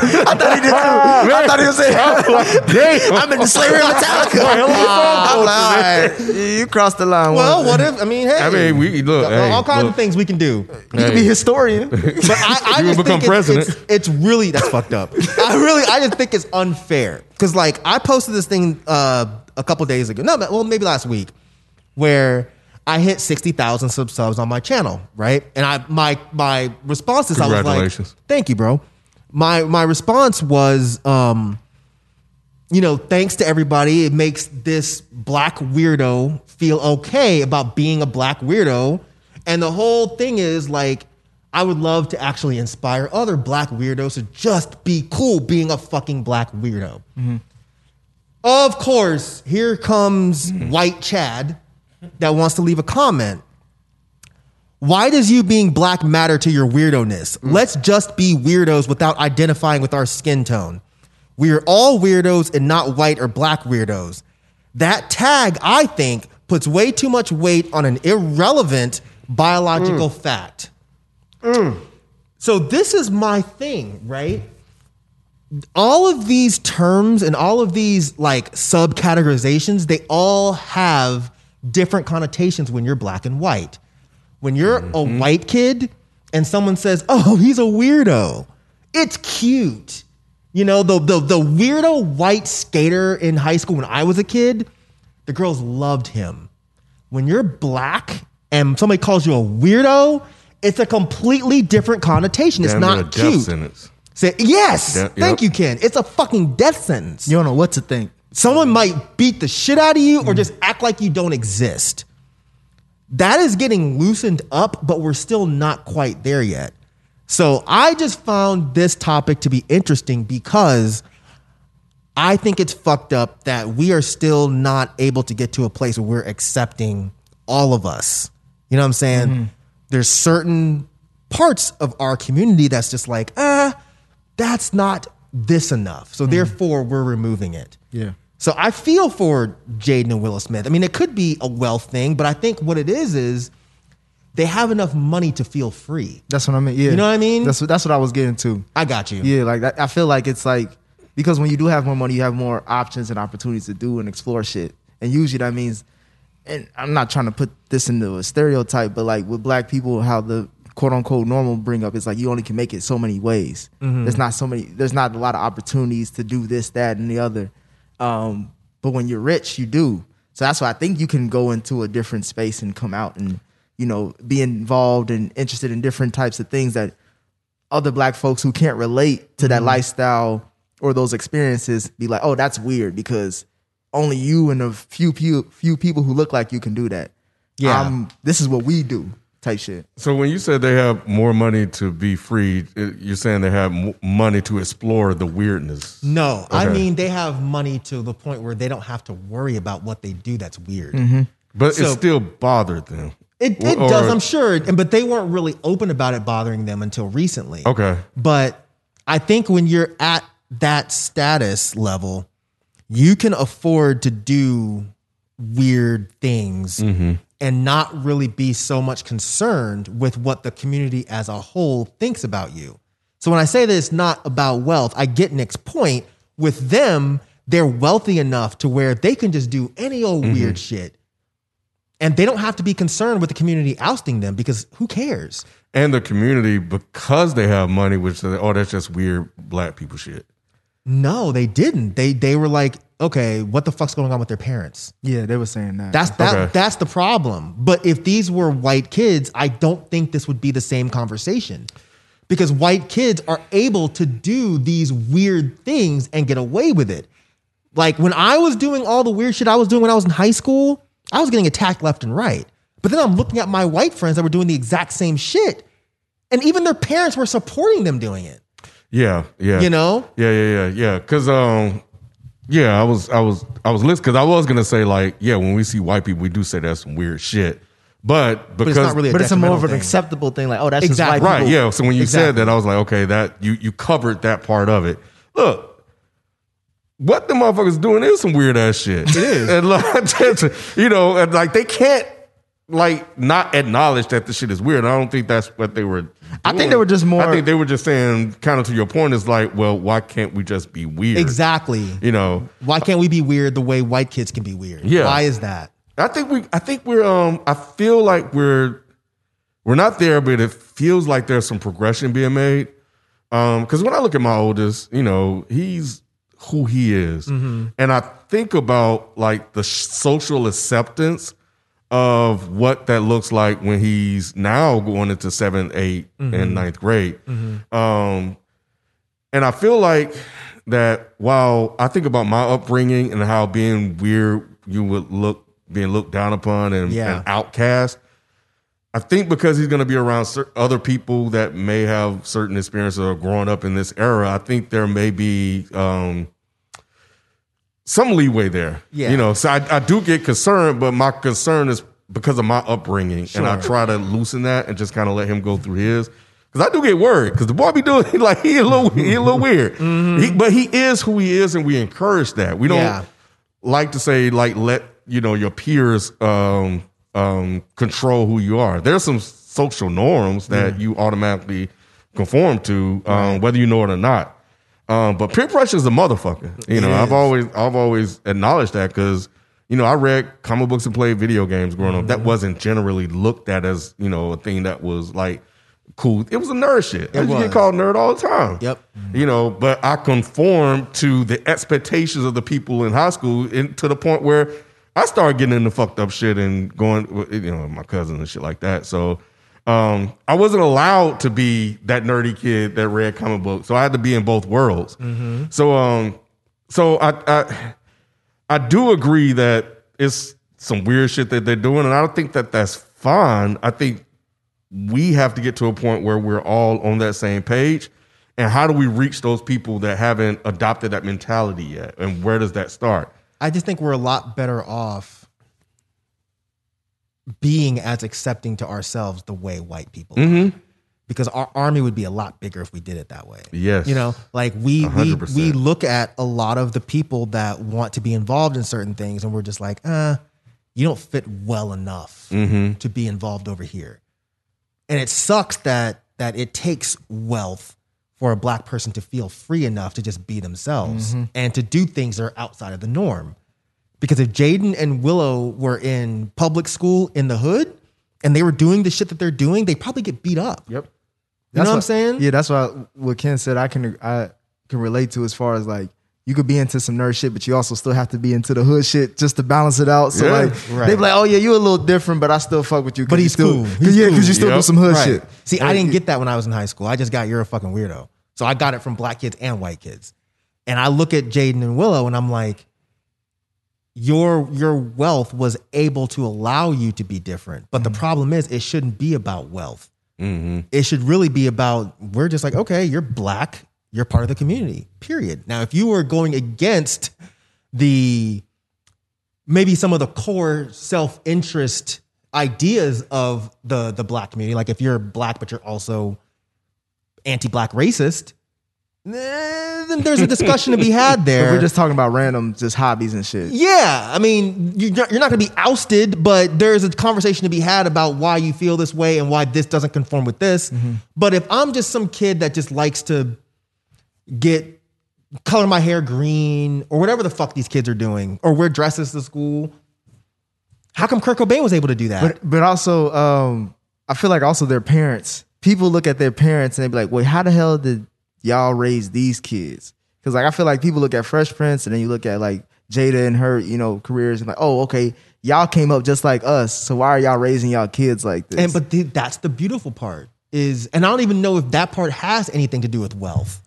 J: I thought he was saying,
F: I'm in the Slayer and Metallica.
J: I'm like, all right, you crossed the line.
F: well, what if, I mean, hey.
C: I mean, we look.
F: There are
C: hey,
F: all kinds
C: look,
F: of things we can do.
J: you could be historian.
F: But I, I
C: You
F: just
C: will become
F: think it's,
C: president.
F: It's, it's really that's fucked up. I really, I just think it's unfair because like I posted this thing uh, a couple days ago. No, but- well, maybe last week, where I hit sixty thousand sub subs on my channel, right? And I my my response is I was like,
C: Congratulations.
F: "Thank you, bro." My my response was, um, you know, thanks to everybody. It makes this black weirdo feel okay about being a black weirdo. And the whole thing is like, I would love to actually inspire other black weirdos to just be cool being a fucking black weirdo. Of course, here comes white Chad that wants to leave a comment. Why does you being black matter to your weirdoness? Let's just be weirdos without identifying with our skin tone. We are all weirdos and not white or black weirdos. That tag, I think, puts way too much weight on an irrelevant biological fact. So, this is my thing, right? all of these terms and all of these like subcategorizations, they all have different connotations when you're black and white. When you're
C: Mm-hmm.
F: a white kid and someone says, "Oh, he's a weirdo," it's cute. You know, the the the weirdo white skater in high school when I was a kid, the girls loved him. When you're black and somebody calls you a weirdo, it's a completely different connotation. It's
C: Damn near a
F: not
C: death
F: cute.
C: sentence.
F: Say yes.
C: Yeah, yep.
F: Thank you, Ken. It's a fucking death sentence.
I: You don't know Mm. what to think.
F: Someone might beat the shit out of you or just act like you don't exist. That is getting loosened up, but we're still not quite there yet. So I just found this topic to be interesting because I think it's fucked up that we are still not able to get to a place where we're accepting all of us. You know what I'm saying?
I: Mm-hmm.
F: There's certain parts of our community that's just like, ah, that's not this enough. So therefore, we're removing it.
I: Mm-hmm. Yeah.
F: So I feel for Jaden and Willow Smith. I mean, it could be a wealth thing, but I think what it is is they have enough money to feel free.
I: That's what I mean. Yeah.
F: You know what I mean?
I: That's what that's what I was getting to.
F: I got you.
I: Yeah, like that, I feel like it's like because when you do have more money, you have more options and opportunities to do and explore shit. And usually that means, and I'm not trying to put this into a stereotype, but like with black people, how the quote unquote normal bring up is like you only can make it so many ways. There's not so many. There's not a lot of opportunities to do this, that, and the other. Um, but when you're rich, you do. So that's why I think you can go into a different space and come out and you know be involved and interested in different types of things that other black folks who can't relate to that lifestyle or those experiences be like, oh, that's weird because only you and a few few, few people who look like you can do that. Um,
F: Yeah.
I: this is what we do type shit.
C: So when you said they have more money to be free, it- you're saying they have m- money to explore the weirdness.
F: No, I
C: Okay.
F: mean they have money to the point where they don't have to worry about what they do. That's weird.
C: But it
F: So-
C: still bothered them.
F: It, it
C: Mm-hmm. Or-
F: does, I'm sure, and but they weren't really open about it bothering them until recently.
C: Okay.
F: But I think when you're at that status level, you can afford to do weird things and not really be so much concerned with what the community as a whole thinks about you. So when I say that it's not about wealth, I get Nick's point. With them, they're wealthy enough to where they can just do any old weird shit. And they don't have to be concerned with the community ousting them because who cares?
C: And the community, because they have money, which they, oh, that's just weird black people shit.
F: No, they didn't. They they were like, okay, what the fuck's going on with their parents?
I: Yeah, they were saying that.
F: That's that
C: Okay.
F: that's the problem. But if these were white kids, I don't think this would be the same conversation. Because white kids are able to do these weird things and get away with it. Like when I was doing all the weird shit I was doing when I was in high school, I was getting attacked left and right. But then I'm looking at my white friends that were doing the exact same shit. And even their parents were supporting them doing it.
C: Yeah, yeah.
F: You know?
C: Yeah, yeah, yeah, yeah. Cause um, yeah, I was, I was, I was listening. Cause I was gonna say like, yeah, when we see white people, we do say that's some weird shit. But because
F: But it's not really a
I: but it's a more of an
F: detrimental thing.
I: acceptable thing. Like, oh, that's
F: Exactly.
I: just white
C: right,
I: people.
C: yeah. So when you said
F: Exactly.
C: that, I was like, okay, that you you covered that part of it. Look. What the motherfuckers doing is some weird ass shit. It is, and like, you know, and like they can't like not acknowledge that the shit is weird. I don't think that's what they were.
I: I think
C: doing.
I: they were just more-
C: I think they were just saying, kind of to your point, is like, well, why can't we just be weird?
F: Exactly.
C: you know
F: Why can't we be weird the way white kids can be weird?
C: Yeah.
F: Why is that?
C: i think we i think we're um i feel like we're we're not there but it feels like there's some progression being made um because when i look at my oldest you know he's who he is and i think about like the sh- social acceptance of what that looks like when he's now going into seventh, eighth, and ninth grade. Um, and I feel like that while I think about my upbringing and how being weird, you would look being looked down upon and,
F: Yeah.
C: and outcast. I think because he's going to be around cer- other people that may have certain experiences or growing up in this era, I think there may be um, some leeway there.
F: Yeah.
C: You know, so I, I do get concerned, but my concern is because of my upbringing, and I try to loosen that and just kind of let him go through his. Because I do get worried because the boy be doing like he a little he a little weird, He- but he is who he is, and we encourage that. We don't
F: Mm-hmm. Yeah.
C: like to say like let you know your peers um um control who you are. There's some social norms that you automatically conform to, um, whether you know it or not. Um, but peer pressure is a motherfucker. You know, I've always I've always acknowledged that because you know, I read comic books and played video games growing up. That wasn't generally looked at as, you know, a thing that was like cool. It was a nerd shit. I used to
F: was.
C: get called nerd all the time.
F: Yep.
C: You know, but I conformed to the expectations of the people in high school and to the point where I started getting into fucked up shit and going, you know, with my cousin and shit like that. So um, I wasn't allowed to be that nerdy kid that read comic books. So I had to be in both worlds. So, um, so I, I, I do agree that it's some weird shit that they're doing, and I don't think that that's fine. I think we have to get to a point where we're all on that same page. And how do we reach those people that haven't adopted that mentality yet? And where does that start?
F: I just think we're a lot better off being as accepting to ourselves the way white people
C: Mm-hmm.
F: are. Because our army would be a lot bigger if we did it that way.
C: Yes.
F: You know, like we we,
C: 100%.
F: we look at a lot of the people that want to be involved in certain things and we're just like, uh, you don't fit well enough
C: Mm-hmm.
F: to be involved over here. And it sucks that that it takes wealth for a black person to feel free enough to just be themselves and to do things that are outside of the norm. Because if Jaden and Willow were in public school in the hood and they were doing the shit that they're doing, they probably get beat up.
G: Yep.
F: You know what I'm saying?
I: Yeah, that's why what Ken said I can I can relate to as far as like you could be into some nerd shit, but you also still have to be into the hood shit just to balance it out. So
C: Yeah.
I: like
F: Right.
I: they be like, oh yeah, you a little different, but I still fuck with you. 'cause
F: But
I: you
F: he's
I: still,
F: cool.
I: Cause,
F: He's
I: yeah,
F: cool.
I: because you still do
C: Yep.
I: some hood
F: Right.
I: shit.
F: See, I didn't get that when I was in high school. I just got you're a fucking weirdo. So I got it from black kids and white kids. And I look at Jaden and Willow and I'm like, your your wealth was able to allow you to be different. But the problem is it shouldn't be about wealth. It should really be about we're just like, okay, you're black, you're part of the community. Period. Now, if you were going against the maybe some of the core self-interest ideas of the the black community like if you're black but you're also anti-black racist eh, then there's a discussion to be had there
I: We're just talking about random just hobbies and shit.
F: yeah i mean you're not, you're not going to be ousted but there's a conversation to be had about why you feel this way and why this doesn't conform with this but if i'm just some kid that just likes to get color my hair green or whatever the fuck these kids are doing or wear dresses to school how come Kurt Cobain was able to do that?
I: But but also, um, I feel like also their parents. People look at their parents and they be like, "Wait, how the hell did y'all raise these kids?" Because like I feel like people look at Fresh Prince and then you look at like Jada and her, you know, careers and like, "Oh, okay, y'all came up just like us, so why are y'all raising y'all kids like this?"
F: And but the, that's the beautiful part is, and I don't even know if that part has anything to do with wealth.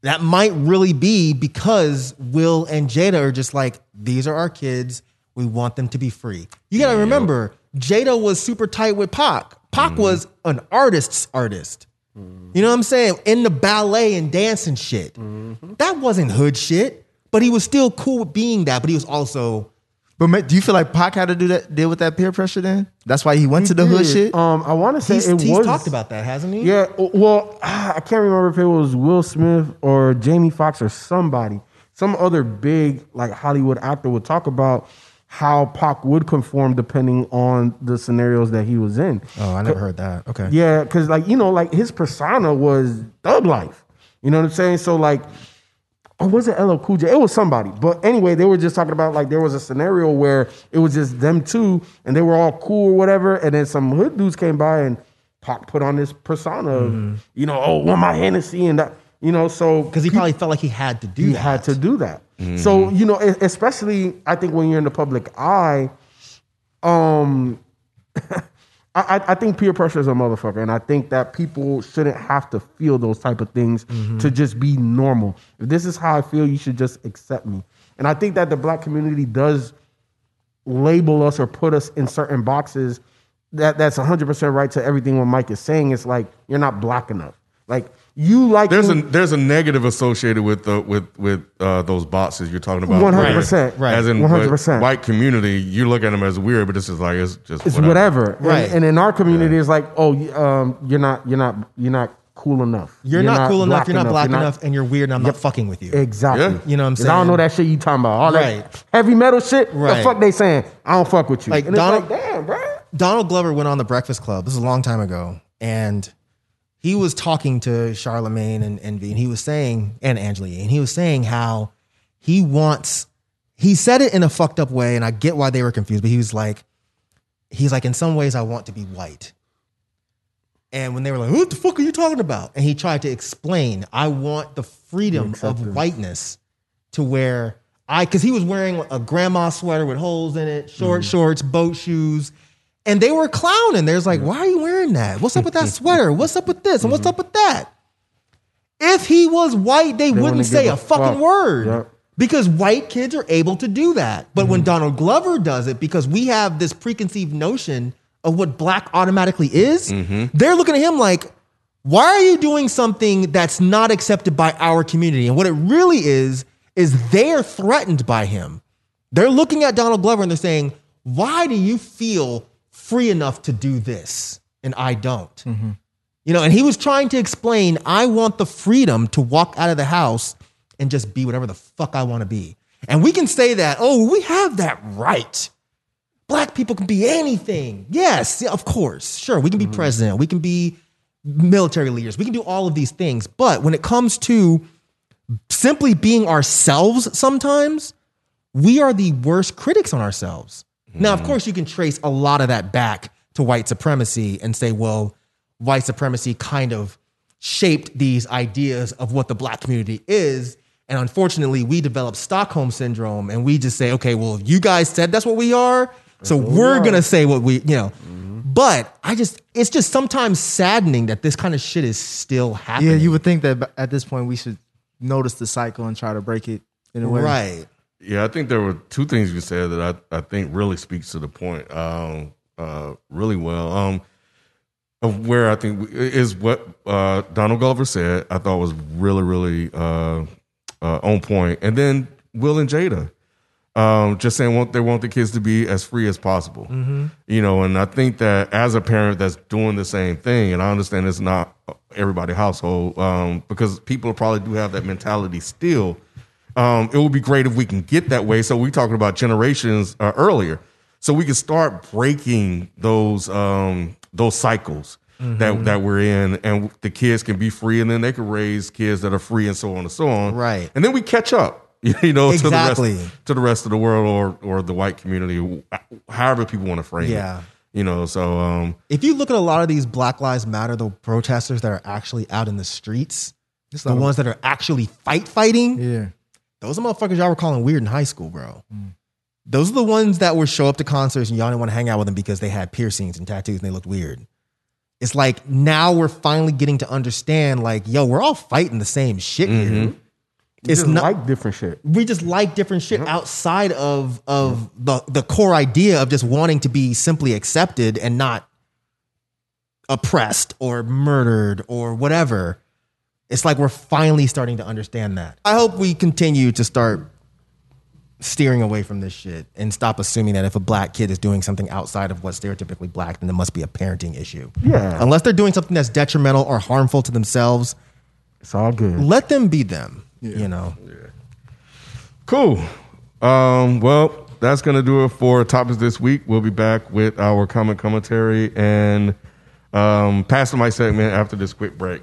F: That might really be because Will and Jada are just like these are our kids. We want them to be free. You gotta remember, Jada was super tight with Pac. Pac
G: Mm.
F: was an artist's artist. You know what I'm saying? In the ballet and dance and shit.
G: Mm-hmm.
F: That wasn't hood shit, but he was still cool with being that. But he was also
I: But ma- do you feel like Pac had to do that, deal with that peer pressure? Then that's why he went to the hood
F: Mm-hmm.
I: shit.
G: Um, I want to say
F: he's,
G: it
F: he's
G: was
F: talked about that, hasn't he?
G: Yeah, w- well, ah, I can't remember if it was Will Smith or Jamie Foxx or somebody, some other big like Hollywood actor would talk about how Pac would conform depending on the scenarios that he was in.
F: Oh, I never heard that. Okay.
G: Yeah, because like you know, like his persona was thug life. You know what I'm saying? So like, or was it LL Cool J? It was somebody. But anyway, they were just talking about like there was a scenario where it was just them two, and they were all cool or whatever. And then some hood dudes came by and Pac put on this persona of you know, oh, want my Hennessy and that, you know. So
F: Mm-hmm. Because he probably felt like he had to do
G: you
F: that. Mm-hmm.
G: had to do that. So you know, e- especially I think when you're in the public eye, um, I, I- I think peer pressure is a motherfucker, and I think that people shouldn't have to feel those type of things
F: Mm-hmm.
G: to just be normal. If this is how I feel, you should just accept me. And I think that the black community does label us or put us in certain boxes that that's 100% right to everything what Mike is saying. It's like you're not black enough. Like you like
C: There's a there's a negative associated with the with with uh, those boxes you're talking about.
G: 100%,
C: where,
G: right.
C: As in
G: 100%.
C: the white community, you look at them as weird, but this is like it's just
G: It's
C: whatever.
G: whatever, And-
F: Right.
G: And, in our community, it's like, oh, you- um, you're not, you're not, you're not cool enough.
F: You're, not, cool enough. You're not black
G: you're
F: enough, and you're weird. and I'm not fucking with you.
G: exactly.
C: Yeah.
F: You know what I'm
G: 'Cause I don't
F: saying?
G: know that shit you talking about. All
F: Right.
G: that heavy metal shit. The
F: Right.
G: fuck they saying? I don't fuck with you.
F: Like
G: and it's
F: Donald-
G: like, damn, bro.
F: Donald Glover went on the Breakfast Club. This is a long time ago, and he was talking to Charlemagne and Envy, and he was saying, and Angela, Yee, and he was saying how he wants he said it in a fucked up way, and I get why they were confused, but he was like, he's like, in some ways, I want to be white. And when they were like, what the fuck are you talking about? And he tried to explain, I want the freedom of whiteness to where I, because he was wearing a grandma sweater with holes in it, short shorts, boat shoes. And they were clowning. They was like, why are you wearing that? What's up with that sweater? What's up with this? And what's up with that? If he was white, they,
G: wouldn't
F: wouldn't say
G: give
F: a,
G: a
F: fucking
G: fuck.
F: word
G: Yep.
F: because white kids are able to do that. But
G: Mhm.
F: when Donald Glover does it, because we have this preconceived notion of what black automatically is,
G: Mm-hmm.
F: they're looking at him like, why are you doing something that's not accepted by our community? And what it really is, is they're threatened by him. They're looking at Donald Glover and they're saying, why do you feel free enough to do this? And I don't.
G: Mm-hmm.
F: You know, and he was trying to explain, I want the freedom to walk out of the house and just be whatever the fuck I want to be. And we can say that, oh, we have that right. Black people can be anything. Yes, yeah, of course. Sure, we can be president. We can be military leaders. We can do all of these things. But when it comes to simply being ourselves sometimes, we are the worst critics on ourselves. Now, of course, you can trace a lot of that back to white supremacy and say, well, white supremacy kind of shaped these ideas of what the black community is. And unfortunately, we develop Stockholm syndrome and we just say, okay, well, you guys said that's what we are. Mm-hmm. So we're going to say what we, you know. But I just, it's just sometimes saddening that this kind of shit is still happening.
I: Yeah, you would think that b- at this point we should notice the cycle and try to break it in a way.
F: Right.
C: Yeah, I think there were two things you said that I, I think really speaks to the point um, uh, really well. Um, of where I think we- is what uh, Donald Glover said, I thought was really, really uh, uh, on point. And then Will and Jada um, just saying want, they want the kids to be as free as possible.
F: Mm-hmm.
C: You know, and I think that as a parent that's doing the same thing, and I understand it's not everybody household um, because people probably do have that mentality still. Um, it would be great if we can get that way. So we talking about generations uh, earlier, so we can start breaking those um, those cycles
F: Mm-hmm.
C: that that we're in, and the kids can be free, and then they can raise kids that are free, and so on and so on.
F: Right.
C: and then we catch up. You know, to the
F: Exactly.
C: rest to the rest of the world or or the white community, however people want to frame
F: Yeah.
C: it. You know, so um,
F: if you look at a lot of these Black Lives Matter, the protesters that are actually out in the streets, the ones that are actually fight fighting,
I: Yeah.
F: those are motherfuckers y'all were calling weird in high school, bro. Those are the ones that would show up to concerts and y'all didn't want to hang out with them because they had piercings and tattoos and they looked weird. It's like now we're finally getting to understand, like, yo, we're all fighting the same shit here. It's
G: Just
F: not
G: like different shit.
F: we just like different shit outside of of the the core idea of just wanting to be simply accepted and not oppressed or murdered or whatever. It's like we're finally starting to understand that. I hope we continue to start steering away from this shit and stop assuming that if a black kid is doing something outside of what's stereotypically black, then there must be a parenting issue.
G: Yeah.
F: Unless they're doing something that's detrimental or harmful to themselves,
G: It's all good.
F: let them be them. You know.
C: cool. Um, well, that's gonna do it for topics this week. We'll be back with our comment commentary and um, pass the mic segment after this quick break.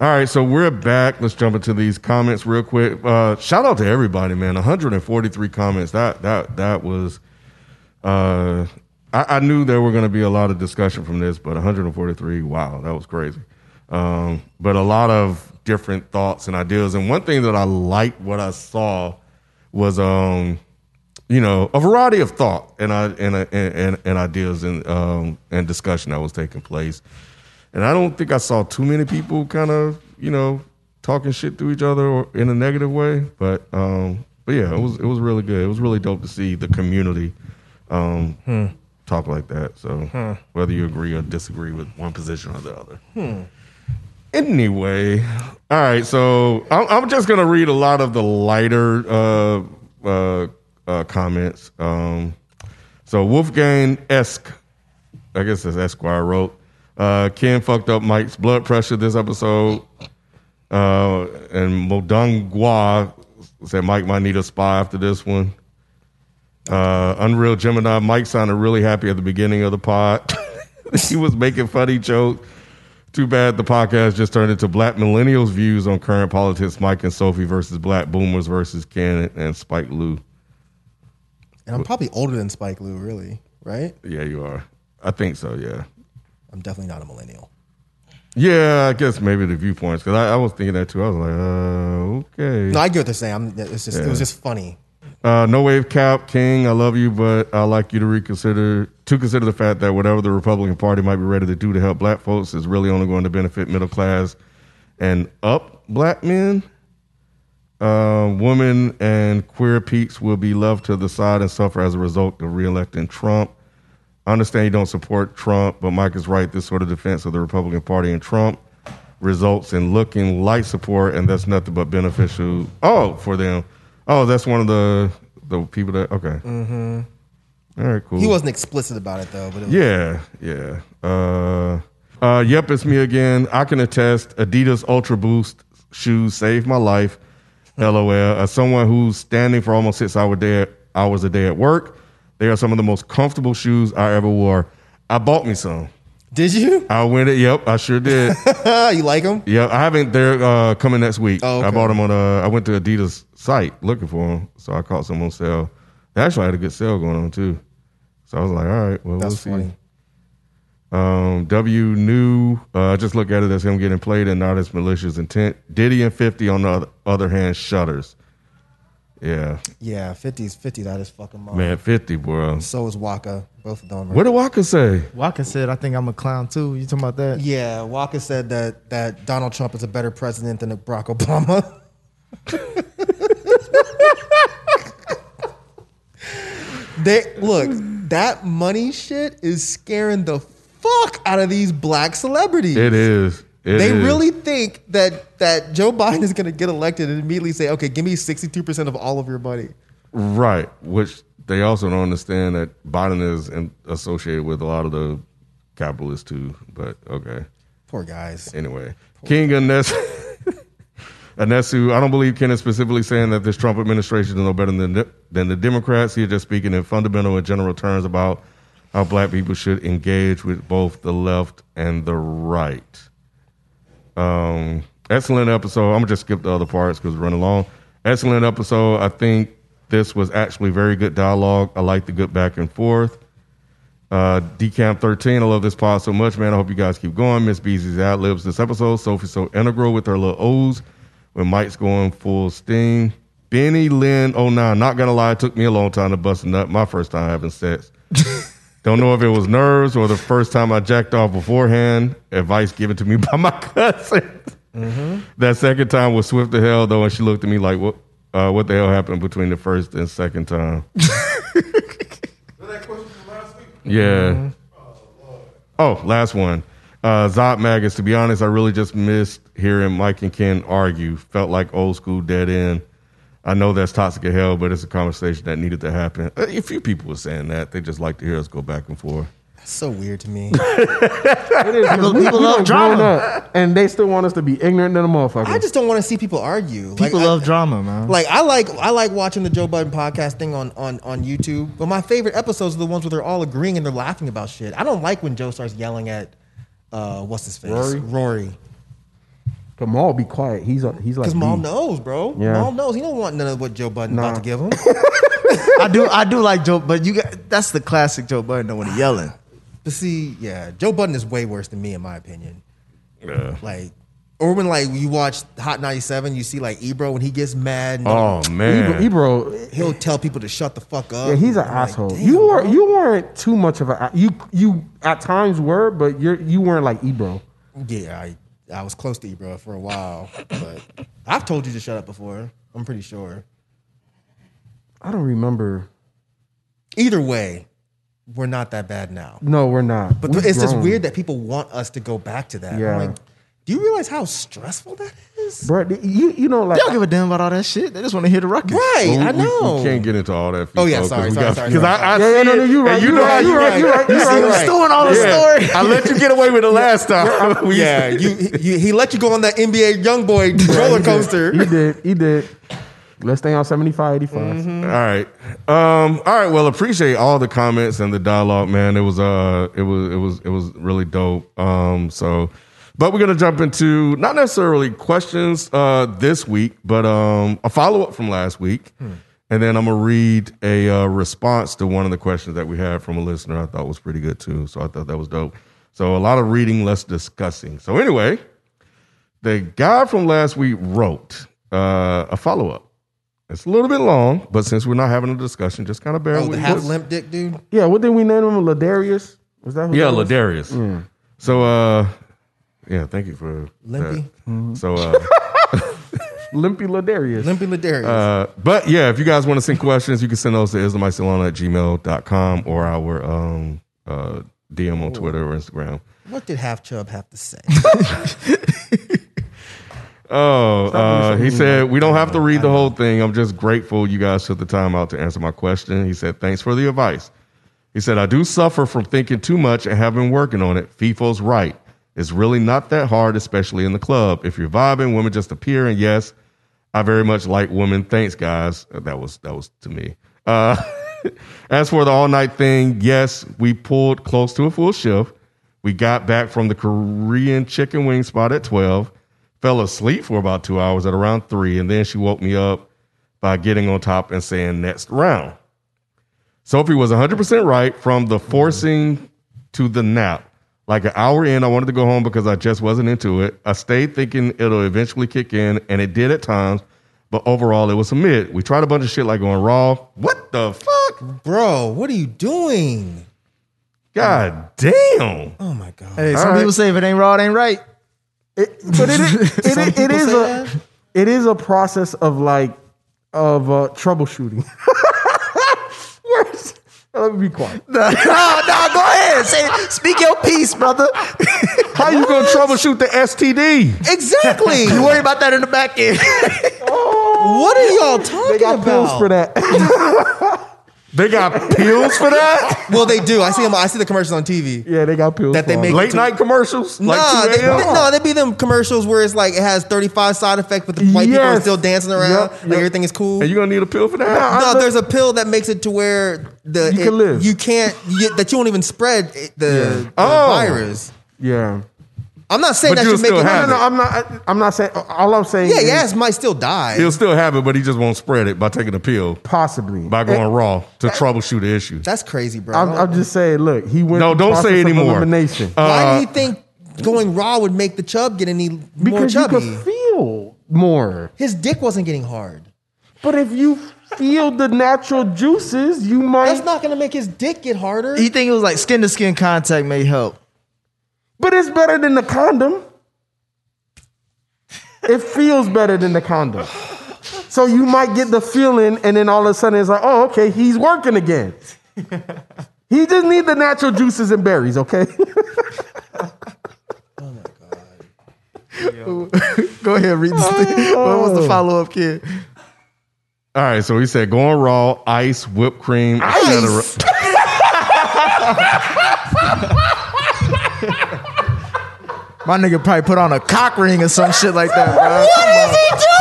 C: All right, so we're back. Let's jump into these comments real quick. Uh, shout out to everybody, man. 143 comments. That that that was. Uh, I, I knew there were going to be a lot of discussion from this, but 143. Wow, that was crazy. Um, but a lot of different thoughts and ideas. And one thing that I liked what I saw was um, you know, a variety of thought and I and uh, and and, and ideas and um and discussion that was taking place. And I don't think I saw too many people kind of, you know, talking shit to each other or in a negative way, but um but yeah, it was it was really good. It was really dope to see the community um talk like that. So whether you agree or disagree with one position or the other. Anyway, all right. So I'm, I'm just gonna read a lot of the lighter uh, uh, uh, comments. Um, so Wolfgang Esk, I guess that's Esquire wrote. Uh, Ken fucked up Mike's blood pressure this episode. Uh, and Modangwa said Mike might need a spy after this one. Uh, Unreal Gemini. Mike sounded really happy at the beginning of the pod. he was making funny jokes. Too bad the podcast just turned into Black Millennials' views on current politics. Mike and Sophie versus Black Boomers versus Ken and Spike Lee.
F: And I'm probably older than Spike Lee, really, right?
C: Yeah, you are. I think so. Yeah.
F: I'm definitely not a millennial.
C: Yeah, I guess maybe the viewpoints because I, I was thinking that too. I was like, uh, okay.
F: No, I get what they're saying. I'm, it's just, It was just funny.
C: Uh, no wave cap, King. I love you, but I like you to reconsider to consider the fact that whatever the Republican Party might be ready to do to help black folks is really only going to benefit middle class and up black men. Uh, women and queer peaks will be left to the side and suffer as a result of reelecting Trump. I understand you don't support Trump, but Mike is right. This sort of defense of the Republican Party and Trump results in looking like support, and that's nothing but beneficial. Oh, for them. Oh, that's one of the the people that. Okay. Mm-hmm. All right. Cool.
F: He wasn't explicit about it though, but it was,
C: Yeah, yeah. Uh, uh, yep, it's me again. I can attest Adidas Ultra Boost shoes saved my life. LOL. As someone who's standing for almost six hour day, hours a day at work, they are some of the most comfortable shoes I ever wore. I bought me some.
F: did you?
C: I went it. Yep, I sure did.
F: you like him?
C: Yeah, I haven't. They're uh, coming next week.
F: Oh, okay.
C: I bought them on. Uh, I went to Adidas site looking for them, so I caught some on sale. They actually had a good sale going on too, so I was like, all right, well,
F: That's
C: we'll
F: funny.
C: see. Um, w new. Uh, just look at it as him getting played and not his malicious intent. Diddy and Fifty on the other- other hand shutters. Yeah,
F: Yeah, 50's 50 that is fucking mom.
C: man, Fifty, bro.
F: So is Waka. Both of them. are-
C: What did Walker say?
I: Waka said, "I think I'm a clown too." You talking about that?
F: yeah, Waka said that that Donald Trump is a better president than Barack Obama. they look, that money shit is scaring the fuck out of these black celebrities.
C: It is. It
F: they
C: is.
F: really think that that Joe Biden is going to get elected and immediately say, "Okay, give me sixty-two percent of all of your money."
C: Right, which they also don't understand that Biden is in, associated with a lot of the capitalists too. But okay,
F: Poor guys.
C: anyway, King Anes- Anesu, I don't believe Ken is specifically saying that this Trump administration is no better than the, than the Democrats. He's just speaking in fundamental and general terms about how black people should engage with both the left and the right. Um, excellent episode. I'm gonna just skip the other parts because we're running long. Excellent episode. I think this was actually very good dialogue. I like the good back and forth. Uh, Decamp 13, I love this pod so much, man. I hope you guys keep going. Miss Beezy's ad libs this episode. Sophie's so integral with her little O's when Mike's going full steam. Benny Lynn 09, not gonna lie, it took me a long time to bust a nut. My first time having sex. Don't know if it was nerves or the first time I jacked off beforehand. Advice given to me by my cousin. That second time was swift to hell though, and she looked at me like, "What? Uh, what the hell happened between the first and second time?" Yeah. Oh, last one. Uh, Zot Maggots, to be honest, I really just missed hearing Mike and Ken argue. Felt like old school dead end. I know that's toxic as hell, but it's a conversation that needed to happen. Uh, A few people were saying that. They just like to hear us go back and forth.
F: That's so weird to me.
G: It is. People,
D: people love drama.
G: up, and they still want us to be ignorant than a motherfucker.
F: I just don't want to see people argue.
I: People
F: like,
I: love
F: I,
I: drama, man.
F: Like I like I like watching the Joe Budden podcast thing on on on YouTube. But my favorite episodes are the ones where they're all agreeing and they're laughing about shit. I don't like when Joe starts yelling at uh what's his face
G: Rory?
F: Rory
G: Kamal, be quiet. He's a, he's like
F: because Maul
G: me.
F: knows, bro.
G: Yeah.
F: Maul knows he don't want none of what Joe Budden about
G: Nah.
F: to give him.
I: I do, I do like Joe, but you got that's the classic Joe Budden though, when he yelling.
F: but see, yeah, Joe Budden is way worse than me in my opinion.
C: Yeah.
F: Like. Or when like you watch Hot 97, you see like Ebro when he gets mad, and
C: Oh man.
G: Ebro, Ebro,
F: he'll tell people to shut the fuck up.
G: yeah, he's an
F: I'm like,
G: asshole.
F: damn,
G: you were
F: bro.
G: you weren't too much of a you you at times were, but you're you weren't like Ebro.
F: Yeah, I I was close to you, bro, for a while, but I've told you to shut up before. I'm pretty sure.
G: I don't remember.
F: Either way, we're not that bad now.
G: No, we're not.
F: But
G: We've
F: it's just
G: grown.
F: weird that people want us to go back to that. I'm
G: Yeah.
F: like, Do you realize how stressful that is?
G: bro. You you know like
I: They don't give a damn about all that shit. They just want to hear the record.
F: Right,
C: Well, we-
F: I
C: we-
F: know.
C: We, can't get into all that.
F: Oh, yeah,
C: Fifo,
F: sorry,
C: 'cause we
F: sorry,
C: got-
F: sorry,
C: Cause
F: you're
C: I, I
F: right.
G: yeah, yeah,
C: see
G: no, no,
C: it,
G: you
C: and
G: right,
C: you
G: you
C: know how
G: right,
C: you
G: you right, you right, you
C: You
G: right,
C: see
G: you
C: what's
G: right.
C: doing all the
G: Yeah.
C: story. I let you get away with the last time. We-
F: Yeah, you, you he let you go on that NBA young boy roller coaster.
G: He did. He did. Let's stay on 75, 85.
C: All right. Um, all right. Well, appreciate all the comments and the dialogue, man. It was uh it was it was it was really dope. Um, so but we're gonna jump into not necessarily questions uh this week, but um a follow-up from last week. And then I'm gonna read a uh, response to one of the questions that we had from a listener I thought was pretty good too. So I thought that was dope. So a lot of reading, less discussing. So anyway, the guy from last week wrote uh, a follow-up. It's a little bit long, but since we're not having a discussion, just kind of bear
F: Oh, the
C: with
F: half
C: us.
F: limp dick dude.
G: Yeah, what did we name him? Ladarius? Was that who
C: Yeah,
G: that was?
C: Ladarius. Mm. So, uh, yeah, thank you for
F: Limpy. Mm-hmm.
C: that. So, uh,
G: Limpy Ladarius.
F: Limpy Ladarius.
C: uh, but yeah, if you guys want to send questions, you can send those to islamitesalon at gmail.com or our um, uh, DM on Twitter or Instagram.
F: what did Half Chub have to say?
C: Oh, uh, he said, We don't have to read the whole thing. I'm just grateful you guys took the time out to answer my question. He said, Thanks for the advice. He said, I do suffer from thinking too much and have been working on it. FIFO's right. It's really not that hard, especially in the club. If you're vibing, women just appear. And yes, I very much like women. Thanks, guys. Uh, That was that was to me. Uh, as for the all night thing, yes, we pulled close to a full shift. We got back from the Korean chicken wing spot at twelve. Fell asleep for about two hours at around three, and then she woke me up by getting on top and saying next round. Sophie was 100% right from the forcing to the nap. Like an hour in, I wanted to go home because I just wasn't into it. I stayed thinking it'll eventually kick in, and it did at times, but overall, it was a mid. We tried a bunch of shit like going raw. What the fuck?
F: Bro, what are you doing?
C: God damn.
F: Oh my god.
I: Hey, some
C: All right.
I: people say if it ain't raw, it ain't right.
G: but it is, it, is, it, is a, it is a process of like, of uh, troubleshooting. Where's- Let me be quiet.
D: no, no, go ahead. Say, speak your piece, brother.
C: How you gonna troubleshoot the STD?
F: Exactly.
D: You worry about that in the back end.
F: what are y'all
G: They
F: talking
G: got pills
F: about?
G: for that.
C: They got pills for that?
F: Well, they do. I see them. I see the commercials on TV.
G: yeah, they got pills
F: That they
G: for
F: make-
G: them.
C: Late night commercials?
F: nah,
C: like
F: they,
C: 2 a.m.?
F: no, they be them commercials where it's like it has 35 side effects, but the white people are
G: Yes.
F: still dancing around.
G: Yup,
F: like
G: yup.
F: everything is cool.
C: And you gonna need a pill for that?
F: no, there's a pill that makes it to where the
G: You
F: it-
G: can live.
F: You can't you, that you won't even spread it- the, the
C: Oh.
F: virus.
G: Yeah.
F: I'm not saying
C: But
F: that
C: you'll
F: should make
C: still
F: it.
C: have
G: No, I'm not, I'm not saying, all I'm saying
F: Yeah,
G: is
F: your ass might still die.
C: He'll still have it, but he just won't spread it by taking a pill,
G: possibly.
C: by going raw to troubleshoot the issue.
F: That's crazy, bro.
G: I'm, I'm just saying, look, he went
C: No,
G: through
C: don't
G: process
C: say
G: of
C: anymore. Uh,
G: Elimination.
F: Why do you think going raw would make the chub get any more
G: because you
F: chubby?
G: could feel more.
F: His dick wasn't getting hard.
G: But if you feel the natural juices, you might.
F: That's not gonna make his dick get harder.
I: You think it was like skin to skin contact may help?
G: but it's better than the condom. It feels better than the condom. So you might get the feeling, and then all of a sudden it's like, oh, okay, he's working again. he just need the natural juices and berries, okay?
I: Go ahead, read this thing. What was
F: Oh.
I: the follow up, kid?
C: All right, so he said going raw, ice, whipped cream, etc.
I: My nigga probably put on a cock ring or some shit like that, bro. What is he doing?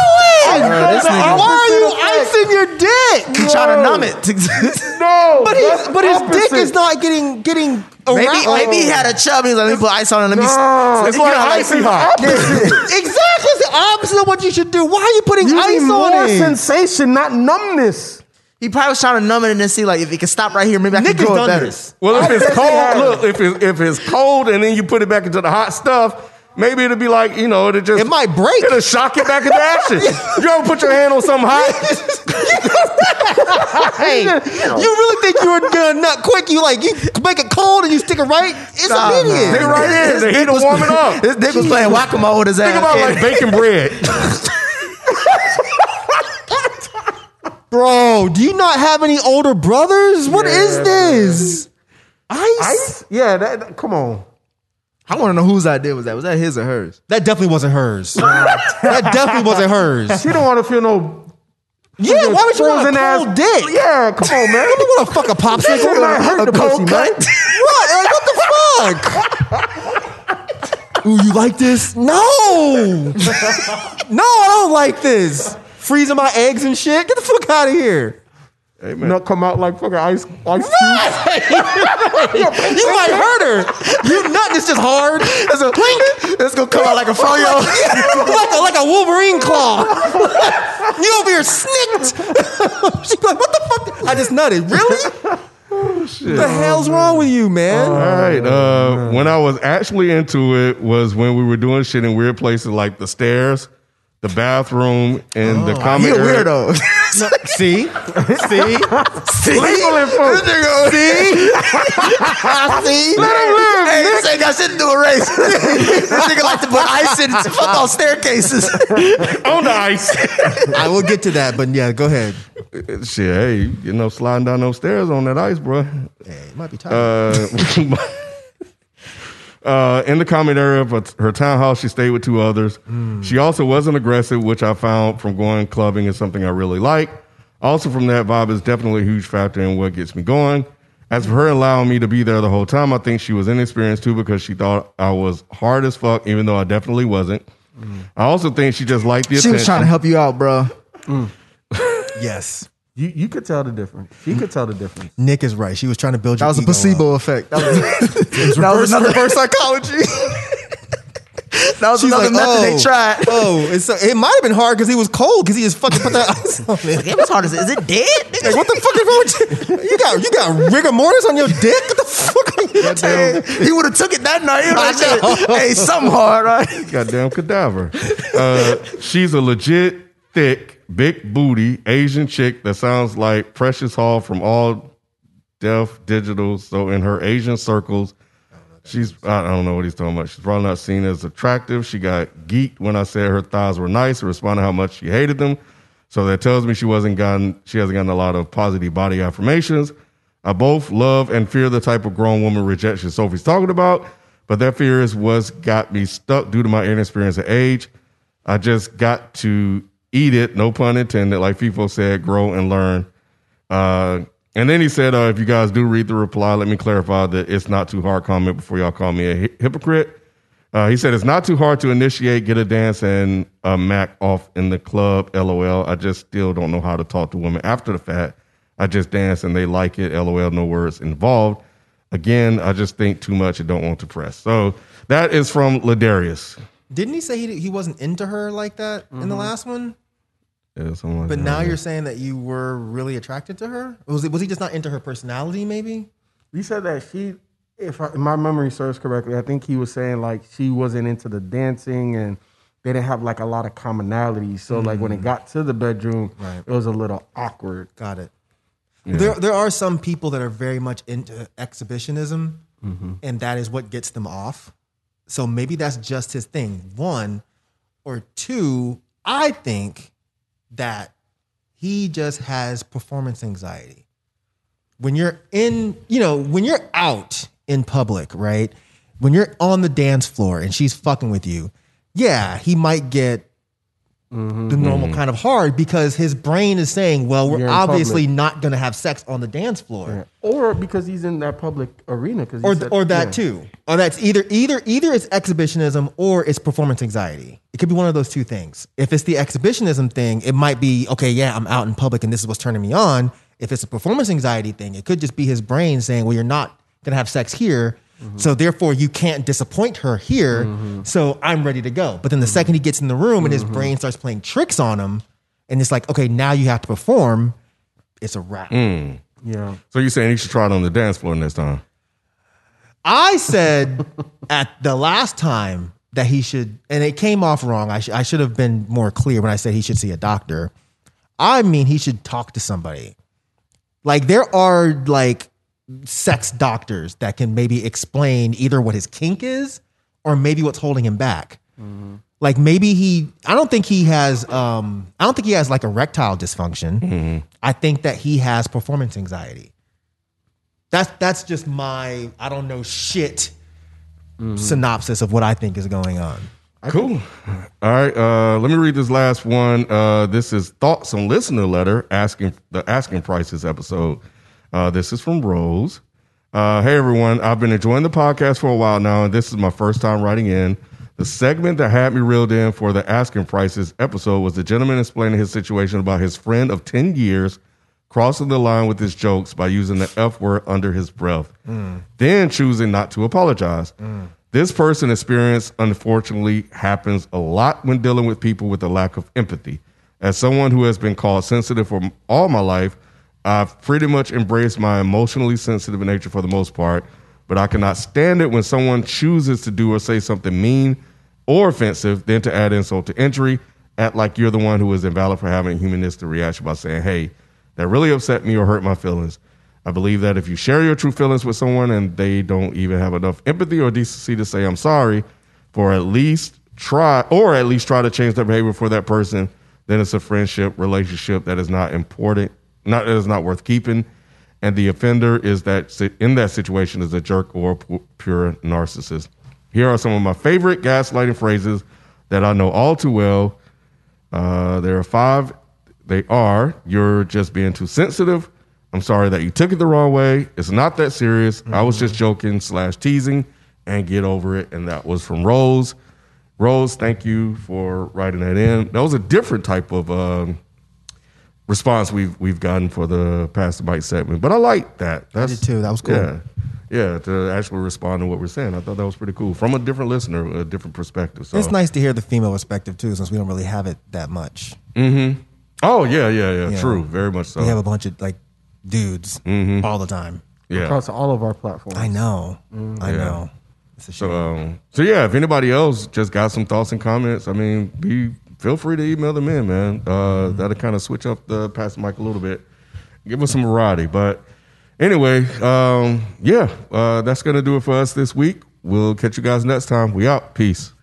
I: this nigga, why are you icing your dick? He's trying to numb it.
G: no,
I: But he's-
G: that's
I: but his dick
G: opposite.
I: is
F: not getting getting
I: maybe,
F: around-
I: maybe he had a chub. He's like, let me put ice on it. Let me.
G: No,
C: It's like icy hot.
F: exactly it's the opposite of what you should do. Why are you putting
G: You need
F: ice
G: more
F: on it?
G: sensation, not numbness.
I: He probably was trying to numb it and then see like if it can stop right here, maybe I can
F: Niggas
I: grow it
F: done
I: better.
F: this.
C: Well, if it's
G: had
C: cold,
G: it.
C: look, if it's, if it's cold and then you put it back into the hot stuff, maybe it'll be like, you know, it'll just.
F: It might break.
C: It'll shock it back into action. you ever put your hand on something hot?
F: Hey, you really think you were gonna nut quick? You like you make it cold and you stick it right? It's immediate.
C: They right in. The heat will warm it up.
I: This dick was playing whack a mole with his ass.
C: Think about like baking bread.
F: Bro, do you not have any older brothers? What is this? Ice?
G: Ice? Yeah, that, that- come on.
I: I want to know whose idea was that. Was that his or hers?
F: That definitely wasn't hers. that definitely wasn't hers.
G: She don't want to feel no
F: Yeah, why would you want a
G: frozen ass-
F: cold dick?
G: Yeah, come on, man.
F: You don't want to fuck a popsicle.
G: Shit might hurt the pussy, man.
F: What? Like, what the fuck? Ooh, you like this? No. no, I don't like this. Freezing my eggs and shit. Get the fuck out of here.
G: Not come out like fucking ice ice cubes.
F: You might hurt her. You nut is just hard. It's a plink.
D: It's gonna come out like a froyo.
F: like, a, like a Wolverine claw. you over here snicked. She's like, what the fuck? I just nutted. Really? What the hell's wrong with you, man?
C: All right. Uh, when I was actually into it was when we were doing shit in weird places like the stairs, the bathroom, and
F: Oh,
C: the common
D: You a
C: area.
D: weirdo.
F: See? See?
G: People in folks.
D: See? Hey, this ain't got shit to do with race. this nigga like to put ice in fuck all staircases.
C: on the ice.
F: I will get to that, but yeah, go ahead.
C: shit, hey, you know, sliding down those stairs on that ice, bro.
F: It might be tired.
C: Uh, uh, in the common area of her townhouse, she stayed with two others. She also wasn't aggressive, which I found from going clubbing is something I really like. Also, from that vibe is definitely a huge factor in what gets me going. As for her allowing me to be there the whole time, I think she was inexperienced too because she thought I was hard as fuck, even though I definitely wasn't. I also think she just liked the
I: She
C: attention.
I: was trying to help you out, bro.
F: yes.
G: You you could tell the difference. She could tell the difference.
F: Nick is right. She was trying to build
I: That
F: your
I: was a
F: ego up.
I: placebo effect. That was,
D: That was another reverse psychology. that was
F: She's
D: another
F: like,
D: method
F: oh,
D: they tried.
F: oh, it's so, it might have been hard because he was cold because he just fucking put that ice on it. Like, it was hard. Is it dead? Like, what the fuck is wrong with you? You got, you got rigor mortis on your dick? What the fuck are you
D: Hey,
F: doing?
D: he would have took it that night. He would've
F: I
D: said, hey, something hard, right?
C: Goddamn cadaver. Uh, she's a legit, thick, big booty Asian chick that sounds like Precious Hall from all deaf digital. So in her Asian circles, she's I don't know what he's talking about. She's probably not seen as attractive. She got geeked when I said her thighs were nice, responded how much she hated them. So that tells me she wasn't gotten she hasn't gotten a lot of positive body affirmations. I both love and fear the type of grown woman rejection Sophie's talking about, but that fear is what's got me stuck due to my inexperience and age. I just got to eat it, no pun intended, like FIFO said, grow and learn. Uh, and then he said, uh, if you guys do read the reply, let me clarify that it's not too hard comment before y'all call me a hy- hypocrite. Uh, he said, it's not too hard to initiate, get a dance, and a Mac off in the club, LOL. I just still don't know how to talk to women after the fact. I just dance and they like it, LOL, no words involved. Again, I just think too much and don't want to press. So that is from Ladarius.
F: Didn't he say he, he wasn't into her like that in
D: Mm-hmm.
F: the last one?
C: Yeah, something like
F: But
C: that.
F: now you're saying that you were really attracted to her? Was, it, was he just not into her personality, maybe?
G: You said that she, if, I, if my memory serves correctly, I think he was saying like she wasn't into the dancing and they didn't have like a lot of commonalities. So like when
F: Mm.
G: it got to the bedroom, it was a little awkward.
F: Got it. There, there are some people that are very much into exhibitionism,
G: Mm-hmm.
F: and that is what gets them off. So maybe that's just his thing. One, or two, I think that he just has performance anxiety. When you're in, you know, when you're out in public, right? When you're on the dance floor and she's fucking with you, yeah, he might get the normal kind of hard because his brain is saying, well, we're
G: Mm-hmm. You're in
F: obviously not going to have sex on the dance floor.
G: Or because he's in that public arena. Cause he
F: Or,
G: said-
F: or that
G: yeah.
F: too. Or that's either either either it's exhibitionism or it's performance anxiety. It could be one of those two things. If it's the exhibitionism thing, it might be okay. Yeah, I'm out in public and this is what's turning me on. If it's a performance anxiety thing, it could just be his brain saying, "Well, you're not gonna have sex here, so therefore you can't disappoint her here." So I'm ready to go. But then the second he gets in the room and his brain starts playing tricks on him, and it's like, okay, now you have to perform. It's a wrap.
G: Yeah.
C: so you're saying you should try it on the dance floor next time.
F: I said at the last time that he should, and it came off wrong. I, sh- I should have been more clear when I said he should see a doctor. I mean, he should talk to somebody. Like, there are like sex doctors that can maybe explain either what his kink is or maybe what's holding him back. Like maybe he I don't think he has um I don't think he has like erectile dysfunction. I think that he has performance anxiety. That's that's just my I don't know shit synopsis of what I think is going on.
C: Cool. All right. Uh, let me read this last one. Uh, this is thoughts on listener letter asking the asking prices episode. Uh, this is from Rose. Uh, hey everyone, I've been enjoying the podcast for a while now, and this is my first time writing in. The segment that had me reeled in for the asking prices episode was the gentleman explaining his situation about his friend of ten years crossing the line with his jokes by using the F word under his breath, then choosing not to apologize. This person experience, unfortunately, happens a lot when dealing with people with a lack of empathy. As someone who has been called sensitive for all my life, I've pretty much embraced my emotionally sensitive nature for the most part, but I cannot stand it when someone chooses to do or say something mean or offensive, then to add insult to injury, act like you're the one who is invalid for having a humanistic reaction by saying, hey, that really upset me or hurt my feelings. I believe that if you share your true feelings with someone and they don't even have enough empathy or decency to say I'm sorry, for at least try or at least try to change their behavior for that person, then it's a friendship relationship that is not important, not that is not worth keeping, and the offender is that si- in that situation is a jerk or a pu- pure narcissist. Here are some of my favorite gaslighting phrases that I know all too well. Uh, there are five. They are you're just being too sensitive. I'm sorry that you took it the wrong way. It's not that serious. I was just joking slash teasing, and get over it. And that was from Rose. Rose, thank you for writing that in. That was a different type of um, response we've we've gotten for the past the bite segment, but I like that. That's,
F: did too. That was cool.
C: Yeah, yeah. To actually respond to what we're saying, I thought that was pretty cool from a different listener, a different perspective. So
F: It's nice to hear the female perspective too, since we don't really have it that much.
C: Oh yeah, yeah, yeah.
F: Yeah.
C: True, very much so.
F: We have a bunch of like dudes all the time.
C: yeah.
G: across all of our platforms.
F: I know. I know. It's a shame.
C: So, um, so yeah, if anybody else just got some thoughts and comments, I mean, be feel free to email them in, man. Uh,
F: Mm-hmm.
C: That'll kind of switch up the past mic a little bit, give us some variety. But anyway, um, yeah, uh, that's gonna do it for us this week. We'll catch you guys next time. We out. Peace.